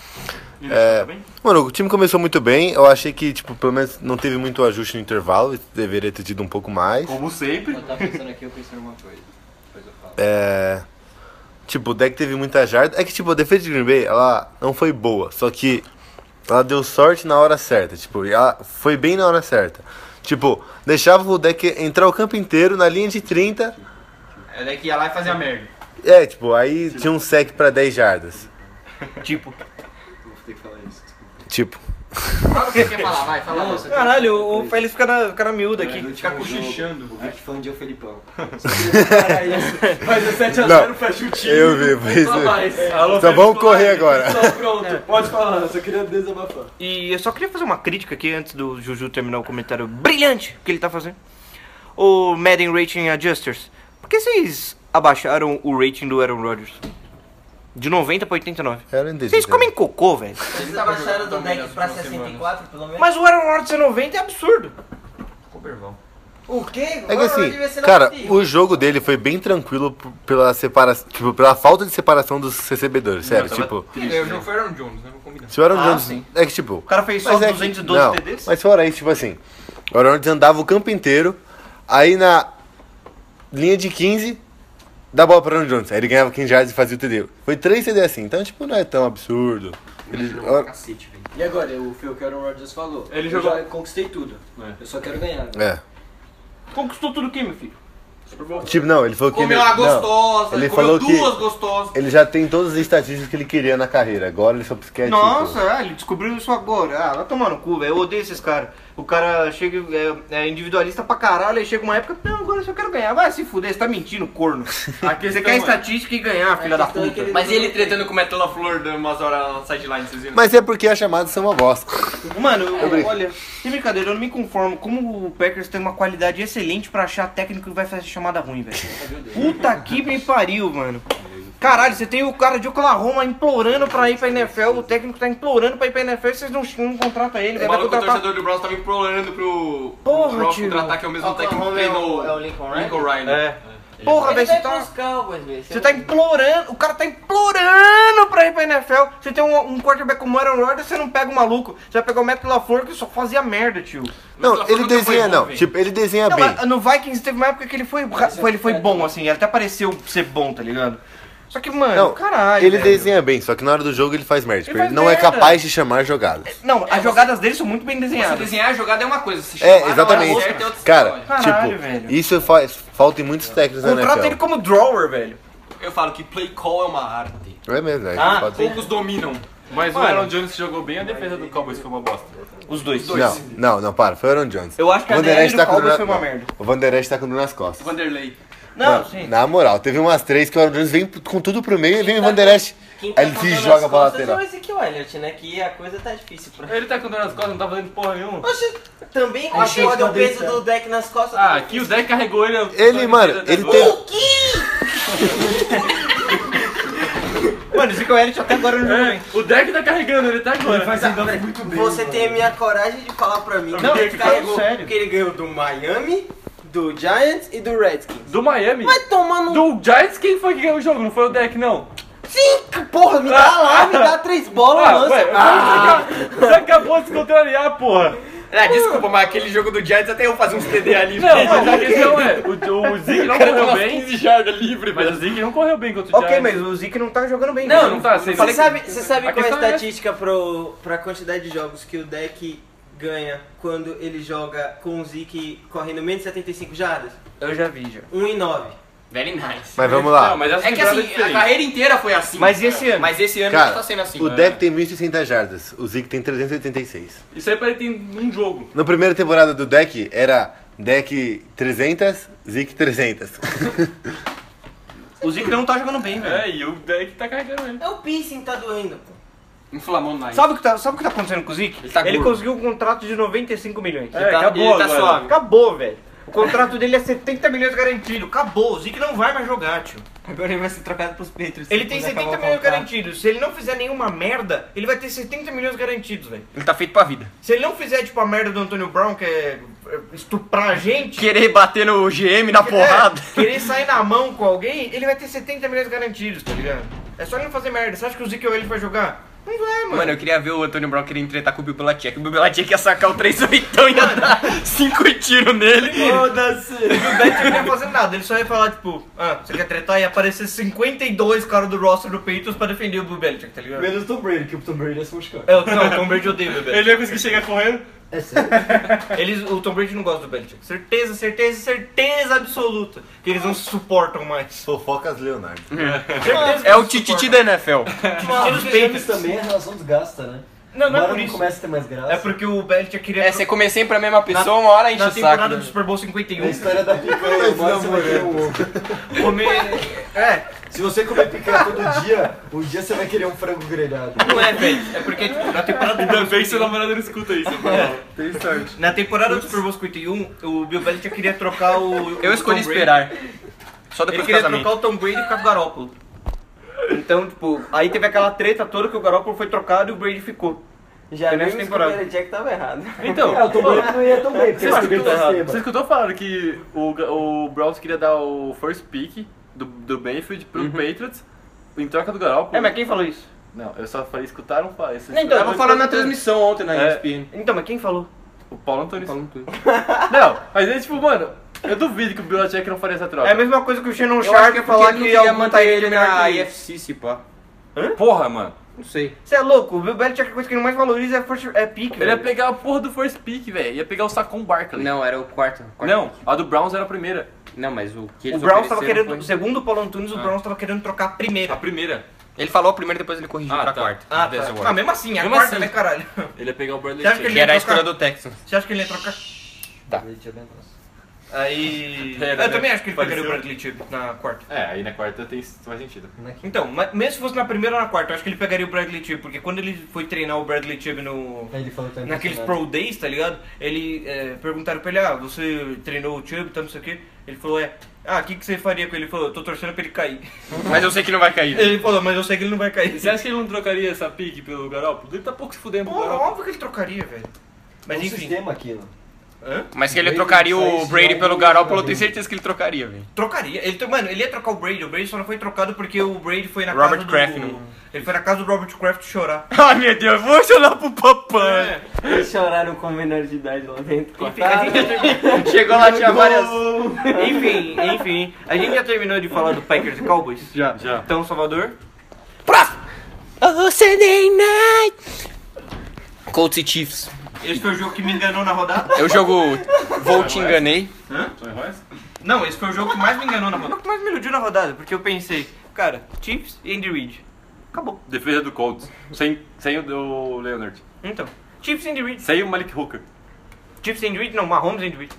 Speaker 9: tá
Speaker 4: É, mano, o time começou muito bem. Eu achei que, tipo, pelo menos não teve muito ajuste no intervalo. Deveria ter tido um pouco mais.
Speaker 12: Como sempre.
Speaker 6: Eu tava pensando aqui, eu pensei numa coisa. Depois eu falo.
Speaker 4: É. Tipo, o deck teve muita jarda. É que, tipo, a defesa de Green Bay, ela não foi boa. Só que ela deu sorte na hora certa. Tipo, e ela foi bem na hora certa. Tipo, deixava o deck entrar o campo inteiro na linha de 30.
Speaker 1: É daí que ia lá e fazia merda.
Speaker 4: É, tipo, aí tinha um sec pra 10 jardas.
Speaker 9: Tipo.
Speaker 6: Vou ter que falar isso.
Speaker 4: Tipo,
Speaker 1: Fala o que você quer falar, vai, fala você.
Speaker 9: Caralho, o o Félix fica na, fica na miúda aqui.
Speaker 6: Ficar cochichando. O Vic fã de um o Felipão. Só queria parar isso.
Speaker 2: Mas é 7 a
Speaker 4: Não.
Speaker 2: 0 fecha o time.
Speaker 4: eu vi, foi isso.
Speaker 2: Só mais. Alô,
Speaker 4: Então
Speaker 2: Felipe
Speaker 4: vamos correr
Speaker 2: Scolari.
Speaker 4: agora.
Speaker 2: Só pronto.
Speaker 6: Pode falar, eu só queria desabafar.
Speaker 9: E eu só queria fazer uma crítica aqui antes do Juju terminar o comentário brilhante que ele tá fazendo. O Madden Rating Adjusters. Por que vocês abaixaram o rating do Aaron Rodgers? De 90 pra 89.
Speaker 4: Era um indeciso,
Speaker 9: Vocês comem cocô, velho.
Speaker 7: Vocês abaixaram do deck pra 64, pelo menos.
Speaker 9: Mas o Aaron Rodgers é 90 é absurdo.
Speaker 7: o quê?
Speaker 4: É que assim, cara, o jogo dele foi bem tranquilo p- pela separação, tipo, pela falta de separação dos recebedores, sério, tipo.
Speaker 1: Eu não É, foi Aaron Jones, né? Vou combinar.
Speaker 4: Se o Aaron
Speaker 9: Ah,
Speaker 4: Jones.
Speaker 9: sim.
Speaker 4: É que tipo.
Speaker 9: O cara fez só
Speaker 4: Mas é que-
Speaker 9: 212
Speaker 4: não,
Speaker 9: TDs.
Speaker 4: Mas fora isso, tipo assim, o Aaron Rodgers andava o campo inteiro, aí na linha de 15, dá a bola pro Aaron Jones. Aí ele ganhava 15 yards e fazia o TD. Foi 3 TD assim, então tipo, não é tão absurdo. Ele,
Speaker 1: assim,
Speaker 6: E agora, o Phil que o Aaron Rodgers falou.
Speaker 2: Ele
Speaker 6: eu
Speaker 2: jogou-
Speaker 6: já conquistei tudo. Eu só quero ganhar.
Speaker 4: é.
Speaker 2: Conquistou tudo aqui, meu filho.
Speaker 4: Tipo, não, ele falou que.
Speaker 1: Comeu
Speaker 4: ele,
Speaker 1: uma
Speaker 4: não,
Speaker 1: gostosa,
Speaker 4: ele
Speaker 1: comeu
Speaker 4: falou que-
Speaker 1: duas gostosas.
Speaker 4: ele já tem todas as estatísticas que ele queria na carreira, agora ele só quer tipo, título.
Speaker 9: Nossa, ah, ele descobriu isso agora. Ah, vai tomar no cu, velho. Eu odeio esses caras. O cara chega, é, é individualista pra caralho, aí chega uma época, não, agora eu só quero ganhar. Vai se fuder, você tá mentindo, corno. Você quer estatística e ganhar, filha da
Speaker 6: questão é que
Speaker 9: puta.
Speaker 6: ele-
Speaker 1: Mas ele tretando com o Metal Flor de umas horas na sideline, vocês viram?
Speaker 4: Mas é porque as chamadas são uma bosta.
Speaker 9: Mano, eu-
Speaker 4: brinco.
Speaker 9: olha, sem brincadeira, eu não me conformo. Como o Packers tem uma qualidade excelente pra achar técnico que vai fazer chamada ruim, velho. Puta que me pariu, mano. Caralho, você tem o cara de Oklahoma implorando pra ir pra NFL, o técnico tá implorando pra ir pra NFL, vocês não, não contratam
Speaker 1: É,
Speaker 9: ele,
Speaker 1: O
Speaker 9: vai
Speaker 1: maluco o
Speaker 9: contratar...
Speaker 1: torcedor do Browns tava implorando pro
Speaker 9: Porra,
Speaker 1: pro Browns
Speaker 9: tio.
Speaker 1: contratar que é o mesmo técnico que
Speaker 7: Oklahoma é
Speaker 1: treinou
Speaker 7: o- é o Lincoln Riley?
Speaker 1: Riley. É.
Speaker 9: Porra,
Speaker 7: Ele
Speaker 9: velho, você
Speaker 7: vai
Speaker 9: tá...
Speaker 7: pros Cowboys, velho.
Speaker 9: Você tá implorando, o cara tá implorando pra ir pra NFL. Você tem um, um quarterback como Aaron Rodgers, você não pega o maluco. Você vai pegar o Matt LaFleur que só fazia merda, tio.
Speaker 4: Não,
Speaker 1: Mas
Speaker 4: ele
Speaker 1: nunca foi
Speaker 4: desenha,
Speaker 1: bom,
Speaker 4: não.
Speaker 1: velho.
Speaker 4: Tipo, ele desenha
Speaker 9: Não,
Speaker 4: Tá bem.
Speaker 9: mas no Vikings teve uma época que ele foi, ra- foi- ele
Speaker 7: é,
Speaker 9: foi bom, assim, ele até pareceu ser bom, tá ligado? Só que, mano,
Speaker 4: Não,
Speaker 9: caralho.
Speaker 4: ele
Speaker 9: velho.
Speaker 4: desenha bem, só que na hora do jogo ele faz merda. Tipo,
Speaker 9: ah, é. Ele
Speaker 4: Ele,
Speaker 9: faz
Speaker 4: não
Speaker 9: merda.
Speaker 4: é capaz de chamar jogadas.
Speaker 9: Não,
Speaker 6: É,
Speaker 9: as jogadas dele são muito bem
Speaker 1: Você
Speaker 9: desenhadas.
Speaker 1: desenhar a jogada é uma coisa, se chamar na
Speaker 4: É,
Speaker 1: hora
Speaker 4: exatamente.
Speaker 1: certa é outra
Speaker 4: Cara,
Speaker 1: história.
Speaker 9: Caralho,
Speaker 4: tipo,
Speaker 9: velho.
Speaker 4: isso faz falta em muitos técnicos na
Speaker 9: Contrata ele
Speaker 4: NFL.
Speaker 9: como drawer, velho.
Speaker 1: eu falo que play call é uma arte.
Speaker 4: Não é mesmo, velho.
Speaker 9: Ah,
Speaker 4: Falta-
Speaker 1: Poucos dominam.
Speaker 2: Mas o Aaron Jones jogou bem a defesa do Cowboys foi uma bosta.
Speaker 9: Os dois.
Speaker 4: Não, não, não, para. Foi o Aaron Jones.
Speaker 1: Eu acho que é
Speaker 4: O
Speaker 1: a
Speaker 4: Vanderest
Speaker 9: DL do
Speaker 4: tá com o
Speaker 9: Cowboys
Speaker 4: Bruno-
Speaker 9: foi uma
Speaker 4: não,
Speaker 9: merda.
Speaker 4: O Vanderest tá com o Bruno nas
Speaker 1: do
Speaker 4: costas.
Speaker 1: Vanderlei.
Speaker 9: Não,
Speaker 4: Mano,
Speaker 9: sim.
Speaker 4: na moral, teve umas três que o Aaron Jones vem com tudo pro meio e vem o Vanderest.
Speaker 7: Quem tá
Speaker 4: Aí ele se
Speaker 7: contando
Speaker 4: joga
Speaker 7: as
Speaker 4: pra
Speaker 7: costas
Speaker 4: lateral.
Speaker 7: É o Ezequiel Elliott, né? Que a coisa tá difícil pra
Speaker 2: Ele tá com dor nas costas, não tá fazendo porra nenhuma.
Speaker 7: Oxe, também com a
Speaker 6: Achei
Speaker 7: porra do
Speaker 6: que eu
Speaker 7: peso
Speaker 6: dei
Speaker 7: do deck nas costas.
Speaker 2: Ah, aqui o Zé carregou ele.
Speaker 9: tá
Speaker 4: Ele, mano, ele teve.
Speaker 9: Mano, o Zico Elliott até agora não jogou bem.
Speaker 2: É, o deck tá carregando, ele tá agora.
Speaker 6: Faz ainda muito bem.
Speaker 7: Você tem a minha coragem de falar pra mim
Speaker 2: Não,
Speaker 7: que
Speaker 2: ele
Speaker 7: ele
Speaker 2: falou
Speaker 7: carregou,
Speaker 2: sério.
Speaker 7: que ele ganhou do Miami, do Giants e do Redskins. Tá
Speaker 2: Do Miami.
Speaker 7: Vai tomar no...
Speaker 2: Do Giants, quem foi que ganhou o jogo? Não foi o deck, não.
Speaker 7: Sim, um porra, me dá lá, me dá três bolas,
Speaker 2: Ah,
Speaker 7: lança.
Speaker 2: ué, Você acabou de se contrariar, porra.
Speaker 1: Ah, desculpa, mas aquele jogo do Giants até eu fazer uns TD ali.
Speaker 2: Não, mas a questão é, o, o Zig não correu bem,
Speaker 1: 15 jardas livre,
Speaker 2: mas
Speaker 1: velho.
Speaker 2: o Zig não correu bem contra o
Speaker 9: Ok,
Speaker 2: Giants.
Speaker 9: mas o Zico não tá jogando bem.
Speaker 2: Não, não tá, sem
Speaker 7: né? Você sabe, você sabe
Speaker 2: A
Speaker 7: qual é a
Speaker 2: questão é-
Speaker 7: estatística pro, pra quantidade de jogos que o deck ganha quando ele joga com o Zeke correndo menos de 75 jardas?
Speaker 2: Eu já vi, já.
Speaker 7: 1 em 9.
Speaker 1: Very nice.
Speaker 4: Mas vamos lá.
Speaker 2: Não, mas essa
Speaker 1: É que
Speaker 2: temporada é
Speaker 1: assim, a
Speaker 2: diferente.
Speaker 1: carreira inteira foi assim.
Speaker 9: Mas e esse ano?
Speaker 1: Mas esse ano
Speaker 4: Cara,
Speaker 1: já tá sendo assim.
Speaker 9: né?
Speaker 4: O Deck tem 1.060 jardas, o Zeke tem 386.
Speaker 2: Isso aí pra ele tem um jogo.
Speaker 4: Na primeira temporada do Deck era Deck 300, Zeke 300.
Speaker 9: O Zico não tá jogando bem, velho.
Speaker 2: É, e o deck tá carregando ele.
Speaker 7: É o piercing que tá doendo, pô.
Speaker 1: Inflamou mais.
Speaker 9: Sabe o que tá, sabe o que tá acontecendo com o Zico?
Speaker 1: Ele tá gordo.
Speaker 9: conseguiu um contrato de 95 milhões.
Speaker 2: É, acabou
Speaker 1: ele tá
Speaker 2: agora.
Speaker 1: suave.
Speaker 9: Acabou, velho. O contrato dele é 70 milhões garantido. Acabou. O Zico não vai mais jogar, tio.
Speaker 7: Agora ele vai ser trocado pros Patriots.
Speaker 9: Ele tem 70 milhões garantidos. Se ele não fizer nenhuma merda, ele vai ter 70 milhões garantidos, velho.
Speaker 1: Ele tá feito pra vida.
Speaker 9: Se ele não fizer, tipo, a merda do Antônio Brown, que é é, estuprar a gente...
Speaker 1: Querer bater no GM na porrada.
Speaker 9: É, querer sair na mão com alguém, ele vai ter 70 milhões garantidos, tá ligado? É só ele não fazer merda. Você acha que o Zeke ou ele vai jogar? Não vai, mano.
Speaker 1: Mano, eu queria ver o Antônio Brown querendo entretar com o Bill Belichick. O Bill Belichick ia sacar o 3 oitão e ia dar 5 tiros nele.
Speaker 9: O Beto não ia fazer nada, ele só ia falar, tipo, ah, você quer tretar? E aparecer 52 caras do roster do Patriots pra defender o Bill Belichick, tá ligado?
Speaker 6: Menos o Tom Brady, que o Tom Brady é se machucar.
Speaker 9: É, o- não, o Tom Brady odeia o Bill Belichick.
Speaker 2: Ele ia conseguir chegar correndo.
Speaker 6: É sério?
Speaker 9: Eles, o Tom Brady não gosta do Belichick. Certeza, certeza, certeza absoluta que eles não se suportam mais.
Speaker 4: Fofocas Leonardo.
Speaker 9: Certeza que
Speaker 1: É o
Speaker 9: eles se
Speaker 1: tititi
Speaker 9: suportam.
Speaker 1: da NFL.
Speaker 9: Tititi dos Patriots.
Speaker 6: Ah, também a relação desgasta, né?
Speaker 9: Não, não é
Speaker 6: Agora
Speaker 9: por isso.
Speaker 6: começa a ter mais graça.
Speaker 9: É porque o Belichick queria...
Speaker 1: É, você comer sempre a mesma pessoa, uma hora enche
Speaker 9: na
Speaker 1: o saco.
Speaker 9: temporada
Speaker 1: né?
Speaker 9: do Super Bowl
Speaker 6: É a
Speaker 9: 51,
Speaker 6: história da picanha, uma hora você vai querer um ovo.
Speaker 9: comer... É,
Speaker 6: Se você comer picanha todo dia, um dia você vai querer um frango grelhado.
Speaker 9: não é, velho. É porque, tipo, na temporada do
Speaker 2: Ainda bem que seu namorado não escuta isso.
Speaker 9: Na temporada do Super Bowl 51, o Bill Belichick queria trocar o.
Speaker 1: Eu
Speaker 9: o
Speaker 1: escolhi
Speaker 9: Tom Brady.
Speaker 1: esperar. Só
Speaker 9: Ele
Speaker 1: depois do
Speaker 9: queria
Speaker 1: casamento.
Speaker 9: trocar o Tom Brady com o Garoppolo. Então, tipo, aí teve aquela treta toda que o Garoppolo foi trocado e o Brady ficou.
Speaker 7: Já
Speaker 9: Nessa
Speaker 7: viu que o
Speaker 9: temporada.
Speaker 7: primeiro Jack tava errado.
Speaker 2: Então,
Speaker 6: É, o Tom Brady não ia tão bem, porque
Speaker 2: Você
Speaker 6: esse
Speaker 2: escutou,
Speaker 6: Brady tá
Speaker 2: você
Speaker 6: acima.
Speaker 2: escutou falando que o, o Browns queria dar o first pick do, do Benfield pro
Speaker 1: Uhum.
Speaker 2: Patriots em troca do Garoppolo?
Speaker 9: É, mas quem falou isso?
Speaker 2: Não, eu só falei, escutaram falar. Vocês
Speaker 9: Então,
Speaker 2: escutaram?
Speaker 1: Tava falando na transmissão ontem na
Speaker 2: É.
Speaker 1: ESPN.
Speaker 9: Então, mas quem falou?
Speaker 2: O Paulo Antônio. Não, mas é tipo, mano, eu duvido que o Belichick não faria essa troca.
Speaker 9: É a mesma coisa que o Shannon
Speaker 1: Eu acho
Speaker 9: Sharp
Speaker 1: que é porque
Speaker 9: falar
Speaker 1: ele não
Speaker 9: que
Speaker 1: queria
Speaker 9: algum tá
Speaker 1: manter ele na
Speaker 9: melhor que ele.
Speaker 1: IFC, se pá.
Speaker 2: Porra, mano.
Speaker 1: Não sei.
Speaker 9: Você é louco, o Bill Belichick a coisa que ele mais valoriza é, first, é pique,
Speaker 2: Ele ia
Speaker 9: velho.
Speaker 2: pegar a porra do first pick, velho. Ia pegar o Sacon Barkley.
Speaker 1: Não, era o quarto. quarto.
Speaker 2: Não, a do Browns era a primeira.
Speaker 1: Não, mas o que
Speaker 9: O
Speaker 1: eles
Speaker 9: Browns tava
Speaker 1: ofereceram
Speaker 9: querendo, segundo o Paulo Antunes, o
Speaker 1: Ah.
Speaker 9: Browns tava querendo trocar a
Speaker 2: A
Speaker 9: primeira.
Speaker 2: primeira.
Speaker 1: foi- Ele falou a primeira, depois ele corrigiu
Speaker 2: Ah,
Speaker 1: pra
Speaker 2: tá.
Speaker 1: quarta.
Speaker 9: Ah,
Speaker 2: Dessa
Speaker 9: tá.
Speaker 2: agora.
Speaker 9: ah, mesmo assim, a
Speaker 1: Mesmo
Speaker 9: quarta,
Speaker 1: assim.
Speaker 9: né, caralho?
Speaker 2: Ele ia pegar o Bradley
Speaker 9: Você acha que
Speaker 2: Chubb.
Speaker 9: ele
Speaker 1: Que
Speaker 9: ia
Speaker 1: era a
Speaker 9: trocar-
Speaker 1: escolha do Texans.
Speaker 9: Você acha que ele ia trocar
Speaker 6: Tá. é
Speaker 9: Aí.
Speaker 2: Era,
Speaker 9: É, eu
Speaker 2: né?
Speaker 9: também acho que ele
Speaker 2: Pareceu.
Speaker 9: pegaria o Bradley Chubb na quarta.
Speaker 2: É, aí na quarta tem, faz sentido.
Speaker 9: Então, mas mesmo se fosse na primeira ou na quarta, eu acho que ele pegaria o Bradley Chubb, porque quando ele foi treinar o Bradley Chubb no.
Speaker 6: Aí ele falou que tá
Speaker 9: Naqueles
Speaker 6: impressionado.
Speaker 9: Pro Days, tá ligado? Ele é, perguntaram pra ele, ah, você treinou o Chubb, tá não sei o quê. Ele falou, é. Ah, o que, que você faria com ele? Ele falou, eu tô torcendo pra ele cair.
Speaker 3: Mas eu sei que não vai cair.
Speaker 9: Ele falou, mas é eu sei que ele não vai cair.
Speaker 13: Você acha que ele não trocaria essa pique pelo Garoppolo? Ele tá pouco se fudendo pro
Speaker 9: Pô,
Speaker 13: Garoppolo.
Speaker 9: óbvio que ele trocaria, velho.
Speaker 6: Mas
Speaker 9: Mas enfim,
Speaker 6: É um sistema aquilo.
Speaker 3: Mas que ele trocaria o Brady pelo Garoppolo, eu tenho certeza que ele trocaria, velho.
Speaker 9: trocaria. Ele, tro- mano, ele ia trocar o Brady. O Brady só não foi trocado porque o Brady foi na
Speaker 3: Robert
Speaker 9: casa do...
Speaker 3: Kraft, né? não.
Speaker 9: Ele foi na casa do Robert Kraft chorar.
Speaker 3: Ai, meu Deus, vou chorar pro papai.
Speaker 7: Eles choraram com menor de idade lá dentro.
Speaker 9: Enfim, a gente já terminou...
Speaker 3: Chegou lá, tinha várias...
Speaker 9: enfim, enfim, a gente já terminou de falar do Packers e Cowboys? Já, já. Então, Salvador?
Speaker 14: Oh, Sunday night!
Speaker 3: Colts e Chiefs.
Speaker 9: Esse foi o jogo que me enganou na rodada?
Speaker 3: Eu jogo Vou Te Enganei.
Speaker 9: Não, esse foi o jogo que mais me enganou na rodada. O jogo que mais me iludiu na rodada, porque eu pensei, cara, Chiefs e Andy Reid. Acabou.
Speaker 2: Defesa do Colts. Sem, sem o do Leonard.
Speaker 9: Então, Chiefs e Andy Reid.
Speaker 2: Sem o Malik Hooker.
Speaker 9: Chiefs e Andy Reid, não, Mahomes e Andy Reid.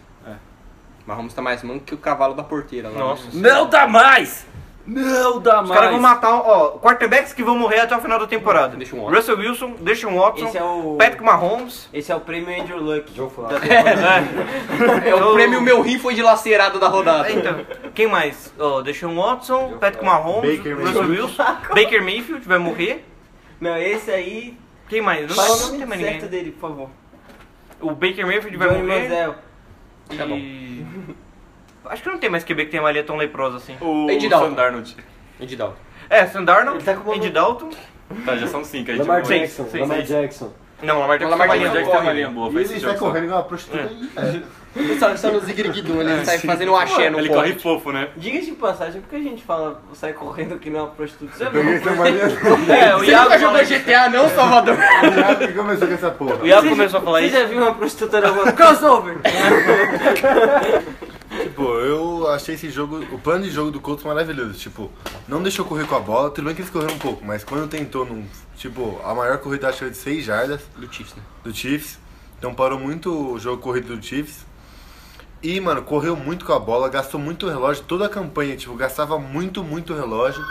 Speaker 1: Mahomes tá mais manco que o cavalo da porteira lá.
Speaker 9: Nossa.
Speaker 2: Não dá mais! Não dá
Speaker 9: Os caras vão matar, ó, quarterbacks que vão morrer até o final da temporada.
Speaker 1: Deixa um Watson.
Speaker 9: Russell Wilson, Deshaun Watson,
Speaker 7: Esse é o.
Speaker 9: Patrick Mahomes.
Speaker 7: Esse é o prêmio Andrew Luck.
Speaker 6: Jogo falar.
Speaker 1: É o prêmio meu rim foi dilacerado da rodada.
Speaker 9: Então, quem mais? Ó, Deshaun Watson, Patrick Mahomes,
Speaker 4: Baker
Speaker 9: Russell
Speaker 4: Mayfield.
Speaker 9: Wilson, Baker Mayfield vai morrer.
Speaker 7: Não, esse aí.
Speaker 9: Quem mais? Não,
Speaker 7: Fala o
Speaker 9: não tem
Speaker 7: nome
Speaker 9: mais
Speaker 7: certo
Speaker 9: ninguém.
Speaker 7: dele, por favor.
Speaker 9: O Baker Mayfield vai
Speaker 7: Johnny
Speaker 9: morrer.
Speaker 7: Manziel.
Speaker 9: E...
Speaker 7: Tá
Speaker 9: Acho que não tem mais QB que tem uma linha tão leprosa assim.
Speaker 2: O
Speaker 1: Andy Dalton.
Speaker 2: Sam Darnold.
Speaker 1: Andy Dalton.
Speaker 9: É, Sam Darnold,
Speaker 7: Ele tá com
Speaker 9: Andy Dalton.
Speaker 2: Tá, já são cinco aí.
Speaker 6: Lamar
Speaker 2: tipo,
Speaker 6: Jackson.
Speaker 2: seis,
Speaker 6: Lamar
Speaker 2: seis.
Speaker 6: Jackson.
Speaker 9: Não, Lamar Jackson.
Speaker 1: Lamar
Speaker 2: Lamar
Speaker 1: Jackson
Speaker 2: Jackson tem uma
Speaker 1: corre.
Speaker 2: linha boa,
Speaker 4: E ele
Speaker 2: faz esse
Speaker 4: está
Speaker 2: jogo só.
Speaker 4: correndo igual uma prostituta aí. É.
Speaker 1: Ele só, só no zigriguidum, ele sai fazendo um axé no
Speaker 2: Ele
Speaker 1: pote.
Speaker 2: corre fofo, né?
Speaker 7: Diga de passagem, por que a gente fala sai correndo que não é uma prostituta?
Speaker 4: Peguei essa mania
Speaker 9: É, o
Speaker 1: Você nunca
Speaker 9: Iago,
Speaker 1: jogou
Speaker 9: falou-
Speaker 1: GTA não, Salvador?
Speaker 4: que começou com essa porra.
Speaker 9: o Iago começou a falar
Speaker 7: Você
Speaker 9: isso.
Speaker 7: já viu uma prostituta na rua? Crossover!
Speaker 4: Tipo, eu achei esse jogo, o plano de jogo do Colts maravilhoso. Tipo, não deixou correr com a bola, tudo bem que eles correram um pouco, mas quando tentou, num, tipo, a maior corrida acho que foi de 6 jardas
Speaker 1: Do Chiefs, né?
Speaker 4: do Chiefs. Então parou muito o jogo corrido do Chiefs. E, mano, correu muito com a bola, gastou muito relógio, toda a campanha, tipo, gastava muito, muito relógio.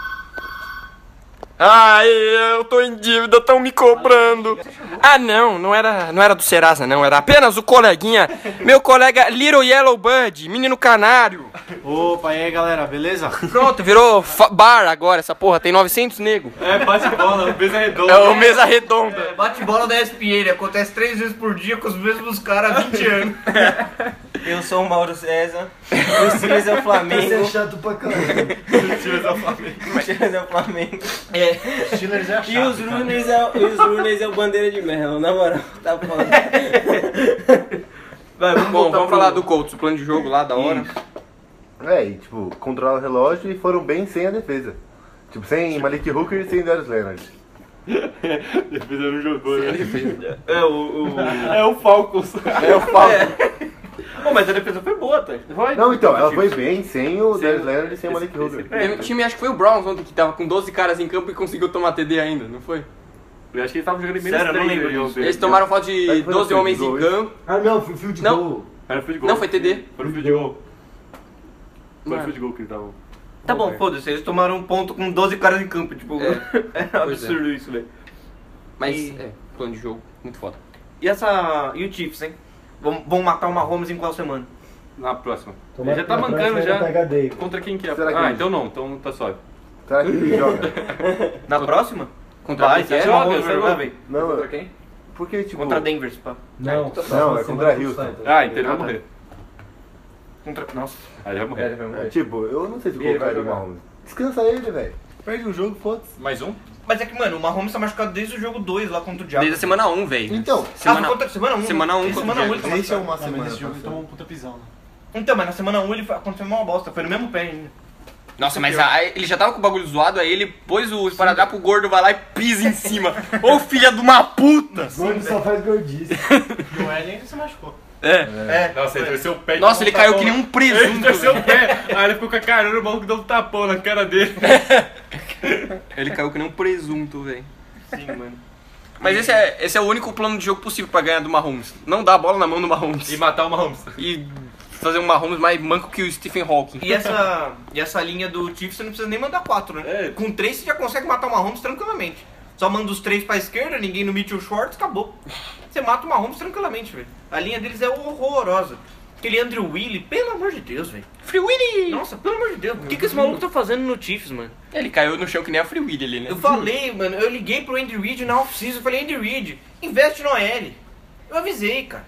Speaker 3: Ai, eu tô em dívida, tão me cobrando. Ah, não, não era, não era do Serasa, não. Era apenas o coleguinha, meu colega Little Yellow Bud, menino canário.
Speaker 6: Opa, e aí galera, beleza?
Speaker 3: Pronto, virou fa- bar agora, essa porra. Tem 900 nego.
Speaker 13: É, bate bola, mesa redonda.
Speaker 3: É o mesa redonda.
Speaker 9: Bate bola da ESPN, ele acontece três vezes por dia com os mesmos caras há 20 anos.
Speaker 7: Eu sou o Mauro César, o Silas
Speaker 6: Esse
Speaker 7: é o
Speaker 6: é
Speaker 7: Flamengo,
Speaker 6: chato pra caramba.
Speaker 7: o Silas é o Flamengo.
Speaker 6: Steelers é
Speaker 7: E os Runes é, o- e os Runes é o Bandeira de Mel, na moral, tá foda.
Speaker 9: Vai, vamos
Speaker 1: Bom,
Speaker 9: voltar
Speaker 1: vamos
Speaker 9: pro-
Speaker 1: falar do Colts, o plano de jogo lá, da hora.
Speaker 4: É, e, tipo, controlaram o relógio e foram bem sem a defesa. Tipo, sem Malik Hooker e sem Darius Leonard.
Speaker 2: Defesa não jogou, né?
Speaker 9: É, o... o...
Speaker 2: É o Falcons.
Speaker 9: Pô, mas a defesa foi boa, tá?
Speaker 4: Não, então, ela foi bem sem o Darius Leonard e sem o Malik Hooker.
Speaker 1: Teve um time, acho que foi o Browns ontem, que tava com 12 caras em campo e conseguiu tomar TD ainda, não foi?
Speaker 2: Eu acho que eles estavam jogando em menos
Speaker 9: Sério, eu não
Speaker 2: três,
Speaker 9: lembro
Speaker 2: né?
Speaker 9: disso.
Speaker 1: Eles tomaram falta de
Speaker 4: Mas foi
Speaker 1: 12
Speaker 4: no
Speaker 1: homens em
Speaker 4: field goal,
Speaker 1: campo.
Speaker 6: Ah não, foi field
Speaker 1: Não.
Speaker 6: goal.
Speaker 2: Era field goal.
Speaker 1: Não, foi TD.
Speaker 2: Foi no field goal. Foi
Speaker 1: Mano.
Speaker 2: no field goal que eles estavam.
Speaker 9: Tá bom, foda-se, eles tomaram um ponto com 12 caras em campo, tipo... É, absurdo isso, velho.
Speaker 1: Mas,
Speaker 9: E-
Speaker 1: é, plano de jogo, muito foda.
Speaker 9: E essa... e o Chiefs, hein? Vão, vão matar o Mahomes em qual semana?
Speaker 2: Na próxima.
Speaker 6: Tomara
Speaker 2: Ele já
Speaker 6: que
Speaker 2: tá
Speaker 6: na
Speaker 2: mancando
Speaker 6: próxima
Speaker 2: já.
Speaker 6: ele pega a Dave.
Speaker 2: Contra quem que é?
Speaker 4: Será que
Speaker 2: ah,
Speaker 4: ele-
Speaker 2: então não, então tá suave.
Speaker 4: Será que ele joga?
Speaker 9: Na próxima?
Speaker 1: Contra
Speaker 9: Vai,
Speaker 1: quem que é?
Speaker 9: você
Speaker 2: joga,
Speaker 9: Mahomes
Speaker 2: você
Speaker 9: vai
Speaker 2: joga.
Speaker 9: velho.
Speaker 4: Não,
Speaker 2: Contra quem?
Speaker 4: porque, tipo...
Speaker 9: Contra Denver, pá.
Speaker 6: Não,
Speaker 4: Não, é
Speaker 6: próxima
Speaker 4: contra
Speaker 6: semana
Speaker 4: Houston.
Speaker 6: Titans.
Speaker 2: Ah, então ele vai morrer.
Speaker 9: Contra... Nossa.
Speaker 2: Ah, ele vai morrer.
Speaker 4: É, tipo, eu não sei se eu colocaria o Mahomes. Descansa ele, velho. Perde um jogo, foda-se.
Speaker 2: Mais um?
Speaker 9: Mas é que, mano, o Mahomes tá machucado desde o jogo 2 lá contra o Diabo.
Speaker 1: Desde a semana 1, velho.
Speaker 4: Então,
Speaker 9: semana...
Speaker 1: Semana...
Speaker 9: Ah, contra... semana 1.
Speaker 1: semana um contra o
Speaker 9: semana 1 ele tá
Speaker 6: é
Speaker 4: deixa
Speaker 9: machucado.
Speaker 4: uma semana pra frente.
Speaker 15: tomou um puta pisão, né?
Speaker 9: Então, mas na semana 1 ele foi- aconteceu uma bosta, foi no mesmo pé ainda.
Speaker 1: Nossa, mas a- ele já tava com o bagulho zoado, aí ele pôs o esparadrapo, o gordo vai lá e pisa em cima. Ô filha de uma puta!
Speaker 6: Gordo só faz gordice.
Speaker 15: E o Ellen se machucou.
Speaker 9: É.
Speaker 2: Nossa, ele torceu o pé. e
Speaker 1: Nossa, ele
Speaker 2: tomou
Speaker 9: tá
Speaker 2: um
Speaker 1: caiu que nem
Speaker 2: tapão.
Speaker 1: um presunto.
Speaker 2: Ele torceu
Speaker 1: velho.
Speaker 2: o pé. Aí ele ficou com a carona, o maluco deu um tapão na cara dele.
Speaker 1: Ele caiu que nem um presunto, velho. Sim, mano. Mas esse é, esse é o único plano de jogo possível pra ganhar do Mahomes. Não dar a bola na mão do Mahomes.
Speaker 2: E
Speaker 1: E,
Speaker 2: matar o Mahomes.
Speaker 1: fazer um Mahomes mais manco que o Stephen Hawking.
Speaker 9: E essa, e essa linha do Chiefs você não precisa nem mandar 4, né?
Speaker 2: É.
Speaker 9: Com 3 você já consegue matar o Mahomes tranquilamente. Só manda os 3 pra esquerda, ninguém no Mitchell Schwartz, acabou. Você mata o Mahomes tranquilamente, velho. A linha deles é horrorosa. Aquele Andrew Willy, pelo amor de Deus, velho. Free Willy! Nossa, pelo amor de Deus. O que, que esse maluco tá fazendo no Chiefs, mano?
Speaker 1: Ele caiu no chão que nem a Free Willy ali, né?
Speaker 9: Eu falei, mano, eu liguei pro Andy Reid na off-season, eu falei, Andy Reid, investe no OL. Eu avisei, cara.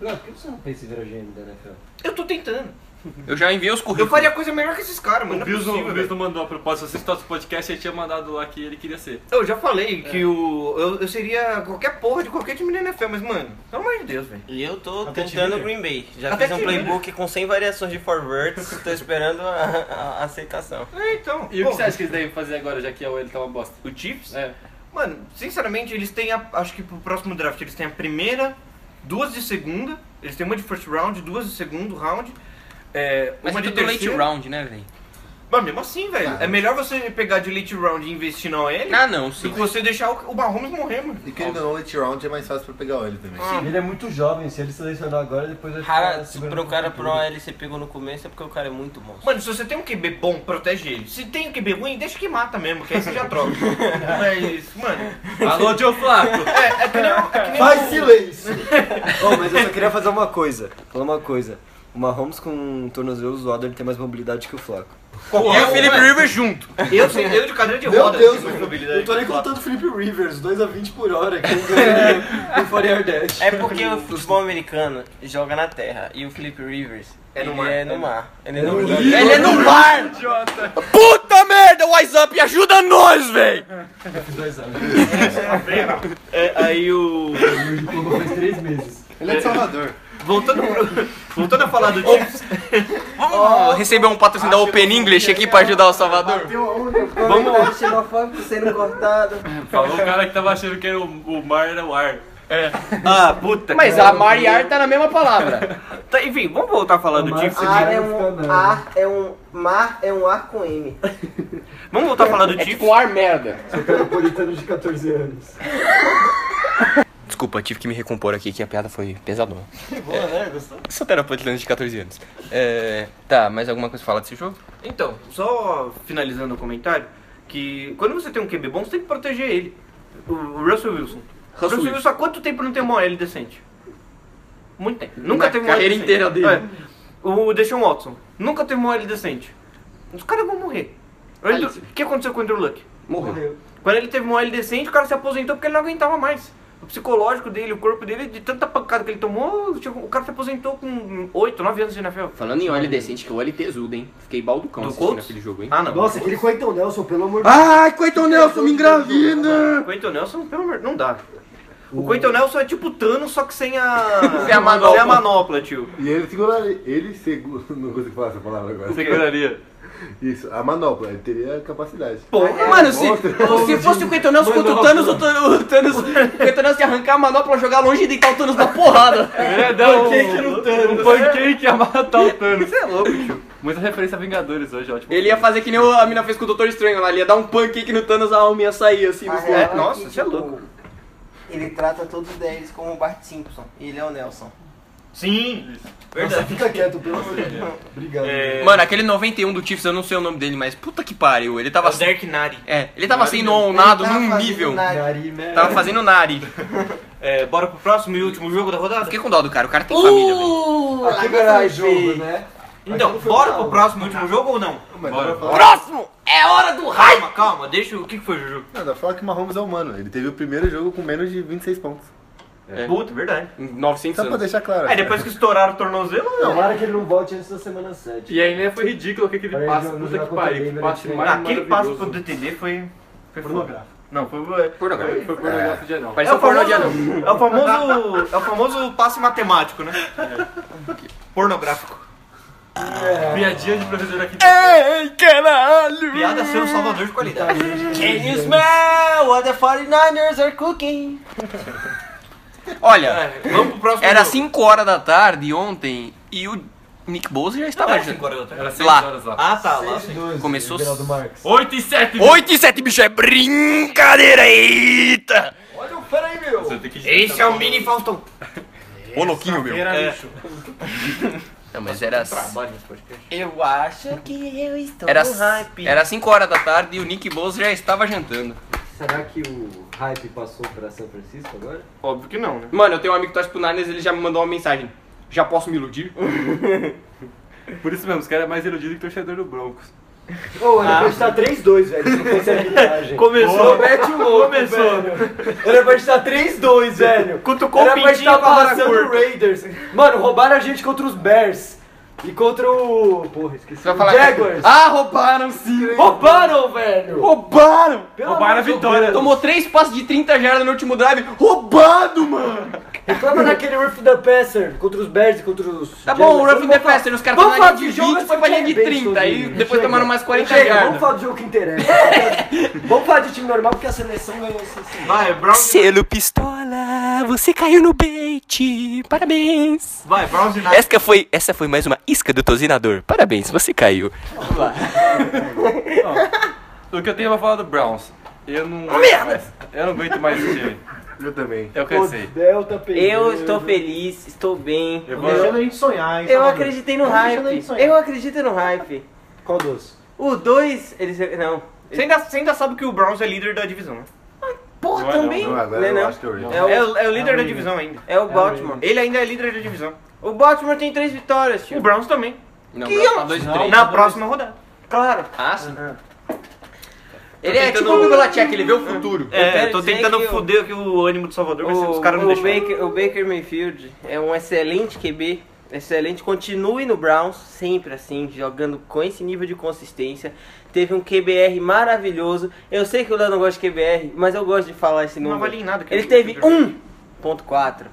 Speaker 6: Não, por que você não pensa em virar GM da NFL?
Speaker 9: Eu tô tentando.
Speaker 1: Eu já enviei os
Speaker 9: Eu
Speaker 1: currículos.
Speaker 9: faria coisa melhor que esses caras, mano.
Speaker 2: O
Speaker 9: não é
Speaker 2: Bills não,
Speaker 9: possível,
Speaker 2: o Bills
Speaker 9: velho.
Speaker 2: não mandou a proposta. Se você escutasse o podcast, ele tinha mandado lá que ele queria ser.
Speaker 9: Eu já falei que o. Eu, eu seria qualquer porra de qualquer time da NFL, mas, mano, pelo amor de Deus, velho.
Speaker 7: E eu tô
Speaker 6: Até
Speaker 7: tentando
Speaker 6: te
Speaker 7: Green Bay. Já
Speaker 9: Até
Speaker 7: fiz um
Speaker 9: te vira.
Speaker 7: playbook com 100 variações de forwards. Tô esperando a, a- a aceitação.
Speaker 9: É, então.
Speaker 2: E o
Speaker 9: pô,
Speaker 2: que você acha que eles devem fazer agora, já que a OL tá uma bosta?
Speaker 9: O Chiefs?
Speaker 2: É.
Speaker 9: Mano, sinceramente, eles têm a. Acho que pro próximo draft eles têm a primeira, duas de segunda. Eles têm uma de first round, duas de segundo round. É,
Speaker 1: Mas
Speaker 9: uma
Speaker 1: é
Speaker 9: de
Speaker 1: tudo late
Speaker 9: terceiro.
Speaker 1: round, né, velho?
Speaker 9: Mas mesmo assim, velho.
Speaker 4: Ah.
Speaker 9: é melhor você pegar de late round e investir na OL
Speaker 1: Ah, não,
Speaker 9: do
Speaker 1: sim.
Speaker 9: que você deixar o, o Mahomes morrer, mano.
Speaker 4: E querendo ou não, late round é mais fácil pra pegar ele também.
Speaker 6: Ele é muito jovem, se ele selecionar agora, depois vai
Speaker 7: Cara, se
Speaker 6: segurando
Speaker 7: pro
Speaker 6: no
Speaker 7: cara
Speaker 6: futuro.
Speaker 7: pro OL ser pegou no começo é porque o cara é muito monstro.
Speaker 9: Mano, se você tem um QB bom, protege ele. Se tem um QB ruim, deixa que mata mesmo, que aí você já troca. Mas, mano,
Speaker 2: Alô, Joe Flaco!
Speaker 9: é, é que nem, o- é que nem
Speaker 6: Faz
Speaker 9: o-
Speaker 6: silêncio! oh, mas eu só queria fazer uma coisa. Falar uma coisa. O Mahomes com um tornozelo zoado, ele tem mais mobilidade que o Flaco.
Speaker 1: E o Felipe Rivers junto.
Speaker 9: Eu, sei- eu de cadeira de roda. tenho mais mobilidade.
Speaker 6: eu tô nem contando o Felipe Rivers, 2 a 20 por hora, que ele ganha no 40 Dash.
Speaker 7: É porque o futebol americano joga na terra e o Felipe Rivers
Speaker 9: É no
Speaker 7: ele
Speaker 9: mar.
Speaker 7: é no mar. Ele é no mar.
Speaker 1: Ele é no bar! Puta merda, Wise Up, ajuda nós, velho!
Speaker 9: É, aí o.
Speaker 6: Faz 3 meses.
Speaker 4: Ele é de Salvador.
Speaker 9: Voltando, pro- voltando a falar do Chiefs,
Speaker 1: Vamos receber um patrocínio da Open English aqui pra ajudar o Salvador?
Speaker 9: né?
Speaker 6: Vamos xenofóbico sendo cortado.
Speaker 2: Falou o cara que tava achando que era o, o mar era o ar.
Speaker 1: Mas a Mariar tá na mesma palavra.
Speaker 9: tá, enfim, vamos voltar a falar do Chiefs.
Speaker 6: Ar
Speaker 7: é
Speaker 6: um
Speaker 7: Ar é um mar, é um ar com M.
Speaker 9: Vamos voltar a falar do
Speaker 1: É
Speaker 9: Chiefs.
Speaker 1: tipo um ar merda.
Speaker 6: Napolitano de 14 anos.
Speaker 1: Desculpa, tive que me recompor aqui, que a piada foi pesadona. Boa, né? Gostou? Sou terapeuta de 14 anos. É, tá, mais alguma coisa pra falar desse jogo?
Speaker 9: Então, só finalizando o comentário, que quando você tem um QB bom, você tem que proteger ele. O o Russell Wilson. O Russell Wilson há quanto tempo não tem uma OL decente? Muito tempo. Nunca
Speaker 1: Na
Speaker 9: teve uma OL
Speaker 1: carreira
Speaker 9: decente.
Speaker 1: inteira dele.
Speaker 7: assim.
Speaker 9: É. O Deshaun Watson. Nunca teve uma OL decente. Os caras vão morrer. O Andrew-
Speaker 1: sim.
Speaker 9: O que aconteceu com o Andrew Luck?
Speaker 1: Morreu.
Speaker 9: Quando ele teve uma OL decente, o cara se aposentou porque ele não aguentava mais. O psicológico dele, o corpo dele, de tanta pancada que ele tomou, chegou- o cara se aposentou com 8, 9 anos de NFL.
Speaker 1: Falando em óleo decente, que o óleo tesudo, hein? Fiquei balducão
Speaker 9: Do
Speaker 1: assistindo
Speaker 9: Colts?
Speaker 1: aquele jogo, hein?
Speaker 9: Ah, não.
Speaker 6: Nossa, aquele Quentin Nelson, pelo amor de
Speaker 1: Ai, coitão Nelson, me engravida!
Speaker 9: Quentin Nelson, pelo amor, não dá. O Quentin Nelson é tipo o Thanos, só que sem a.
Speaker 1: Sem a manopla.
Speaker 9: Sem a manopla, tio.
Speaker 4: E ele seguraria. Ele segura. Não consigo falar essa palavra agora.
Speaker 2: Seguraria.
Speaker 4: Isso, a manopla, ele teria capacidade.
Speaker 1: É, Mano, se, se fosse o Quentin Nelson contra o Thanos, o Than- o Thanos, o Quentin Nelson ia arrancar a manopla, jogar longe e deitar o Thanos na porrada.
Speaker 2: Grandão! Um pancake ia matar o Thanos. Você é louco, tio. Muita referência a Vingadores hoje, ótimo.
Speaker 1: Ele ia fazer que nem a mina fez com o Doutor Estranho lá, ele ia dar um pancake no Thanos, a alma ia sair assim.
Speaker 7: A
Speaker 1: dos-
Speaker 7: real
Speaker 1: É,
Speaker 7: que,
Speaker 1: nossa,
Speaker 7: tipo,
Speaker 1: você é louco.
Speaker 7: Ele trata todos eles como o Bart Simpson. E ele é o Nelson.
Speaker 9: Sim.
Speaker 6: Deus. Nossa, fica quieto, pelo amor de Deus.
Speaker 9: É.
Speaker 6: Obrigado.
Speaker 1: Mano, aquele 91 do Chiefs, eu não sei o nome dele, mas puta que pariu, ele tava...
Speaker 9: É o Derek Nari.
Speaker 1: É, ele tava sendo onado
Speaker 7: Ele tá
Speaker 1: num
Speaker 7: fazendo
Speaker 1: nível.
Speaker 7: nada.
Speaker 6: Gary, né?
Speaker 9: Tá
Speaker 1: Tava fazendo Nari.
Speaker 9: É, bora pro próximo e último jogo da rodada?
Speaker 1: Fiquei com dó do cara, o cara tem família, velho.
Speaker 6: Aquilo era jogo, né?
Speaker 9: Então,
Speaker 6: Aquilo foi pra
Speaker 9: bora pro Tá.
Speaker 6: aula.
Speaker 9: próximo e último jogo ou não?
Speaker 4: Mas dá pra falar-
Speaker 1: Próximo é hora do raio!
Speaker 9: Calma, calma, deixa. O que que foi, Juju?
Speaker 4: Não, dá pra falar que o Mahomes é humano. Ele teve o primeiro jogo com menos de 26 pontos.
Speaker 1: É.
Speaker 9: Puta, verdade.
Speaker 1: 900
Speaker 4: Só pra
Speaker 1: anos.
Speaker 4: deixar claro.
Speaker 9: Aí depois que estouraram o tornozelo.
Speaker 6: Tomara que ele não volte antes da semana 7.
Speaker 2: E ainda foi ridículo que aquele
Speaker 6: Parece
Speaker 2: passe,
Speaker 6: um
Speaker 2: puta
Speaker 6: jogador
Speaker 2: que pariu, que
Speaker 6: também,
Speaker 2: passe
Speaker 6: né?
Speaker 2: mais
Speaker 9: Aquele passo pro
Speaker 2: maravilhoso.
Speaker 9: DTD foi. Foi foda.
Speaker 6: Pornográfico.
Speaker 9: Não, foi.
Speaker 1: Pornográfico.
Speaker 2: Foi pornográfico geral.
Speaker 1: Pareceu pornô de anão.
Speaker 9: é o famoso. É o famoso passe matemático, né?
Speaker 1: É.
Speaker 9: Pornográfico.
Speaker 2: Piadinha de professor aqui.
Speaker 1: Ei, caralho!
Speaker 9: Piada ser um salvador de qualidade.
Speaker 7: Can you
Speaker 9: né?
Speaker 7: smell Ah, what the 49ers are cooking?
Speaker 1: Olha,
Speaker 9: Vamos pro próximo
Speaker 1: era
Speaker 9: jogo.
Speaker 1: 5 horas da tarde ontem e o Nick Bosa já estava já.
Speaker 9: 5 horas da tarde.
Speaker 2: Era 6
Speaker 1: Lá.
Speaker 2: horas lá.
Speaker 9: Ah, tá, lá sim.
Speaker 6: 12,
Speaker 1: Começou-
Speaker 6: Geraldo Marques.
Speaker 2: 8 e 7!
Speaker 1: 8 e 7, bicho, é brincadeira, eita!
Speaker 6: Olha o pera aí, meu.
Speaker 2: Você tem que
Speaker 9: Esse é o mini Faustão.
Speaker 1: Ô, louquinho, meu.
Speaker 16: Era lixo.
Speaker 1: Não, mas era...
Speaker 7: Eu acho que eu estou
Speaker 1: Era,
Speaker 7: no hype.
Speaker 1: era 5 horas da tarde e o Nick Bosa já estava jantando.
Speaker 6: Será que o hype passou pra São Francisco agora?
Speaker 9: Óbvio que não, né?
Speaker 1: Mano, eu tenho um amigo que torce pro Niners, ele já me mandou uma mensagem. Já posso me iludir?
Speaker 2: Por isso mesmo, os caras é mais iludido que torcedor do Broncos.
Speaker 6: Ô, era pra gente tá 3-2, velho. Se não fosse a arbitragem.
Speaker 17: Ah. Começou,
Speaker 6: Mete o louco,
Speaker 17: Começou.
Speaker 6: velho. Era pra gente tá 3-2, velho.
Speaker 17: Cutucou
Speaker 6: Era
Speaker 17: o
Speaker 6: pra gente
Speaker 17: pintinho
Speaker 6: tá
Speaker 17: com a vara
Speaker 6: passando o
Speaker 17: curta.
Speaker 6: Raiders. Mano, roubaram a gente contra os Bears. E contra o... Porra, esqueci.
Speaker 1: Você vai falar.
Speaker 6: Jaguars.
Speaker 1: Ah, roubaram sim!
Speaker 6: Roubaram, velho.
Speaker 1: Roubaram!
Speaker 6: Pelo
Speaker 2: Roubaram a
Speaker 6: amor de
Speaker 2: vitória.
Speaker 1: Tomou três passos de 30 jardas no último drive. Roubado, mano!
Speaker 6: Reclama daquele Ruff the Passer contra os Bears e contra os.
Speaker 1: Tá bom, o Ruffin
Speaker 6: Vamos
Speaker 1: the
Speaker 6: falar-
Speaker 1: Passer, os caras
Speaker 6: Vamos
Speaker 1: tomaram
Speaker 6: falar
Speaker 1: de
Speaker 6: de jogo
Speaker 1: 20,
Speaker 6: essa
Speaker 1: foi pra linha de
Speaker 6: Chega,
Speaker 1: 30. é Aí
Speaker 6: chega.
Speaker 1: depois tomaram mais 40
Speaker 6: Chega, vamos
Speaker 1: jardas.
Speaker 6: falar do jogo que interessa. vamos falar de time normal porque a seleção ganhou esse. assim. esse-
Speaker 9: Vai, Browns,
Speaker 18: Selo pistola, você caiu no bait. Parabéns.
Speaker 9: vai, Browns e Niners.
Speaker 18: Essa foi, essa foi mais uma isca do tozinador. Parabéns, você caiu.
Speaker 2: O que eu tenho pra falar do Browns? Eu não. merda! Eu não aguento mais esse time. É
Speaker 4: Eu também.
Speaker 2: Eu cansei.
Speaker 6: Delta perdeu.
Speaker 7: Eu estou feliz, estou bem.
Speaker 2: Eu
Speaker 19: Não
Speaker 2: vou-
Speaker 19: deixando a gente sonhar, hein?
Speaker 7: Eu
Speaker 19: Salvador?
Speaker 7: acreditei no
Speaker 19: Não deixando a
Speaker 7: hype.
Speaker 19: gente sonhar.
Speaker 7: Eu acredito no hype.
Speaker 6: Qual dos?
Speaker 7: O 2, eles. Não.
Speaker 9: Você ainda, você ainda sabe que o Browns é líder da divisão, né?
Speaker 7: Porra,
Speaker 2: Não é não,
Speaker 7: também.
Speaker 4: Não, agora
Speaker 7: né,
Speaker 4: eu
Speaker 7: não?
Speaker 4: acho que eu
Speaker 7: É
Speaker 9: É
Speaker 7: o,
Speaker 9: o, é o líder da divisão ainda.
Speaker 7: é o Baltimore.
Speaker 9: Ele ainda é líder da divisão.
Speaker 7: O Baltimore tem três vitórias,
Speaker 9: O
Speaker 7: tio.
Speaker 9: Browns também.
Speaker 1: Não,
Speaker 7: Que
Speaker 1: Brown tá
Speaker 7: ótimo.
Speaker 1: 2 e 3.
Speaker 9: Na próxima rodada.
Speaker 7: Claro.
Speaker 1: Ah, sim. Ele é tipo o Bill Belichick, ele vê o futuro.
Speaker 9: É,
Speaker 7: quero
Speaker 9: tô
Speaker 7: dizer
Speaker 9: tentando
Speaker 7: que o-
Speaker 9: foder aqui o ânimo do Salvador, mas os
Speaker 7: O,
Speaker 9: caras não
Speaker 7: o,
Speaker 9: deixam.
Speaker 7: Baker, o Baker Mayfield é um excelente QB, excelente. Continue no Browns, sempre assim, jogando com esse nível de consistência. Teve um QBR maravilhoso. Eu sei que o Léo não gosta de QBR, mas eu gosto de falar esse número.
Speaker 9: Não vale em nada. que
Speaker 7: Ele
Speaker 9: eu-
Speaker 7: teve
Speaker 9: eu-
Speaker 7: 1.4.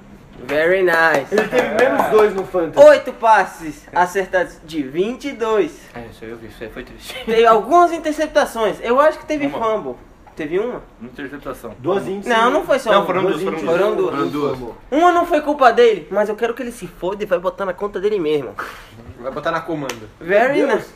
Speaker 7: Very nice.
Speaker 6: Ele teve menos dois no Fantasy.
Speaker 7: 8 passes acertados de 22.
Speaker 9: É, isso aí eu vi, isso aí foi triste.
Speaker 7: Teve algumas interceptações. Eu acho que teve fumble. Teve uma?
Speaker 2: Interceptação.
Speaker 6: Duas índices.
Speaker 7: Não, não foi só
Speaker 9: Não,
Speaker 7: uma.
Speaker 9: foram duas, foram duas.
Speaker 7: Foram duas.
Speaker 4: Foram duas.
Speaker 7: Uma não foi culpa dele, mas eu quero que ele se foda e vai botar na conta dele mesmo.
Speaker 1: Vai botar na comanda.
Speaker 7: Very nice.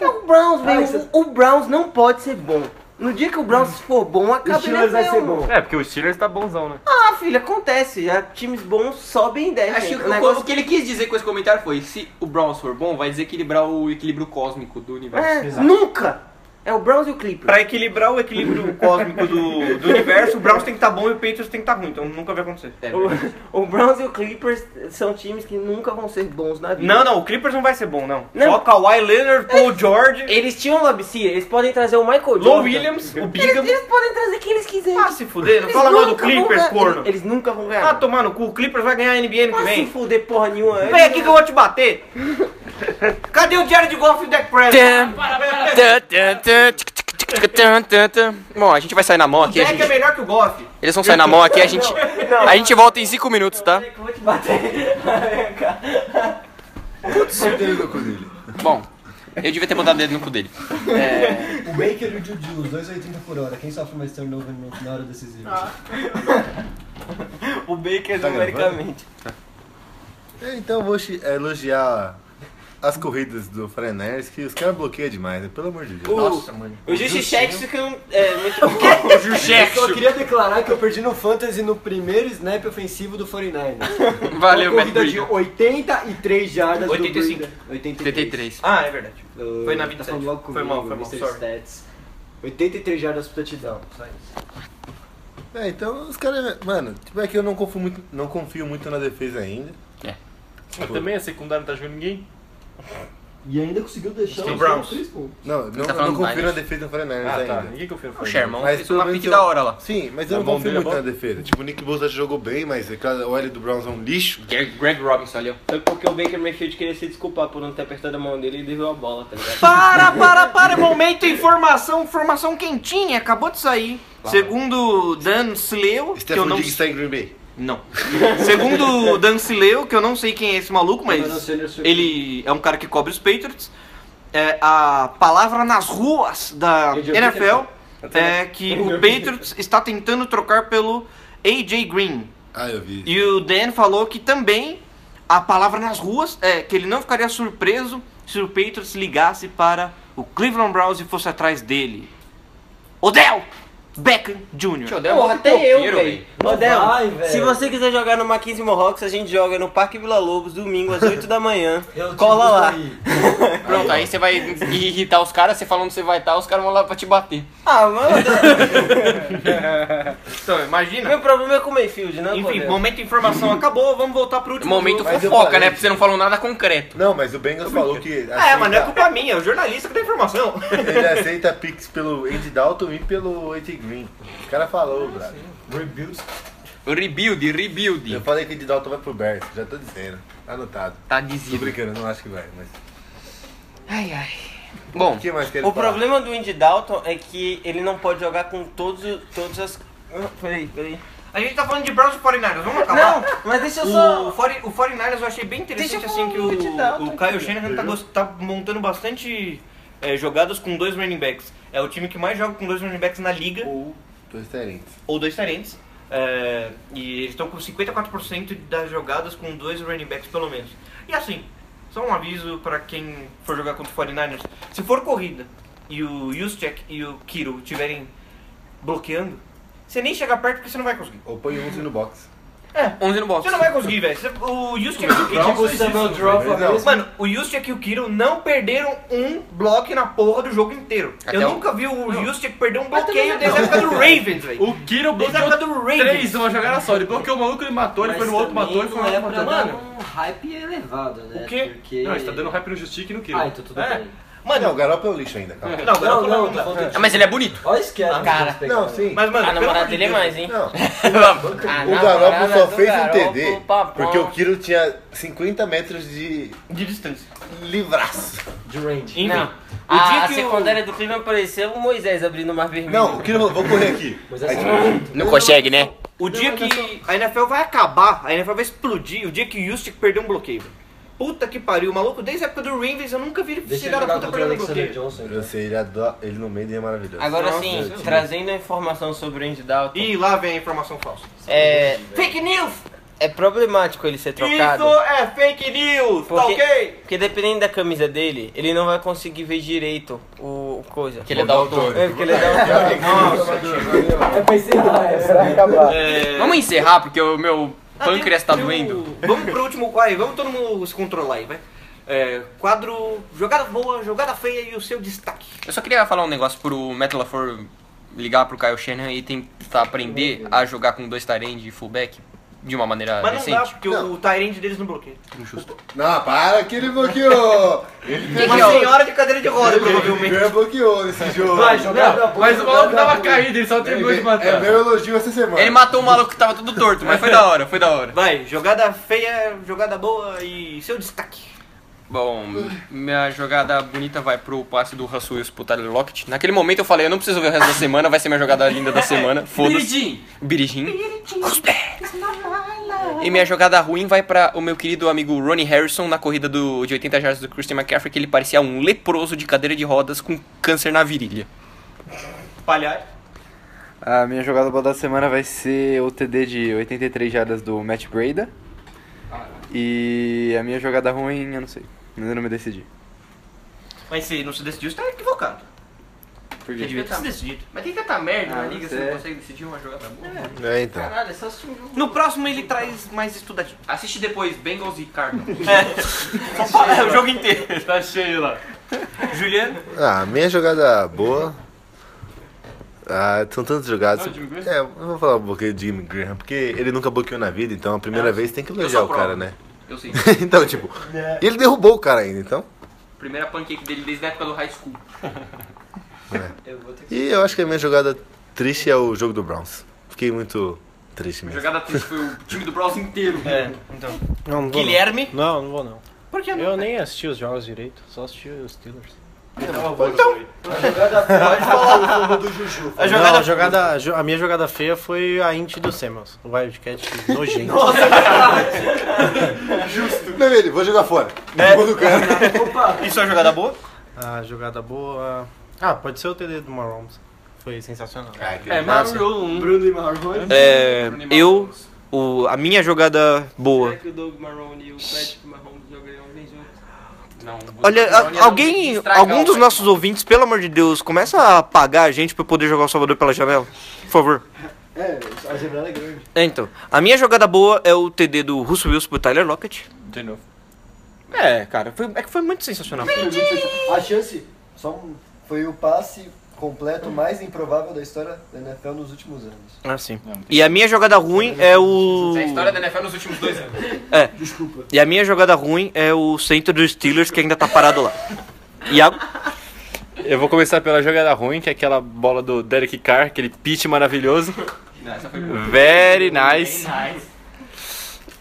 Speaker 7: É o Browns,
Speaker 6: Ai, é-
Speaker 7: velho.
Speaker 6: você-
Speaker 7: O, o Browns não pode ser bom. No dia que o Browns for bom,
Speaker 6: Hum. O
Speaker 7: acaba
Speaker 6: Steelers
Speaker 7: ele
Speaker 6: vai ser bom.
Speaker 2: É, porque o Steelers tá bonzão, né?
Speaker 7: um. Ah, filho, acontece. Já times bons sobem 10.
Speaker 1: Acho que
Speaker 7: gente.
Speaker 1: o, o que ele quis dizer com esse comentário foi: se o Browns for bom, vai desequilibrar o equilíbrio cósmico do universo.
Speaker 7: É, nunca. É o Browns e o Clippers.
Speaker 9: Pra equilibrar o equilíbrio cósmico do, do universo, o Browns tem que estar bom e o Patriots tem que estar ruim, então nunca vai acontecer.
Speaker 1: É,
Speaker 7: O, o Browns e o Clippers são times que nunca vão ser bons na vida.
Speaker 9: Não, não, o Clippers não vai ser bom, não.
Speaker 7: Não.
Speaker 9: Só Kawhi Leonard, Paul George,
Speaker 7: Eles tinham Labcia, eles podem trazer o Michael Jordan.
Speaker 9: Lou Williams, o
Speaker 7: Eles,
Speaker 9: Bigam.
Speaker 7: eles podem trazer quem eles quiserem.
Speaker 9: Ah, se fuder, não
Speaker 7: Eles
Speaker 9: fala mal do
Speaker 7: nunca vão
Speaker 9: Clippers,
Speaker 7: ganhar-
Speaker 9: corno.
Speaker 7: Eles, eles nunca vão ganhar.
Speaker 9: Ah, tomar no cu, o Clippers vai ganhar a NBA ano que
Speaker 7: Mas se
Speaker 9: vem.
Speaker 7: fuder porra nenhuma.
Speaker 9: Vem aqui que eu vou te bater. Cadê o Jared Goff e o Dak Prescott?
Speaker 18: Bom, a gente vai sair na mão
Speaker 9: O
Speaker 18: aqui. a
Speaker 9: Dak é
Speaker 18: gente-
Speaker 9: melhor que o Goff.
Speaker 18: Eles vão sair na mão aqui. A gente, a gente volta em 5 minutos, tá?
Speaker 7: eu vou te bater.
Speaker 4: Certeza no cu dele.
Speaker 18: Bom, eu devia ter botado o dedo no cu dele. É,
Speaker 6: O Baker e o Juju, os dois 80 por hora. Quem sofre mais turnover no- na hora decisiva?
Speaker 7: O Baker
Speaker 4: Tá
Speaker 7: numericamente.
Speaker 4: É, Então eu vou chi- elogiar as corridas do Frenares, que os caras bloqueiam demais, né? pelo amor de Deus.
Speaker 7: Nossa,
Speaker 9: mano.
Speaker 7: O Justichex fica um- é, muito bom.
Speaker 6: Eu só queria declarar que eu perdi no Fantasy no primeiro snap ofensivo do 49ers.
Speaker 1: Valeu,
Speaker 6: Uma
Speaker 1: Matt
Speaker 6: corrida de
Speaker 1: Breida.
Speaker 6: 83 jardas
Speaker 9: 85.
Speaker 6: do Breida. 83.
Speaker 1: 83.
Speaker 9: Ah, é verdade.
Speaker 6: Uh,
Speaker 9: Foi na vida
Speaker 6: tá falando
Speaker 9: sete.
Speaker 6: logo
Speaker 9: Foi mal,
Speaker 6: comigo,
Speaker 9: foi mal,
Speaker 6: Mr.
Speaker 9: sorry.
Speaker 6: Stats. 83 jardas pro touchdown. Só isso.
Speaker 4: É, então os caras. Mano, tipo, é que eu não confio muito, não confio muito na defesa ainda.
Speaker 2: Mas também a secundária não tá jogando ninguém.
Speaker 6: E ainda conseguiu deixar
Speaker 9: Steve
Speaker 6: os
Speaker 9: Browns.
Speaker 6: três pontos.
Speaker 4: Não, não,
Speaker 18: tá
Speaker 4: não
Speaker 18: falando do
Speaker 4: confio na
Speaker 18: Niners?
Speaker 4: defesa do Frenares
Speaker 2: Ah, tá.
Speaker 4: ainda.
Speaker 2: Ninguém confia no
Speaker 18: O
Speaker 2: Flamengo.
Speaker 18: Sherman
Speaker 4: Mas
Speaker 18: fez
Speaker 4: pelo
Speaker 18: uma
Speaker 4: menos
Speaker 18: pique
Speaker 4: eu-
Speaker 18: da hora lá.
Speaker 4: Sim, mas
Speaker 2: Tá
Speaker 4: eu não
Speaker 2: bom,
Speaker 4: confio
Speaker 2: dele é
Speaker 4: muito na defesa. Tipo, o Nick Bosa jogou bem, mas aquela- o L do Browns é um lixo.
Speaker 1: Greg, Greg Robinson ali, ó.
Speaker 7: Foi porque o Baker Mayfield queria se desculpar por não ter apertado a mão dele e desviou a bola, tá ligado?
Speaker 9: Para, para, para, momento informação, informação quentinha, acabou de sair. Segundo Dan Sleu, que eu
Speaker 4: Stefan
Speaker 9: não
Speaker 4: Diggs está em Green Bay.
Speaker 9: Não. Segundo o Dan Sileo, que eu não sei quem é esse maluco,
Speaker 6: Mas não
Speaker 9: mas
Speaker 6: sei, ele é surpreso.
Speaker 9: ele é um cara que cobre os Patriots. é, a palavra nas ruas da
Speaker 6: Eu já ouvi que
Speaker 9: NFL é que o Patriots está tentando trocar pelo AJ Green.
Speaker 4: Ah, eu vi.
Speaker 9: E o Dan falou que também a palavra nas ruas é que ele não ficaria surpreso se o Patriots ligasse para o Cleveland Browns e fosse atrás dele. Odell!
Speaker 20: Beckham Jr.
Speaker 1: Tio,
Speaker 18: um
Speaker 7: Porra, até eu,
Speaker 1: velho.
Speaker 7: velho. Ô, Del,
Speaker 3: vai, velho.
Speaker 7: se você quiser jogar no Mackenzie Mohawks, a gente joga no Parque Vila Lobos, domingo às 8 da manhã.
Speaker 3: Eu te
Speaker 7: Cola
Speaker 3: busco
Speaker 7: lá.
Speaker 3: tipo aí.
Speaker 1: Pronto, aí você vai irritar os caras, você falando que você vai estar, os caras vão lá pra te bater.
Speaker 7: Ah, mano,
Speaker 9: Então, imagina.
Speaker 7: meu problema é com o Mayfield, não
Speaker 9: Enfim, momento de informação acabou, vamos voltar pro último
Speaker 1: Momento
Speaker 9: jogo.
Speaker 1: fofoca, né? Porque você não falou nada concreto.
Speaker 4: Não, mas o Bengals falou que
Speaker 9: É, mas é. não é
Speaker 4: aceita,
Speaker 9: culpa minha, é o jornalista que dá informação.
Speaker 4: ele aceita picks pelo Andy Dalton e pelo Andy Green. O cara falou,
Speaker 9: Ah,
Speaker 4: brother.
Speaker 1: Rebuild, rebuild.
Speaker 4: Eu falei que o Andy Dalton vai pro Bears, já tô dizendo. Anotado.
Speaker 1: Tá
Speaker 4: Tô
Speaker 1: dizido.
Speaker 4: brincando, não acho que vai, mas...
Speaker 1: Ai, ai. Bom,
Speaker 4: O que mais que ele
Speaker 7: O
Speaker 4: fala?
Speaker 7: problema do Indy Dalton é que ele não pode jogar com todos, o- todas as. Ah, Peraí, peraí.
Speaker 9: A gente tá falando de Browns e 49ers, vamos acabar?
Speaker 7: Não, mas deixa eu
Speaker 9: O,
Speaker 7: só.
Speaker 9: 40 o 49ers eu achei bem interessante
Speaker 7: Deixa eu
Speaker 9: assim que
Speaker 7: falar um de Dalton
Speaker 9: o, o
Speaker 7: aqui,
Speaker 9: Kyle Shanahan tá, gost- tá montando bastante é, jogadas com dois running backs. É o time que mais joga com dois running backs na liga,
Speaker 4: Ou dois terentes.
Speaker 9: ou dois tarentes. É, e eles estão com 54% das jogadas com dois running backs pelo menos. E assim, só um aviso pra quem for jogar contra o 49ers. Se for corrida e o Juszczyk e o Kiro estiverem bloqueando, você nem chegar perto porque você não vai conseguir.
Speaker 4: Ou põe 11 no box.
Speaker 1: 11 no box.
Speaker 9: Você não vai conseguir, velho. Você- O Juszczyk e o Kiro...
Speaker 3: Tipo o Samuel Dropper.
Speaker 4: Não.
Speaker 9: Mano, o Juszczyk e o Kiro não perderam um bloco na porra do jogo inteiro.
Speaker 1: Até
Speaker 9: eu
Speaker 1: o-
Speaker 9: nunca vi o Juszczyk perder um bloqueio desde a época do Ravens, velho.
Speaker 2: O Kiro
Speaker 9: Desde a época
Speaker 2: bloqueou
Speaker 9: do
Speaker 2: três
Speaker 9: Ravens.
Speaker 2: numa jogada só. Ele bloqueou o maluco, ele matou, ele
Speaker 3: Mas
Speaker 2: foi no outro,
Speaker 3: também
Speaker 2: matou, ele foi no
Speaker 3: não é
Speaker 2: outro,
Speaker 3: pra
Speaker 2: matou.
Speaker 3: dar
Speaker 2: Mano,
Speaker 3: um hype elevado, né?
Speaker 9: O quê?
Speaker 3: Porque...
Speaker 2: não, ele tá
Speaker 6: é.
Speaker 2: dando hype no Justic e no Kiro.
Speaker 3: Ah, então tudo
Speaker 9: É.
Speaker 3: bem.
Speaker 9: Mano,
Speaker 4: Não, o Garoppolo é um lixo ainda, calma.
Speaker 9: não,
Speaker 3: Não,
Speaker 9: garoto,
Speaker 3: não, tô
Speaker 9: não
Speaker 6: tá
Speaker 9: dá.
Speaker 3: falando de-
Speaker 1: Ah, mas ele é bonito.
Speaker 3: Olha esse cara.
Speaker 7: Cara.
Speaker 4: Não, sim.
Speaker 9: Mas, Ah,
Speaker 7: A
Speaker 9: mano, pelo amor
Speaker 7: namorada
Speaker 9: de
Speaker 7: dele é
Speaker 9: Deus,
Speaker 7: mais, hein?
Speaker 4: Não,
Speaker 7: A
Speaker 4: o
Speaker 7: namorada
Speaker 4: Garoppolo só
Speaker 7: do
Speaker 4: fez um
Speaker 7: Garoppolo,
Speaker 4: TD
Speaker 7: papão.
Speaker 4: porque o Kiro tinha 50 metros de
Speaker 9: De distância.
Speaker 4: livraço.
Speaker 3: De range.
Speaker 9: Enfim,
Speaker 7: Não.
Speaker 9: o dia
Speaker 7: A, a
Speaker 9: que o-
Speaker 7: secundária do Cleveland apareceu o Moisés abrindo o Mar Vermelho.
Speaker 4: Não, o Kiro falou, vou correr aqui.
Speaker 3: Mas
Speaker 4: Aí,
Speaker 3: essa
Speaker 4: tipo,
Speaker 1: Não consegue, né?
Speaker 9: O dia que é a NFL vai acabar, a NFL vai explodir, o dia que o Juszczyk perdeu um bloqueio. Puta que pariu, maluco, desde a época do Ravens eu nunca vi ele
Speaker 3: Deixa ele
Speaker 9: chegar
Speaker 3: jogar
Speaker 9: na puta
Speaker 3: contra o
Speaker 9: perdendo um
Speaker 3: Alexander
Speaker 9: bloqueio.
Speaker 3: Johnson.
Speaker 4: Eu sei, ele, adora, ele no meio dele é maravilhoso.
Speaker 7: Agora sim, trazendo a informação sobre o Indy Dalton.
Speaker 9: E lá vem a informação falsa.
Speaker 7: É,
Speaker 9: Fake news!
Speaker 7: é problemático ele ser trocado.
Speaker 9: Isso é fake news, tá
Speaker 7: Porque-
Speaker 9: ok?
Speaker 7: Porque dependendo da camisa dele, ele não vai conseguir ver direito o, o coisa.
Speaker 1: Que ele é da autor.
Speaker 7: É, porque ele é daltônico.
Speaker 3: Eu pensei, ah, essa vai acabar.
Speaker 9: É...
Speaker 1: Vamos encerrar, porque o meu
Speaker 9: Ah,
Speaker 1: pâncreas
Speaker 9: tem-
Speaker 1: tá
Speaker 9: tem o-
Speaker 1: doendo.
Speaker 9: Vamos pro último quadro, vamos todo mundo se controlar aí, vai. É, quadro, jogada boa, jogada feia e o seu destaque.
Speaker 1: Eu só queria falar um negócio pro Matt LaFleur ligar pro Kyle Shanahan e tentar aprender a jogar com dois end e fullback de uma maneira
Speaker 9: Mas não dá,
Speaker 1: decente.
Speaker 9: porque
Speaker 4: Não.
Speaker 9: o Tyrande deles não bloqueia.
Speaker 4: Não, para que ele bloqueou. Ele
Speaker 1: Que
Speaker 4: fez
Speaker 1: que
Speaker 9: Uma
Speaker 1: é o-
Speaker 9: senhora de cadeira de roda, provavelmente.
Speaker 4: Ele bloqueou nesse jogo.
Speaker 3: Vai, jogada boa.
Speaker 2: Mas o maluco
Speaker 3: jogada
Speaker 2: tava
Speaker 3: boa.
Speaker 2: caído, ele só terminou de
Speaker 4: É
Speaker 2: matar.
Speaker 4: meu elogio essa semana.
Speaker 1: Ele matou o maluco que tava todo torto, mas foi da hora, foi da hora.
Speaker 9: Vai, jogada feia, jogada boa e seu destaque.
Speaker 1: Bom, minha jogada bonita vai pro passe do Russell Wilson pro Tyler Lockett. Naquele momento eu falei, eu não preciso ver o resto da semana, vai ser minha jogada linda da semana. Foda-se.
Speaker 2: Biridinho!
Speaker 1: Birijin. Cuspe. E minha jogada ruim vai pra o meu querido amigo Ronnie Harrison na corrida do, de 80 jardas do Christian McCaffrey, que ele parecia um leproso de cadeira de rodas com câncer na virilha.
Speaker 9: Palhares.
Speaker 6: A minha jogada boa da semana vai ser o TD de 83 jardas do Matt Breda. E a minha jogada ruim, eu não sei. Ainda não me decidi.
Speaker 9: Mas se não se decidiu, você tá equivocado. Você devia ter se decidido.
Speaker 1: tá.
Speaker 9: Ah,
Speaker 1: Mas tem tanta merda
Speaker 6: na liga, você não
Speaker 1: consegue decidir uma jogada boa.
Speaker 4: É, então.
Speaker 1: Caralho, é só assistir um jogo.
Speaker 9: No próximo ele traz mais estudadinho.
Speaker 1: Assiste depois Bengals e Cardinals.
Speaker 9: É, o jogo inteiro.
Speaker 2: Tá cheio lá.
Speaker 9: Juliano,
Speaker 4: Ah, minha jogada boa. Ah, são tantas jogadas.
Speaker 2: Ah, o Jimmy Graham?
Speaker 4: é, eu vou falar um pouquinho de Jimmy Graham, porque ele nunca bloqueou na vida, então a primeira
Speaker 2: É.
Speaker 4: vez tem que elogiar
Speaker 1: sou
Speaker 4: o cara,
Speaker 1: prova.
Speaker 4: né?
Speaker 1: Eu sei.
Speaker 4: então, tipo, e ele derrubou o cara ainda, então.
Speaker 1: Primeira pancake dele desde a época do high school.
Speaker 4: E eu acho que a minha jogada triste é o jogo do Browns. Fiquei muito triste
Speaker 1: A
Speaker 4: mesmo.
Speaker 1: jogada triste foi o time do Bros inteiro.
Speaker 21: Não, não vou
Speaker 9: Guilherme.
Speaker 21: não. Não, não vou não.
Speaker 9: Por que
Speaker 21: Eu nem assisti os jogos direito, só assisti os Steelers.
Speaker 9: Então, A
Speaker 21: Não, a,
Speaker 9: jogada.
Speaker 21: jogada, jo- a minha jogada feia foi a int do Simmons, o Wildcat nojento.
Speaker 4: Não, ele, vou jogar fora.
Speaker 2: É.
Speaker 4: Derrubou do cara.
Speaker 9: Isso é uma jogada boa?
Speaker 21: a jogada boa... Ah, pode ser o TD do Maromes. Foi sensacional.
Speaker 2: É, mas
Speaker 3: Bruno e Marrone.
Speaker 9: É,
Speaker 1: um
Speaker 9: eu. O, a minha jogada boa.
Speaker 1: que o Doug Marrone e o Patrick Mahomes jogariam bem juntos?
Speaker 22: Não, o
Speaker 9: Olha,
Speaker 22: Busquets
Speaker 9: a-
Speaker 22: não tem que
Speaker 9: alguém,
Speaker 22: estragar
Speaker 9: algum
Speaker 22: o
Speaker 9: dos
Speaker 22: Marquinhos.
Speaker 9: nossos ouvintes, pelo amor de Deus, começa a apagar a gente pra eu poder jogar o Salvador pela janela, por favor.
Speaker 6: É, a janela é grande.
Speaker 9: É, então, a minha jogada boa é o TD do Russell Wilson pro Tyler Lockett.
Speaker 22: De novo.
Speaker 9: É, cara, foi- é que foi muito sensacional.
Speaker 6: A chance só um- foi o passe completo mais improvável da história da NFL nos últimos anos.
Speaker 9: Ah, sim. E a minha jogada ruim é o...
Speaker 3: Essa é a história da NFL nos últimos dois anos.
Speaker 9: E a minha jogada ruim é o centro dos Steelers que ainda tá parado lá. Iago?
Speaker 2: Eu vou começar pela jogada ruim, que é aquela bola do Derek Carr, aquele pitch maravilhoso. Very nice.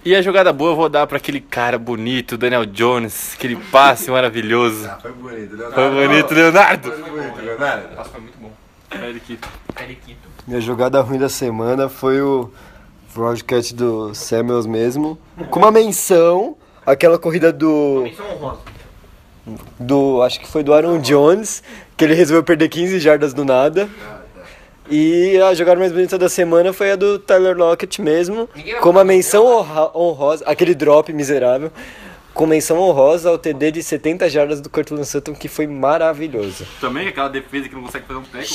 Speaker 2: E a jogada boa eu vou dar pra aquele cara bonito, Daniel Jones, aquele passe maravilhoso.
Speaker 4: Ah, foi bonito, Leonardo.
Speaker 2: Foi bonito, Leonardo.
Speaker 4: Foi bonito, Leonardo.
Speaker 6: Minha jogada ruim da semana foi o broadcast do Samuels mesmo, com uma menção, aquela corrida do... Do, acho que foi do Aaron Jones, que ele resolveu perder 15 jardas do nada. E a jogada mais bonita da semana foi a do Tyler Lockett mesmo, com uma menção honra- honrosa, aquele drop miserável, com menção honrosa ao TD de 70 jardas do Cortland Sutton, que foi maravilhoso.
Speaker 22: Também aquela defesa que não consegue fazer um tackle.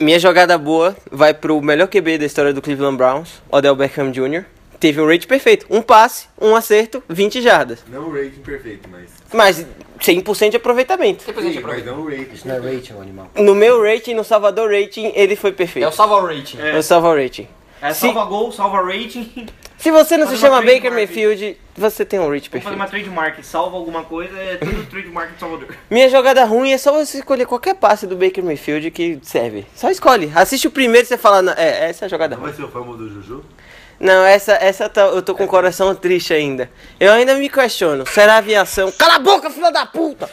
Speaker 7: Minha jogada boa vai pro melhor QB da história do Cleveland Browns, Odell Beckham Jr. Teve um rate perfeito. Um passe, um acerto, 20 jardas.
Speaker 4: Não o rating perfeito, mas.
Speaker 7: Mas 100% de aproveitamento.
Speaker 4: Sim, mas não o rating.
Speaker 6: Não é Rachel, animal.
Speaker 7: No meu rating, no Salvador rating, ele foi
Speaker 3: É o
Speaker 7: perfeito.
Speaker 3: Salva Rating.
Speaker 7: É o Salvador rating.
Speaker 9: É salva gol, salva rating.
Speaker 7: Se você não se
Speaker 9: Faz uma
Speaker 7: chama Baker
Speaker 9: trademark.
Speaker 7: Mayfield, você tem um rate
Speaker 9: Vou fazer
Speaker 7: perfeito.
Speaker 9: uma trademark, salva alguma coisa, é tudo trademark de Salvador.
Speaker 7: Minha jogada ruim é só você escolher qualquer passe do Baker Mayfield que serve. Só escolhe. Assiste o primeiro e você fala, "Não, é, essa é a jogada
Speaker 4: Não
Speaker 7: ruim.
Speaker 4: vai ser o famoso do Juju?
Speaker 7: Não, essa, essa tá- eu tô com o coração triste ainda. Eu ainda me questiono. Será a aviação. Cala a boca, filha da puta!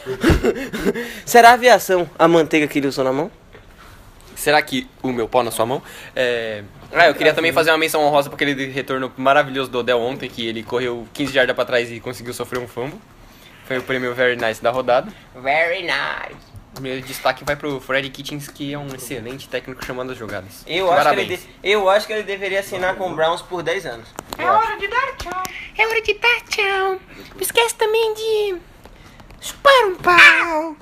Speaker 7: Será a aviação a manteiga que ele usou na mão?
Speaker 1: Será que o meu pau na sua mão? É... Ah, eu queria também fazer uma menção honrosa para aquele retorno maravilhoso do Odell ontem, que ele correu 15 jardas para trás e conseguiu sofrer um fumble. Foi o prêmio Very Nice da rodada.
Speaker 7: Very nice.
Speaker 1: Meu destaque vai pro Fred Kitchens, que é um excelente técnico chamando as jogadas.
Speaker 7: Eu acho, que ele
Speaker 1: Parabéns.
Speaker 7: de- eu acho que ele deveria assinar com o Browns por 10 anos.
Speaker 23: É hora de dar tchau. Não esquece também de chupar um pau.